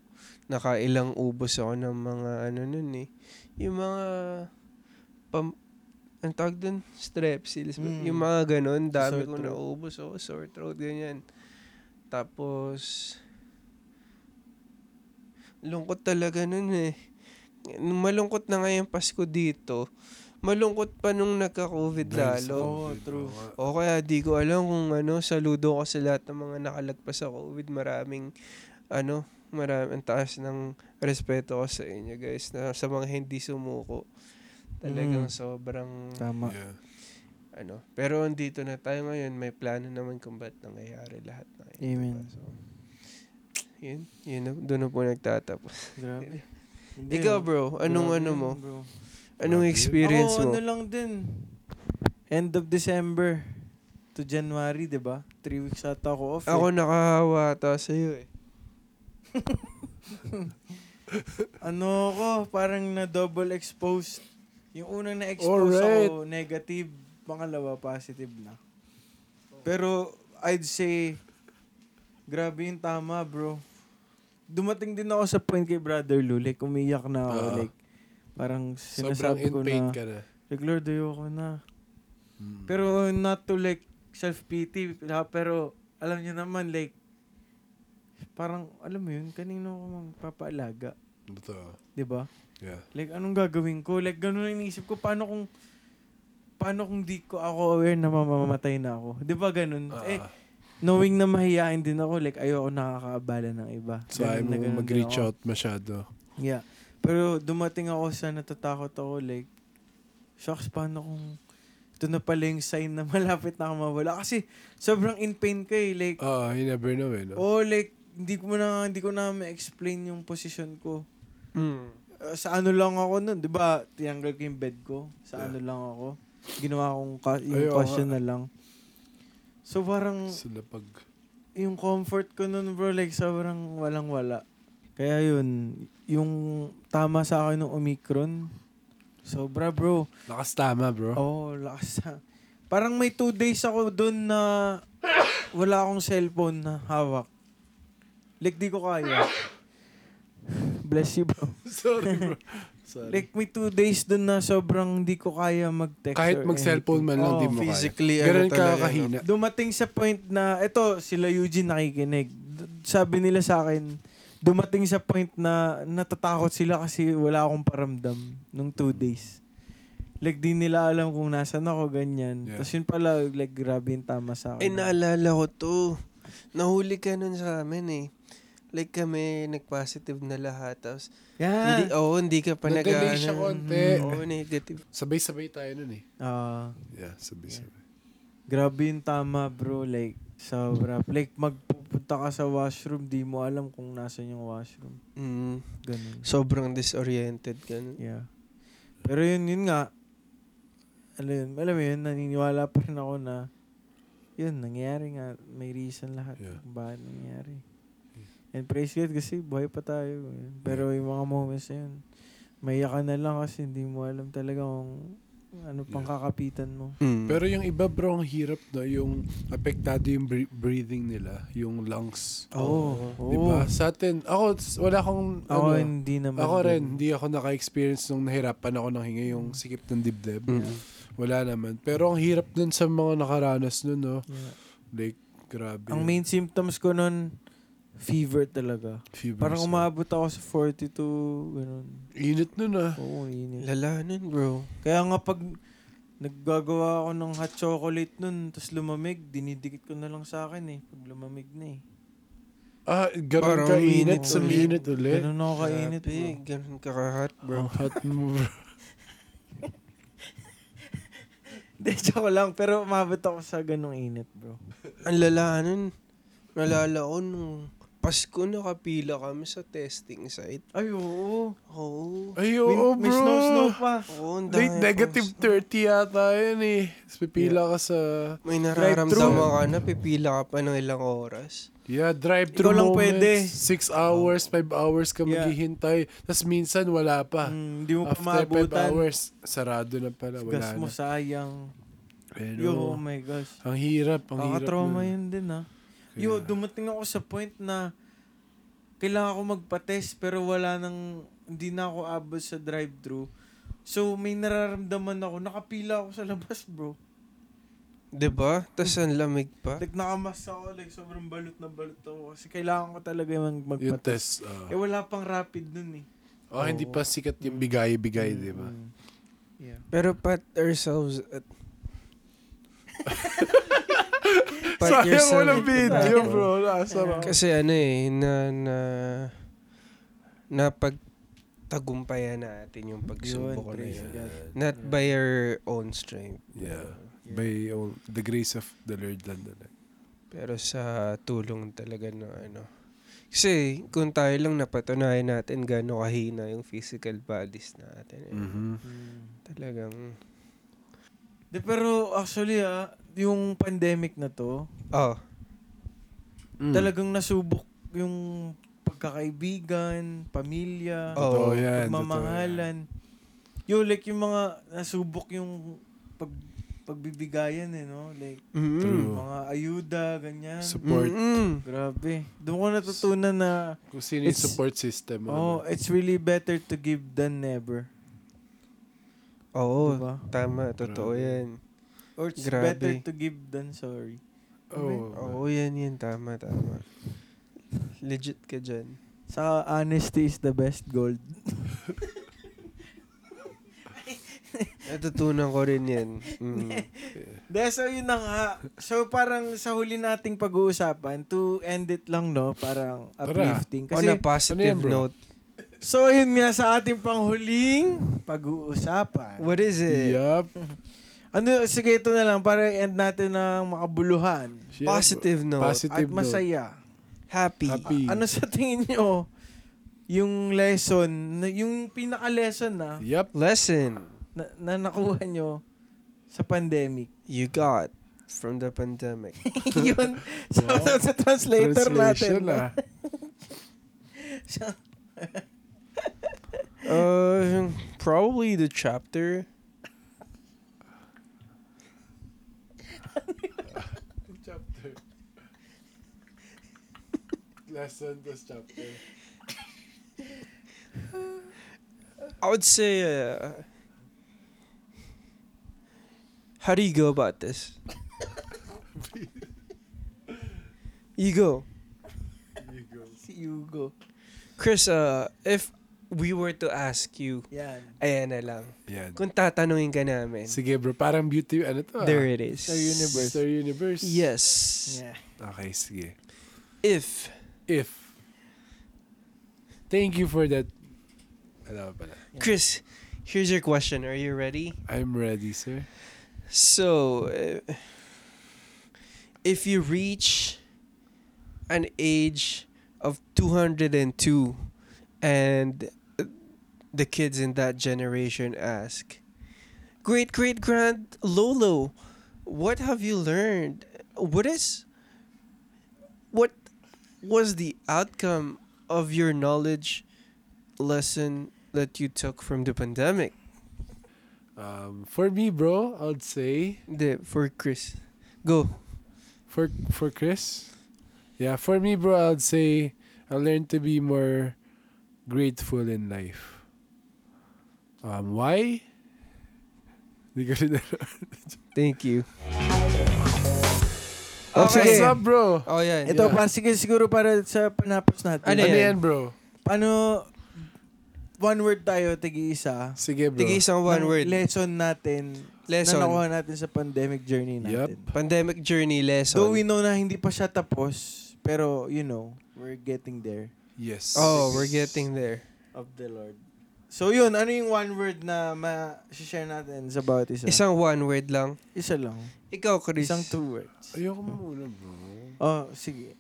Speaker 1: nakailang ubos ako ng mga ano nun eh. Yung mga, pam, ang tawag dun, strepsils. ba?
Speaker 3: Mm.
Speaker 1: Yung mga ganun, dami
Speaker 3: Sore
Speaker 1: ko
Speaker 3: throat.
Speaker 1: naubos ako, sore throat, ganyan. Tapos, lungkot talaga nun eh. Nung Malungkot na nga yung Pasko dito. Malungkot pa nung nagka-COVID lalo.
Speaker 3: Oo,
Speaker 2: Oh,
Speaker 3: true. Oh,
Speaker 1: O kaya di ko alam kung ano, saludo ko sa lahat ng mga nakalagpas sa COVID. Maraming, ano, maraming ang taas ng respeto ko sa inyo guys. Na, sa mga hindi sumuko. Talagang
Speaker 3: Mm.
Speaker 1: sobrang,
Speaker 3: Tama.
Speaker 2: Yeah.
Speaker 1: ano. Pero andito na tayo ngayon, may plano naman kung ba't nangyayari lahat na ito.
Speaker 3: Amen.
Speaker 1: So, yun, yun, na- doon na po nagtatapos.
Speaker 3: Grabe. Hindi,
Speaker 1: Ikaw
Speaker 3: no?
Speaker 1: bro, anong
Speaker 3: Grabe
Speaker 1: ano
Speaker 3: yun,
Speaker 1: mo?
Speaker 3: bro.
Speaker 1: Anong
Speaker 2: Grabe.
Speaker 1: experience
Speaker 3: Ako,
Speaker 1: mo?
Speaker 3: ano lang din. End of December to January, di ba? Three weeks ata ako off. eh.
Speaker 1: Ako nakahawa ata sa'yo eh.
Speaker 3: ano ako, parang na double exposed. Yung unang na-expose
Speaker 2: Alright.
Speaker 3: ako, negative. Pangalawa, positive na. Pero, I'd say, grabe yung tama, bro. Dumating din ako sa point kay Brother Lou. Like, umiyak na ako.
Speaker 2: Ah.
Speaker 3: like, parang
Speaker 2: Sobrang
Speaker 3: sinasabi
Speaker 2: in
Speaker 3: ko
Speaker 2: pain
Speaker 3: na,
Speaker 2: ka na.
Speaker 3: like, Lord, ayoko na.
Speaker 2: Mm.
Speaker 3: Pero not to like self-pity, la- pero alam niyo naman like parang alam mo yun, kanino ako magpapaalaga,
Speaker 2: Ito,
Speaker 3: 'di ba?
Speaker 2: yeah.
Speaker 3: Like anong gagawin ko? Like ganun ang iniisip ko paano kung paano kung di ko ako aware na mamamatay na ako? 'Di ba ganun?
Speaker 2: Ah,
Speaker 3: eh knowing na mahihain din ako, like ayoko nakakaabala ng iba.
Speaker 2: so, ayaw
Speaker 3: Ganun na ganun
Speaker 2: mo
Speaker 3: din
Speaker 2: mag-reach
Speaker 3: ako.
Speaker 2: out masyado.
Speaker 3: Yeah. Pero dumating ako sa natatakot ako like, shocks, paano kung ito na pala yung sign na malapit na ako mawala. Kasi sobrang in pain ko eh. Like,
Speaker 2: Oo, you never know eh. No?
Speaker 3: oh, like, hindi ko na, hindi ko na ma-explain yung position ko.
Speaker 1: Mm.
Speaker 3: Uh, sa ano lang ako nun, di ba? Tinanggal ko yung bed ko. Sa
Speaker 2: Yeah.
Speaker 3: ano lang ako. Ginawa kong ka- yung
Speaker 2: Ay, oo
Speaker 3: caution
Speaker 2: nga.
Speaker 3: na lang. So parang
Speaker 2: Sa lapag.
Speaker 3: yung comfort ko nun bro, like sobrang walang wala. Kaya yun, yung tama sa akin ng Omicron, sobra bro.
Speaker 2: Lakas tama, bro.
Speaker 3: Oo, oh, lakas na. Parang may two days ako dun na wala akong cellphone na hawak. Like di ko kaya. Bless you bro.
Speaker 2: Sorry, bro. Sorry.
Speaker 3: Like may two days dun na sobrang di ko kaya mag-text
Speaker 2: Kahit
Speaker 3: or
Speaker 2: mag-cellphone man lang,
Speaker 3: Oo,
Speaker 2: di mo kaya.
Speaker 1: Physically, ano
Speaker 2: Ganun ka
Speaker 1: talaga, no?
Speaker 2: kahina.
Speaker 3: dumating sa point na eto sila Eugene nakikinig. D- Sabi nila sa akin, dumating sa point na natatakot sila kasi wala akong paramdam nung two days. Like, di nila alam kung nasan ako, ganyan.
Speaker 2: Yeah.
Speaker 3: Tapos yun pala, like, grabe yung tama sa
Speaker 1: Eh,
Speaker 3: akin.
Speaker 1: naalala ko to. Nahuli ka nun sa amin eh. Like kami, nag-positive na lahat. Tapos, hindi,
Speaker 3: yeah.
Speaker 1: oo, hindi ka pa nag
Speaker 2: Nag-delay Ah. siya konti.
Speaker 1: Oo, negative.
Speaker 2: Sabay-sabay tayo nun eh.
Speaker 3: Ah,
Speaker 2: Yeah, sabay-sabay.
Speaker 3: grabe yung tama, bro. Like, sobra. Like, magpupunta ka sa washroom, di mo alam kung nasan yung washroom.
Speaker 1: Mm,
Speaker 3: Ganun.
Speaker 1: sobrang disoriented. Ganun.
Speaker 3: Yeah. Pero yun, yun nga. Alam, yun, alam mo yun, naniniwala pa rin ako na yun, nangyayari nga. May reason lahat
Speaker 2: Yeah.
Speaker 3: kung bakit nangyayari. And praise God kasi buhay pa tayo. Pero yung mga moments na yun, maiyak ka na lang kasi hindi mo alam talaga kung ano pang kakapitan mo.
Speaker 1: Mm.
Speaker 2: Pero yung iba bro, ang hirap na yung apektado yung bre- breathing nila, yung lungs.
Speaker 3: Oo. Oh,
Speaker 2: Di ba? Sa atin, ako s- wala akong
Speaker 3: Ako
Speaker 2: ano,
Speaker 3: hindi naman.
Speaker 2: Ako
Speaker 3: din.
Speaker 2: rin, hindi ako naka-experience nung nahirapan ako ng hinga yung sikip ng dibdib.
Speaker 1: Mm.
Speaker 2: Wala naman. Pero ang hirap dun sa mga nakaranas nun, no?
Speaker 3: Yeah.
Speaker 2: Like, grabe.
Speaker 3: Ang main symptoms ko nun, fever talaga.
Speaker 2: Fevers.
Speaker 3: Parang umabot ako sa 42, ganun.
Speaker 2: Init nun, ah.
Speaker 3: Oo, init.
Speaker 1: Lala nun, bro.
Speaker 3: Kaya nga pag naggagawa ako ng hot chocolate nun, tapos lumamig, dinidikit ko na lang sa akin eh. Pag lumamig na eh.
Speaker 2: Ah, ganun
Speaker 1: Parang
Speaker 2: ka init
Speaker 1: init
Speaker 2: sa
Speaker 1: ulit.
Speaker 2: minute ulit.
Speaker 3: Ganun ako kainit
Speaker 1: Grabe,
Speaker 3: bro.
Speaker 1: Ganun ka kahat,
Speaker 2: Bro,
Speaker 1: bro.
Speaker 2: hot mo, bro.
Speaker 3: Hindi, joke lang. Pero umabot ako sa ganung init bro.
Speaker 1: Ang lala nun. Nalala ko nung Pasko nakapila kami sa testing site.
Speaker 3: Ay, oo.
Speaker 1: Oo.
Speaker 2: Ay,
Speaker 3: May-
Speaker 2: oo,
Speaker 3: May snow, snow Oh,
Speaker 2: bro.
Speaker 3: pa.
Speaker 1: Oo, ang dami
Speaker 2: Late
Speaker 1: akong-
Speaker 2: negative 30 yata yun eh. Tapos pipila ka sa...
Speaker 1: May
Speaker 3: Drive-thru.
Speaker 1: nararamdaman ka na, pipila ka pa ng ilang oras.
Speaker 2: Yeah, drive-thru
Speaker 3: Ikaw lang
Speaker 2: moments.
Speaker 3: pwede. Oh.
Speaker 2: 6 hours, 5 hours ka
Speaker 3: Yeah.
Speaker 2: maghihintay. Tapos minsan wala pa.
Speaker 3: Mm, Hindi mo
Speaker 2: After
Speaker 3: pa
Speaker 2: 5
Speaker 3: maabutan.
Speaker 2: hours, sarado na pala. Wala
Speaker 3: Gas
Speaker 2: na.
Speaker 3: mo sayang.
Speaker 2: Pero,
Speaker 3: Yo, oh my gosh.
Speaker 2: ang hirap. Ang hirap.
Speaker 3: Nakakatrauma
Speaker 2: nun.
Speaker 3: yun din ah.
Speaker 2: Kaya-
Speaker 3: Yo, dumating ako sa point na kailangan ako magpa-test pero wala nang hindi na ako abot sa drive-thru. So may nararamdaman ako, nakapila ako sa labas, bro.
Speaker 1: 'Di ba? Tapos ang lamig pa.
Speaker 3: Like nakamas ako, like sobrang balot na balot ako kasi kailangan ko talaga mag
Speaker 2: Yung test.
Speaker 3: magpa-test.
Speaker 2: ah.
Speaker 3: Eh wala pang rapid nun eh.
Speaker 2: Ah, hindi pa sikat yung bigay-bigay, di ba?
Speaker 3: Mm. Yeah.
Speaker 1: Pero pat ourselves at...
Speaker 2: Sayang
Speaker 1: yourself
Speaker 2: walang
Speaker 1: at the
Speaker 2: video,
Speaker 1: back,
Speaker 2: bro. Nasarap.
Speaker 1: Kasi ano eh, na, na, napagtagumpayan natin yung pagsubok
Speaker 3: Yun,
Speaker 1: na
Speaker 3: praise
Speaker 1: yun.
Speaker 3: God.
Speaker 1: Not by our own strength,
Speaker 2: Yeah. By all- the grace of the Lord lang talaga.
Speaker 1: pero sa tulong talaga ng ano. Kasi kung tayo lang napatunayan natin gano'ng kahina yung physical bodies natin. eh.
Speaker 2: Mm-hmm.
Speaker 3: Mm.
Speaker 1: Talagang,
Speaker 3: De, pero actually ah, yung pandemic na to,
Speaker 1: oh, Mm.
Speaker 3: talagang nasubok yung pagkakaibigan, pamilya,
Speaker 1: Oo,
Speaker 2: Totoo yan.
Speaker 3: pagmamahalan. Yo, like yung mga nasubok yung pag, pagbibigayan eh, no? Like,
Speaker 1: mm,
Speaker 2: True.
Speaker 3: mga ayuda, ganyan.
Speaker 2: Support.
Speaker 1: mm,
Speaker 3: Grabe. Doon ko natutunan na,
Speaker 2: Kung sino yung
Speaker 3: It's-
Speaker 2: support system. ano.
Speaker 3: oh, it's really better to give than never.
Speaker 1: oo,
Speaker 3: Diba?
Speaker 1: tama, totoo
Speaker 2: Grabe.
Speaker 1: yan.
Speaker 3: Or it's
Speaker 1: Grabe.
Speaker 3: better to give than sorry.
Speaker 2: Oh.
Speaker 1: Oo, yan, yan, tama, tama. Legit ka dyan.
Speaker 3: Sa honesty is the best gold.
Speaker 1: Natutunan ko rin yan. Mm.
Speaker 3: De, so yun na nga. So parang sa huli nating pag-uusapan, to end it lang, no? Parang
Speaker 2: Tara.
Speaker 3: uplifting.
Speaker 1: On
Speaker 3: Kasi
Speaker 1: a positive
Speaker 2: ano yan, bro?
Speaker 1: note,
Speaker 3: So, yun nga sa ating panghuling pag-uusapan.
Speaker 1: What is it?
Speaker 2: Yup.
Speaker 3: Ano, sige ito na lang para end natin ng makabuluhan
Speaker 2: Shit.
Speaker 1: Positive note.
Speaker 2: Positive
Speaker 3: at masaya.
Speaker 1: Happy.
Speaker 2: Happy.
Speaker 3: Ano sa tingin nyo yung lesson, na- yung pinaka-lesson na,
Speaker 2: note. Yup.
Speaker 1: Lesson
Speaker 3: na, na nakuha nyo sa pandemic?
Speaker 1: you got from the pandemic.
Speaker 3: yun, shout out sa translator natin.
Speaker 2: Translation, ah.
Speaker 1: uh, probably the chapter.
Speaker 2: chapter. Lesson plus chapter.
Speaker 1: I would say, uh, how do you go about this? you go,
Speaker 2: You go.
Speaker 3: Si Hugo.
Speaker 1: Chris. Uh, if we were to ask you,
Speaker 3: Yan.
Speaker 1: ayan na lang.
Speaker 2: Yan.
Speaker 1: Kung tatanungin ka namin,
Speaker 2: Sige bro, parang beauty, ano to ah?
Speaker 1: there it is.
Speaker 3: Sir Universe.
Speaker 2: Mr. Universe.
Speaker 1: Yes.
Speaker 3: Yeah.
Speaker 2: Okay, sige.
Speaker 1: If
Speaker 2: If. Thank you for that. Alam mo pala.
Speaker 1: Chris, here's your question. Are you ready?
Speaker 2: I'm ready, sir.
Speaker 1: So, uh, if you reach an age of 202 and uh, the kids in that generation ask, Great great grand Lolo, what have you learned? What is what was the outcome of your knowledge lesson that you took from the pandemic?
Speaker 2: Um, for me, bro, I would say
Speaker 1: The for Chris. Go.
Speaker 2: for for Chris. Yeah, for me, bro, I would say I learned to be more grateful in life. Um, why? Hindi ko rin alam.
Speaker 1: Thank you.
Speaker 3: Oh,
Speaker 2: What's
Speaker 3: sige.
Speaker 2: up, bro?
Speaker 1: Oh, yeah.
Speaker 2: Yeah.
Speaker 3: Ito, pa, sige, siguro para sa panapos natin.
Speaker 1: Ano
Speaker 2: Ano
Speaker 1: yan?
Speaker 2: yan, bro?
Speaker 3: Paano, one word tayo, tigi-isa.
Speaker 2: Sige, bro.
Speaker 1: Tigay isang one
Speaker 3: ng
Speaker 1: word.
Speaker 3: Lesson natin.
Speaker 1: lesson.
Speaker 3: Na nakuha natin sa pandemic journey natin.
Speaker 1: Pandemic journey lesson.
Speaker 3: Though we know na hindi pa siya tapos, pero you know, we're getting there
Speaker 2: Yes.
Speaker 1: oh, we're getting there.
Speaker 3: of the Lord. So yun, ano yung one word na ma-share natin sa bawat isa?
Speaker 1: Isang one word lang.
Speaker 3: isa lang.
Speaker 1: Ikaw, Chris.
Speaker 3: Isang two words.
Speaker 2: Ayoko muna, bro.
Speaker 3: Oh, sige.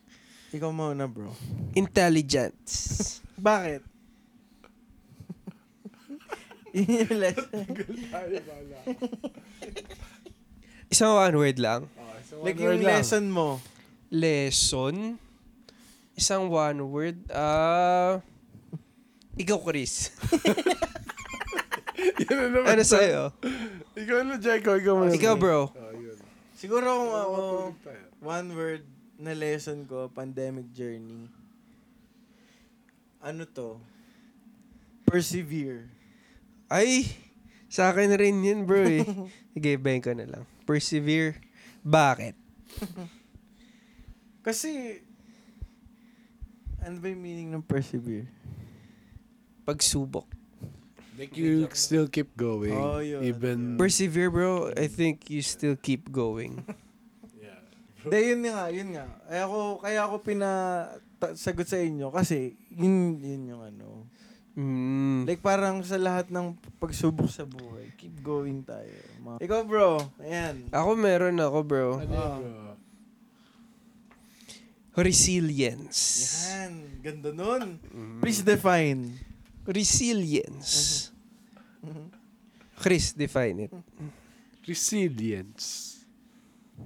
Speaker 3: Ikaw muna, bro.
Speaker 1: Intelligence.
Speaker 3: Bakit? yun yung lesson.
Speaker 1: Isang one word lang.
Speaker 3: like yung lesson mo.
Speaker 1: Lesson. Isang one word. Ah... ikaw, Chris. ano sa'yo?
Speaker 2: Ikaw na, Jeko. Ikaw
Speaker 3: Ano
Speaker 2: muna. Oh,
Speaker 1: Ikaw, bro.
Speaker 3: Siguro kung ako, one word na lesson ko, pandemic journey. Ano to? Persevere.
Speaker 1: Ay, sa akin rin yun, bro eh. Sige, bang ko na lang. Persevere. Bakit?
Speaker 3: Kasi, ano ba yung meaning ng persevere?
Speaker 1: Pagsubok.
Speaker 2: Like you still keep going.
Speaker 3: Oh, yun.
Speaker 2: Even...
Speaker 1: Persevere, bro. I think you still keep going.
Speaker 2: Yeah.
Speaker 3: Hindi, yun nga, yun nga. Kaya ako, kaya ako pinasagot sa inyo kasi yun, yun yung ano.
Speaker 1: Mm.
Speaker 3: Like parang sa lahat ng pagsubok sa buhay, keep going tayo. Mga- Ikaw bro, ayan.
Speaker 1: ako meron ako, bro.
Speaker 2: Ano yun,
Speaker 3: Ah.
Speaker 2: bro?
Speaker 1: Resilience.
Speaker 3: Yan, ganda nun.
Speaker 1: Mm.
Speaker 3: Please define.
Speaker 1: Resilience.
Speaker 3: Uh-huh. Mm-hmm.
Speaker 1: Chris, define it.
Speaker 2: Resilience.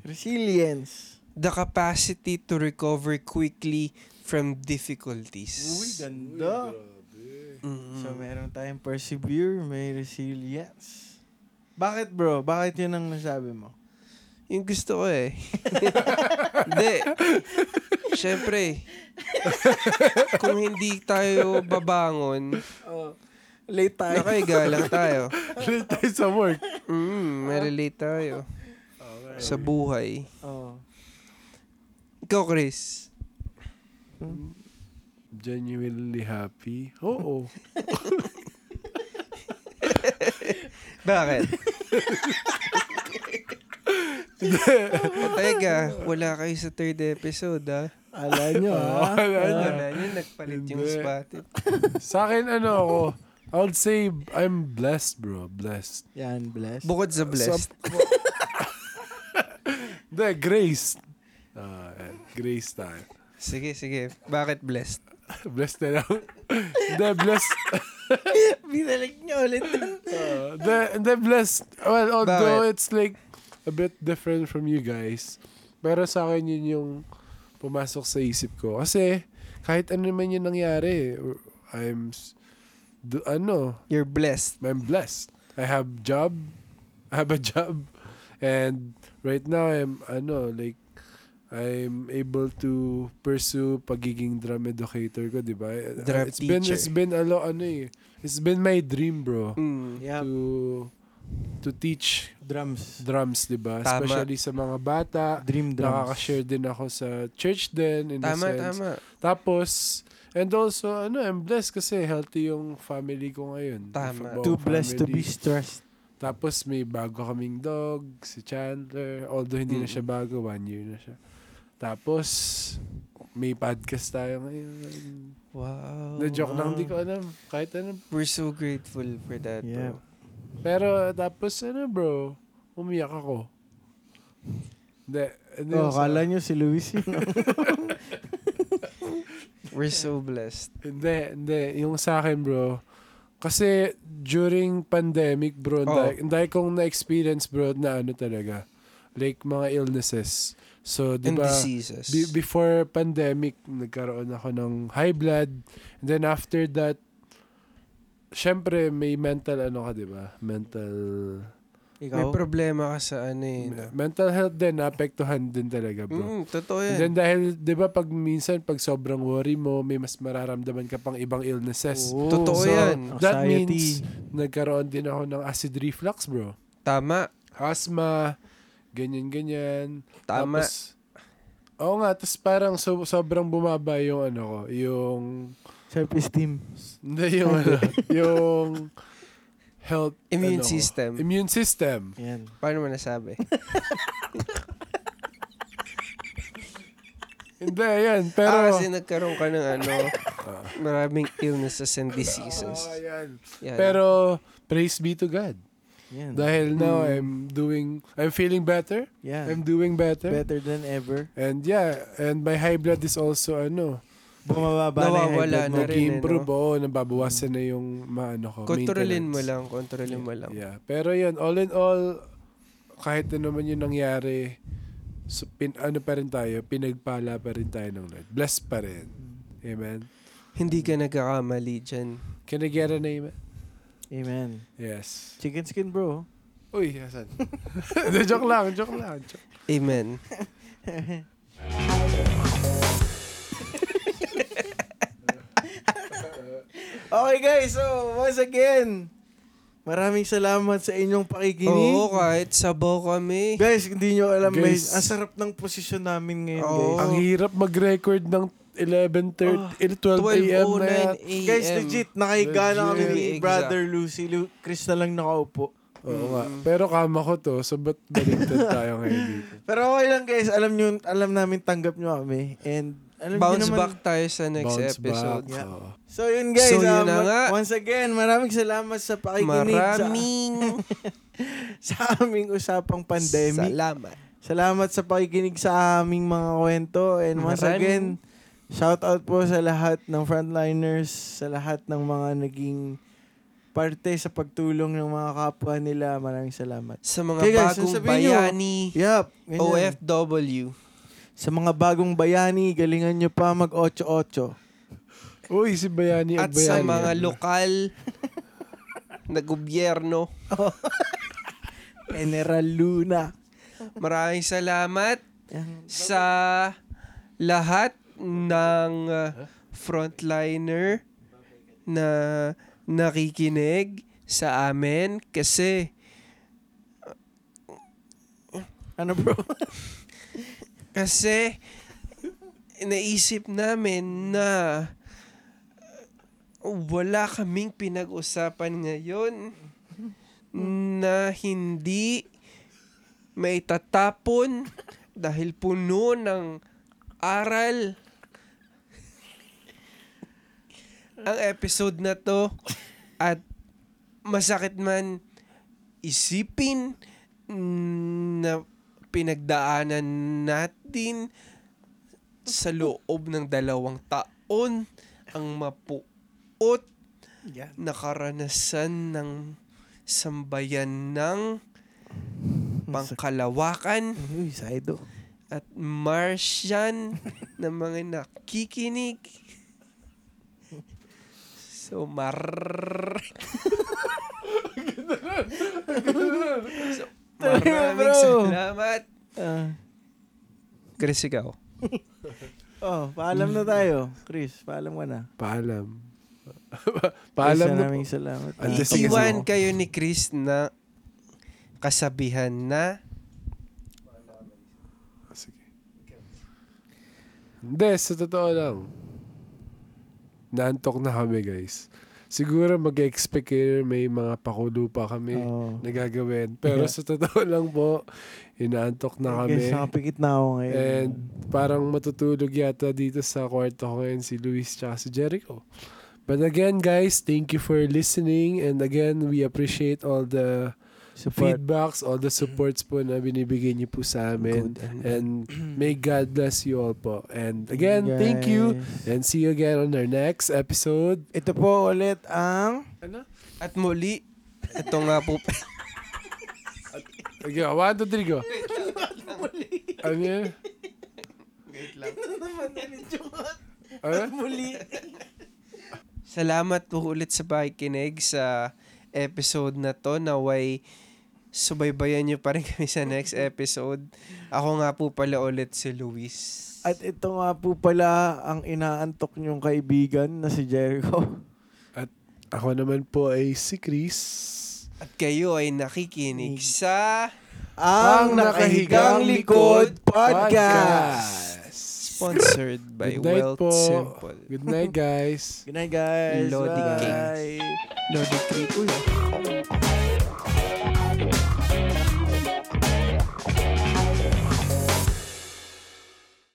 Speaker 3: Resilience.
Speaker 1: The capacity to recover quickly from
Speaker 3: Uy,
Speaker 1: difficulties.
Speaker 3: ganda.
Speaker 1: Mm.
Speaker 3: So meron tayong persevere, may resilience. Bakit bro? Bakit yun ang nasabi mo?
Speaker 1: Yung gusto ko eh. Hindi. Siyempre, kung hindi tayo babangon,
Speaker 3: Oh, late
Speaker 1: nakahiga lang tayo.
Speaker 2: Late tayo sa work.
Speaker 1: Mm, may relate tayo sa buhay.
Speaker 3: Oh.
Speaker 1: Ikaw, Chris.
Speaker 2: Genuinely happy. Oo.
Speaker 1: Bakit? Teka, wala kayo sa third episode, ah. ha?
Speaker 3: Ala nyo,
Speaker 2: Wala
Speaker 3: ha?
Speaker 2: na.
Speaker 1: Wala yun, nagpalit yung
Speaker 2: Hindi.
Speaker 1: spotted.
Speaker 2: Ano? Sa akin, ano ako, I would say I'm blessed, bro. Blessed.
Speaker 3: Yan, bless.
Speaker 1: Bukod sa blessed.
Speaker 2: Hindi, grace. Ah, eh, grace tayo.
Speaker 1: Sige, sige. Bakit blessed?
Speaker 2: Blessed na lang. Hindi, blessed.
Speaker 1: Binalik niyo ulit.
Speaker 2: Uh, the the blessed well although it's like a bit different from you guys pero sa akin yun yung pumasok sa isip ko kasi kahit ano naman yung nangyari I'm s- do, ano
Speaker 1: You're blessed.
Speaker 2: I'm blessed I have job I have a job and right now I'm ano like I'm able to pursue pagiging drum educator ko, di ba?
Speaker 1: Drum
Speaker 2: it's been
Speaker 1: teacher.
Speaker 2: it's been a lo ano eh. It's been my dream, bro
Speaker 1: Mm.
Speaker 3: Yeah,
Speaker 2: to to teach
Speaker 3: drums.
Speaker 2: drums, 'di ba?
Speaker 1: Tama.
Speaker 2: Especially sa mga bata.
Speaker 3: Dream drums.
Speaker 2: Nakaka-share din ako sa church din in
Speaker 1: Tama,
Speaker 2: a sense.
Speaker 1: tama.
Speaker 2: Tapos and also ano, I'm blessed kasi healthy yung family ko ngayon.
Speaker 1: Tama.
Speaker 2: Buong
Speaker 3: Too blessed to
Speaker 2: family.
Speaker 3: be stressed.
Speaker 2: Tapos may bago kaming dog, si Chandler. Although hindi na
Speaker 1: Mm.
Speaker 2: siya bago, one year na siya. Tapos may podcast tayo ngayon.
Speaker 1: Oh, Wow.
Speaker 2: Na joke lang,
Speaker 3: wow.
Speaker 2: hindi ko alam. Kahit ano
Speaker 1: We're so grateful for that,
Speaker 3: Yeah.
Speaker 1: bro.
Speaker 2: Pero tapos ano bro, umiyak ako. Hindi. ano
Speaker 3: Oh,
Speaker 2: yun sa-
Speaker 3: kala nyo si Luis yun.
Speaker 1: We're so blessed.
Speaker 2: Hindi, hindi. Yung sa akin bro, kasi during pandemic bro,
Speaker 1: Oo.
Speaker 2: dahil, dahil kong na-experience bro na ano talaga, like mga illnesses. So, di
Speaker 1: And
Speaker 2: ba,
Speaker 1: diseases.
Speaker 2: be- before pandemic, nagkaroon ako ng high blood. And then after that, syempre may mental ano ka, di ba? Mental
Speaker 1: May problema ka sa ano eh. no?
Speaker 2: mental health din, naapektuhan din talaga, bro.
Speaker 1: Mm, totoo
Speaker 2: And
Speaker 1: yan.
Speaker 2: then dahil, di ba, pag minsan, pag sobrang worry mo, may mas mararamdaman ka pang ibang illnesses.
Speaker 3: Oo.
Speaker 1: Totoo
Speaker 2: So,
Speaker 1: yan.
Speaker 2: That
Speaker 3: Anxiety.
Speaker 2: means, nagkaroon din ako ng acid reflux, bro.
Speaker 1: Tama.
Speaker 2: Asthma, ganyan-ganyan.
Speaker 1: Tama.
Speaker 2: Tapos, oo nga, tapos parang so, sobrang bumaba yung ano ko, yung,
Speaker 3: self-esteem.
Speaker 2: hindi yung ano, yung health,
Speaker 1: Immune
Speaker 2: ano ko,
Speaker 1: system.
Speaker 2: Immune system.
Speaker 3: Yan.
Speaker 1: Paano mo nasabi?
Speaker 2: Hindi, yan.
Speaker 1: Pero,
Speaker 2: Pero,
Speaker 1: Ah, kasi nagkaroon ka ng ano, maraming illnesses and diseases.
Speaker 2: Oo, yan.
Speaker 1: Yan.
Speaker 2: Pero, praise be to God.
Speaker 3: Yan.
Speaker 2: Dahil
Speaker 1: Mm.
Speaker 2: now I'm doing, I'm feeling better.
Speaker 3: Yan.
Speaker 1: Ah.
Speaker 2: I'm doing better.
Speaker 3: Better than ever.
Speaker 2: And yeah, and my high blood is also ano,
Speaker 3: Bumababa na yung
Speaker 1: Nawawala
Speaker 3: high blood
Speaker 1: na rin.
Speaker 2: nag-improve. Oo, nababawasan na yung maano ko.
Speaker 1: kontrolin mo
Speaker 2: maintenance.
Speaker 1: lang, kontrolin mo lang.
Speaker 2: Yeah. Pero yun, all in all, kahit na naman yung nangyari, so pin, ano pa rin tayo, pinagpala pa rin tayo ng Lord. Blessed pa rin. Amen.
Speaker 1: Hindi ka nagkakamali dyan.
Speaker 2: Can I get an amen?
Speaker 3: mo. Amen.
Speaker 2: Yes.
Speaker 3: Chicken skin, bro.
Speaker 2: Uy, asan? joke lang, joke lang. Joke.
Speaker 1: Amen.
Speaker 3: Okay guys, so once again, maraming salamat sa inyong pakikinig.
Speaker 1: Oo, kahit sabaw kami.
Speaker 3: Guys, hindi nyo alam, guys.
Speaker 2: Guys.
Speaker 3: ang sarap ng posisyon namin ngayon,
Speaker 1: Oo.
Speaker 3: guys.
Speaker 2: Ang hirap mag-record ng 11.30,
Speaker 1: Ah,
Speaker 2: 12 a.m. na yan.
Speaker 1: 12.09 a.m.
Speaker 3: Guys, legit, nakahiga na kami ni
Speaker 1: Legit.
Speaker 3: Brother Lucy. Lu- Chris na lang nakaupo.
Speaker 2: Oo nga. Pero kama ko to, so ba't baligtad tayo ngayon dito?
Speaker 3: Pero okay lang guys, alam nyo, alam namin tanggap nyo kami. And alam nyo
Speaker 1: Bounce
Speaker 3: naman,
Speaker 1: back tayo sa next episode.
Speaker 2: Back.
Speaker 3: Yeah.
Speaker 2: oo.
Speaker 3: So yun guys,
Speaker 1: So, yun
Speaker 3: um,
Speaker 1: na nga.
Speaker 3: once again, maraming salamat sa pakikinig
Speaker 1: Maraming
Speaker 3: sa, sa aming usapang pandemic.
Speaker 1: salamat.
Speaker 3: Salamat sa pakikinig sa aming mga kwento. And once
Speaker 1: Maraming-
Speaker 3: again, shout out po sa lahat ng frontliners, sa lahat ng mga naging parte sa pagtulong ng mga kapwa nila. Maraming salamat.
Speaker 1: Sa mga
Speaker 3: Okay, guys,
Speaker 1: bagong
Speaker 3: sasabihin nyo,
Speaker 1: bayani,
Speaker 3: Yup. ganyan.
Speaker 1: OFW.
Speaker 3: Sa mga bagong bayani, galingan nyo pa mag-8-8.
Speaker 2: Uy, si Bayani ang
Speaker 1: At sa
Speaker 2: Bayani. ano,
Speaker 1: mga lokal na gobyerno,
Speaker 3: General Luna.
Speaker 1: maraming salamat
Speaker 3: Yan.
Speaker 1: sa lahat ng uh, frontliner na nakikinig sa amin kasi
Speaker 3: Ano bro?
Speaker 1: kasi naisip namin na wala kaming pinag-usapan ngayon na hindi may tatapon dahil puno ng aral ang episode na to at masakit man isipin mm, na pinagdaanan natin sa loob ng dalawang taon ang mapuot
Speaker 4: Yan.
Speaker 1: na karanasan ng sambayan ng pangkalawakan
Speaker 4: Uy, Saido.
Speaker 1: at Martian na mga nakikinig. So, mar... so, maraming
Speaker 3: Bro.
Speaker 1: salamat.
Speaker 3: Ah.
Speaker 1: Chris, ikaw.
Speaker 3: oh, paalam na tayo. Chris, paalam ka na.
Speaker 2: Paalam. Paalam
Speaker 3: Chris,
Speaker 2: na
Speaker 3: maraming salamat.
Speaker 2: Ang
Speaker 3: Thank
Speaker 2: Sige, sige.
Speaker 1: Iwan
Speaker 3: you.
Speaker 1: kayo ni Chris na kasabihan na
Speaker 2: Sige. Hindi, sa totoo lang. Naantok na kami, guys. Siguro mag-expect kayo may mga pakulo pa kami
Speaker 3: Oo.
Speaker 2: na gagawin. Pero
Speaker 3: Yeah.
Speaker 2: sa totoo lang po, inaantok na
Speaker 3: Guys,
Speaker 2: kami.
Speaker 3: nakapikit na ako ngayon.
Speaker 2: And parang matutulog yata dito sa kwarto ko ngayon si Luis tsaka si Jericho. But again, guys, thank you for listening. And again, we appreciate all the
Speaker 3: Support.
Speaker 2: feedbacks, all the supports po na binibigay niyo po sa amin.
Speaker 1: Good and-
Speaker 2: And may God bless you all po. And again, thank you.
Speaker 3: Guys.
Speaker 2: And see you again on our next episode.
Speaker 3: Ito po ulit ang...
Speaker 1: at muli. Ito nga po.
Speaker 2: Okay, one, two, three, go. Ano yun? Ano?
Speaker 1: Salamat po ulit sa pakikinig sa episode na to na way subaybayan nyo pa rin kami sa next episode. Ako nga po pala ulit si Luis.
Speaker 3: At ito nga po pala ang inaantok niyong kaibigan na si Jericho.
Speaker 2: Ako naman po ay si Chris.
Speaker 1: At kayo ay nakikinig sa
Speaker 3: Ang Nakahigang Likod Podcast!
Speaker 1: sponsored by
Speaker 2: Good night
Speaker 1: Wealth
Speaker 2: po.
Speaker 1: Simple.
Speaker 2: Good night, guys.
Speaker 3: Good night, guys.
Speaker 1: Loading
Speaker 3: Bye.
Speaker 1: games. Lodi Creek. Uy.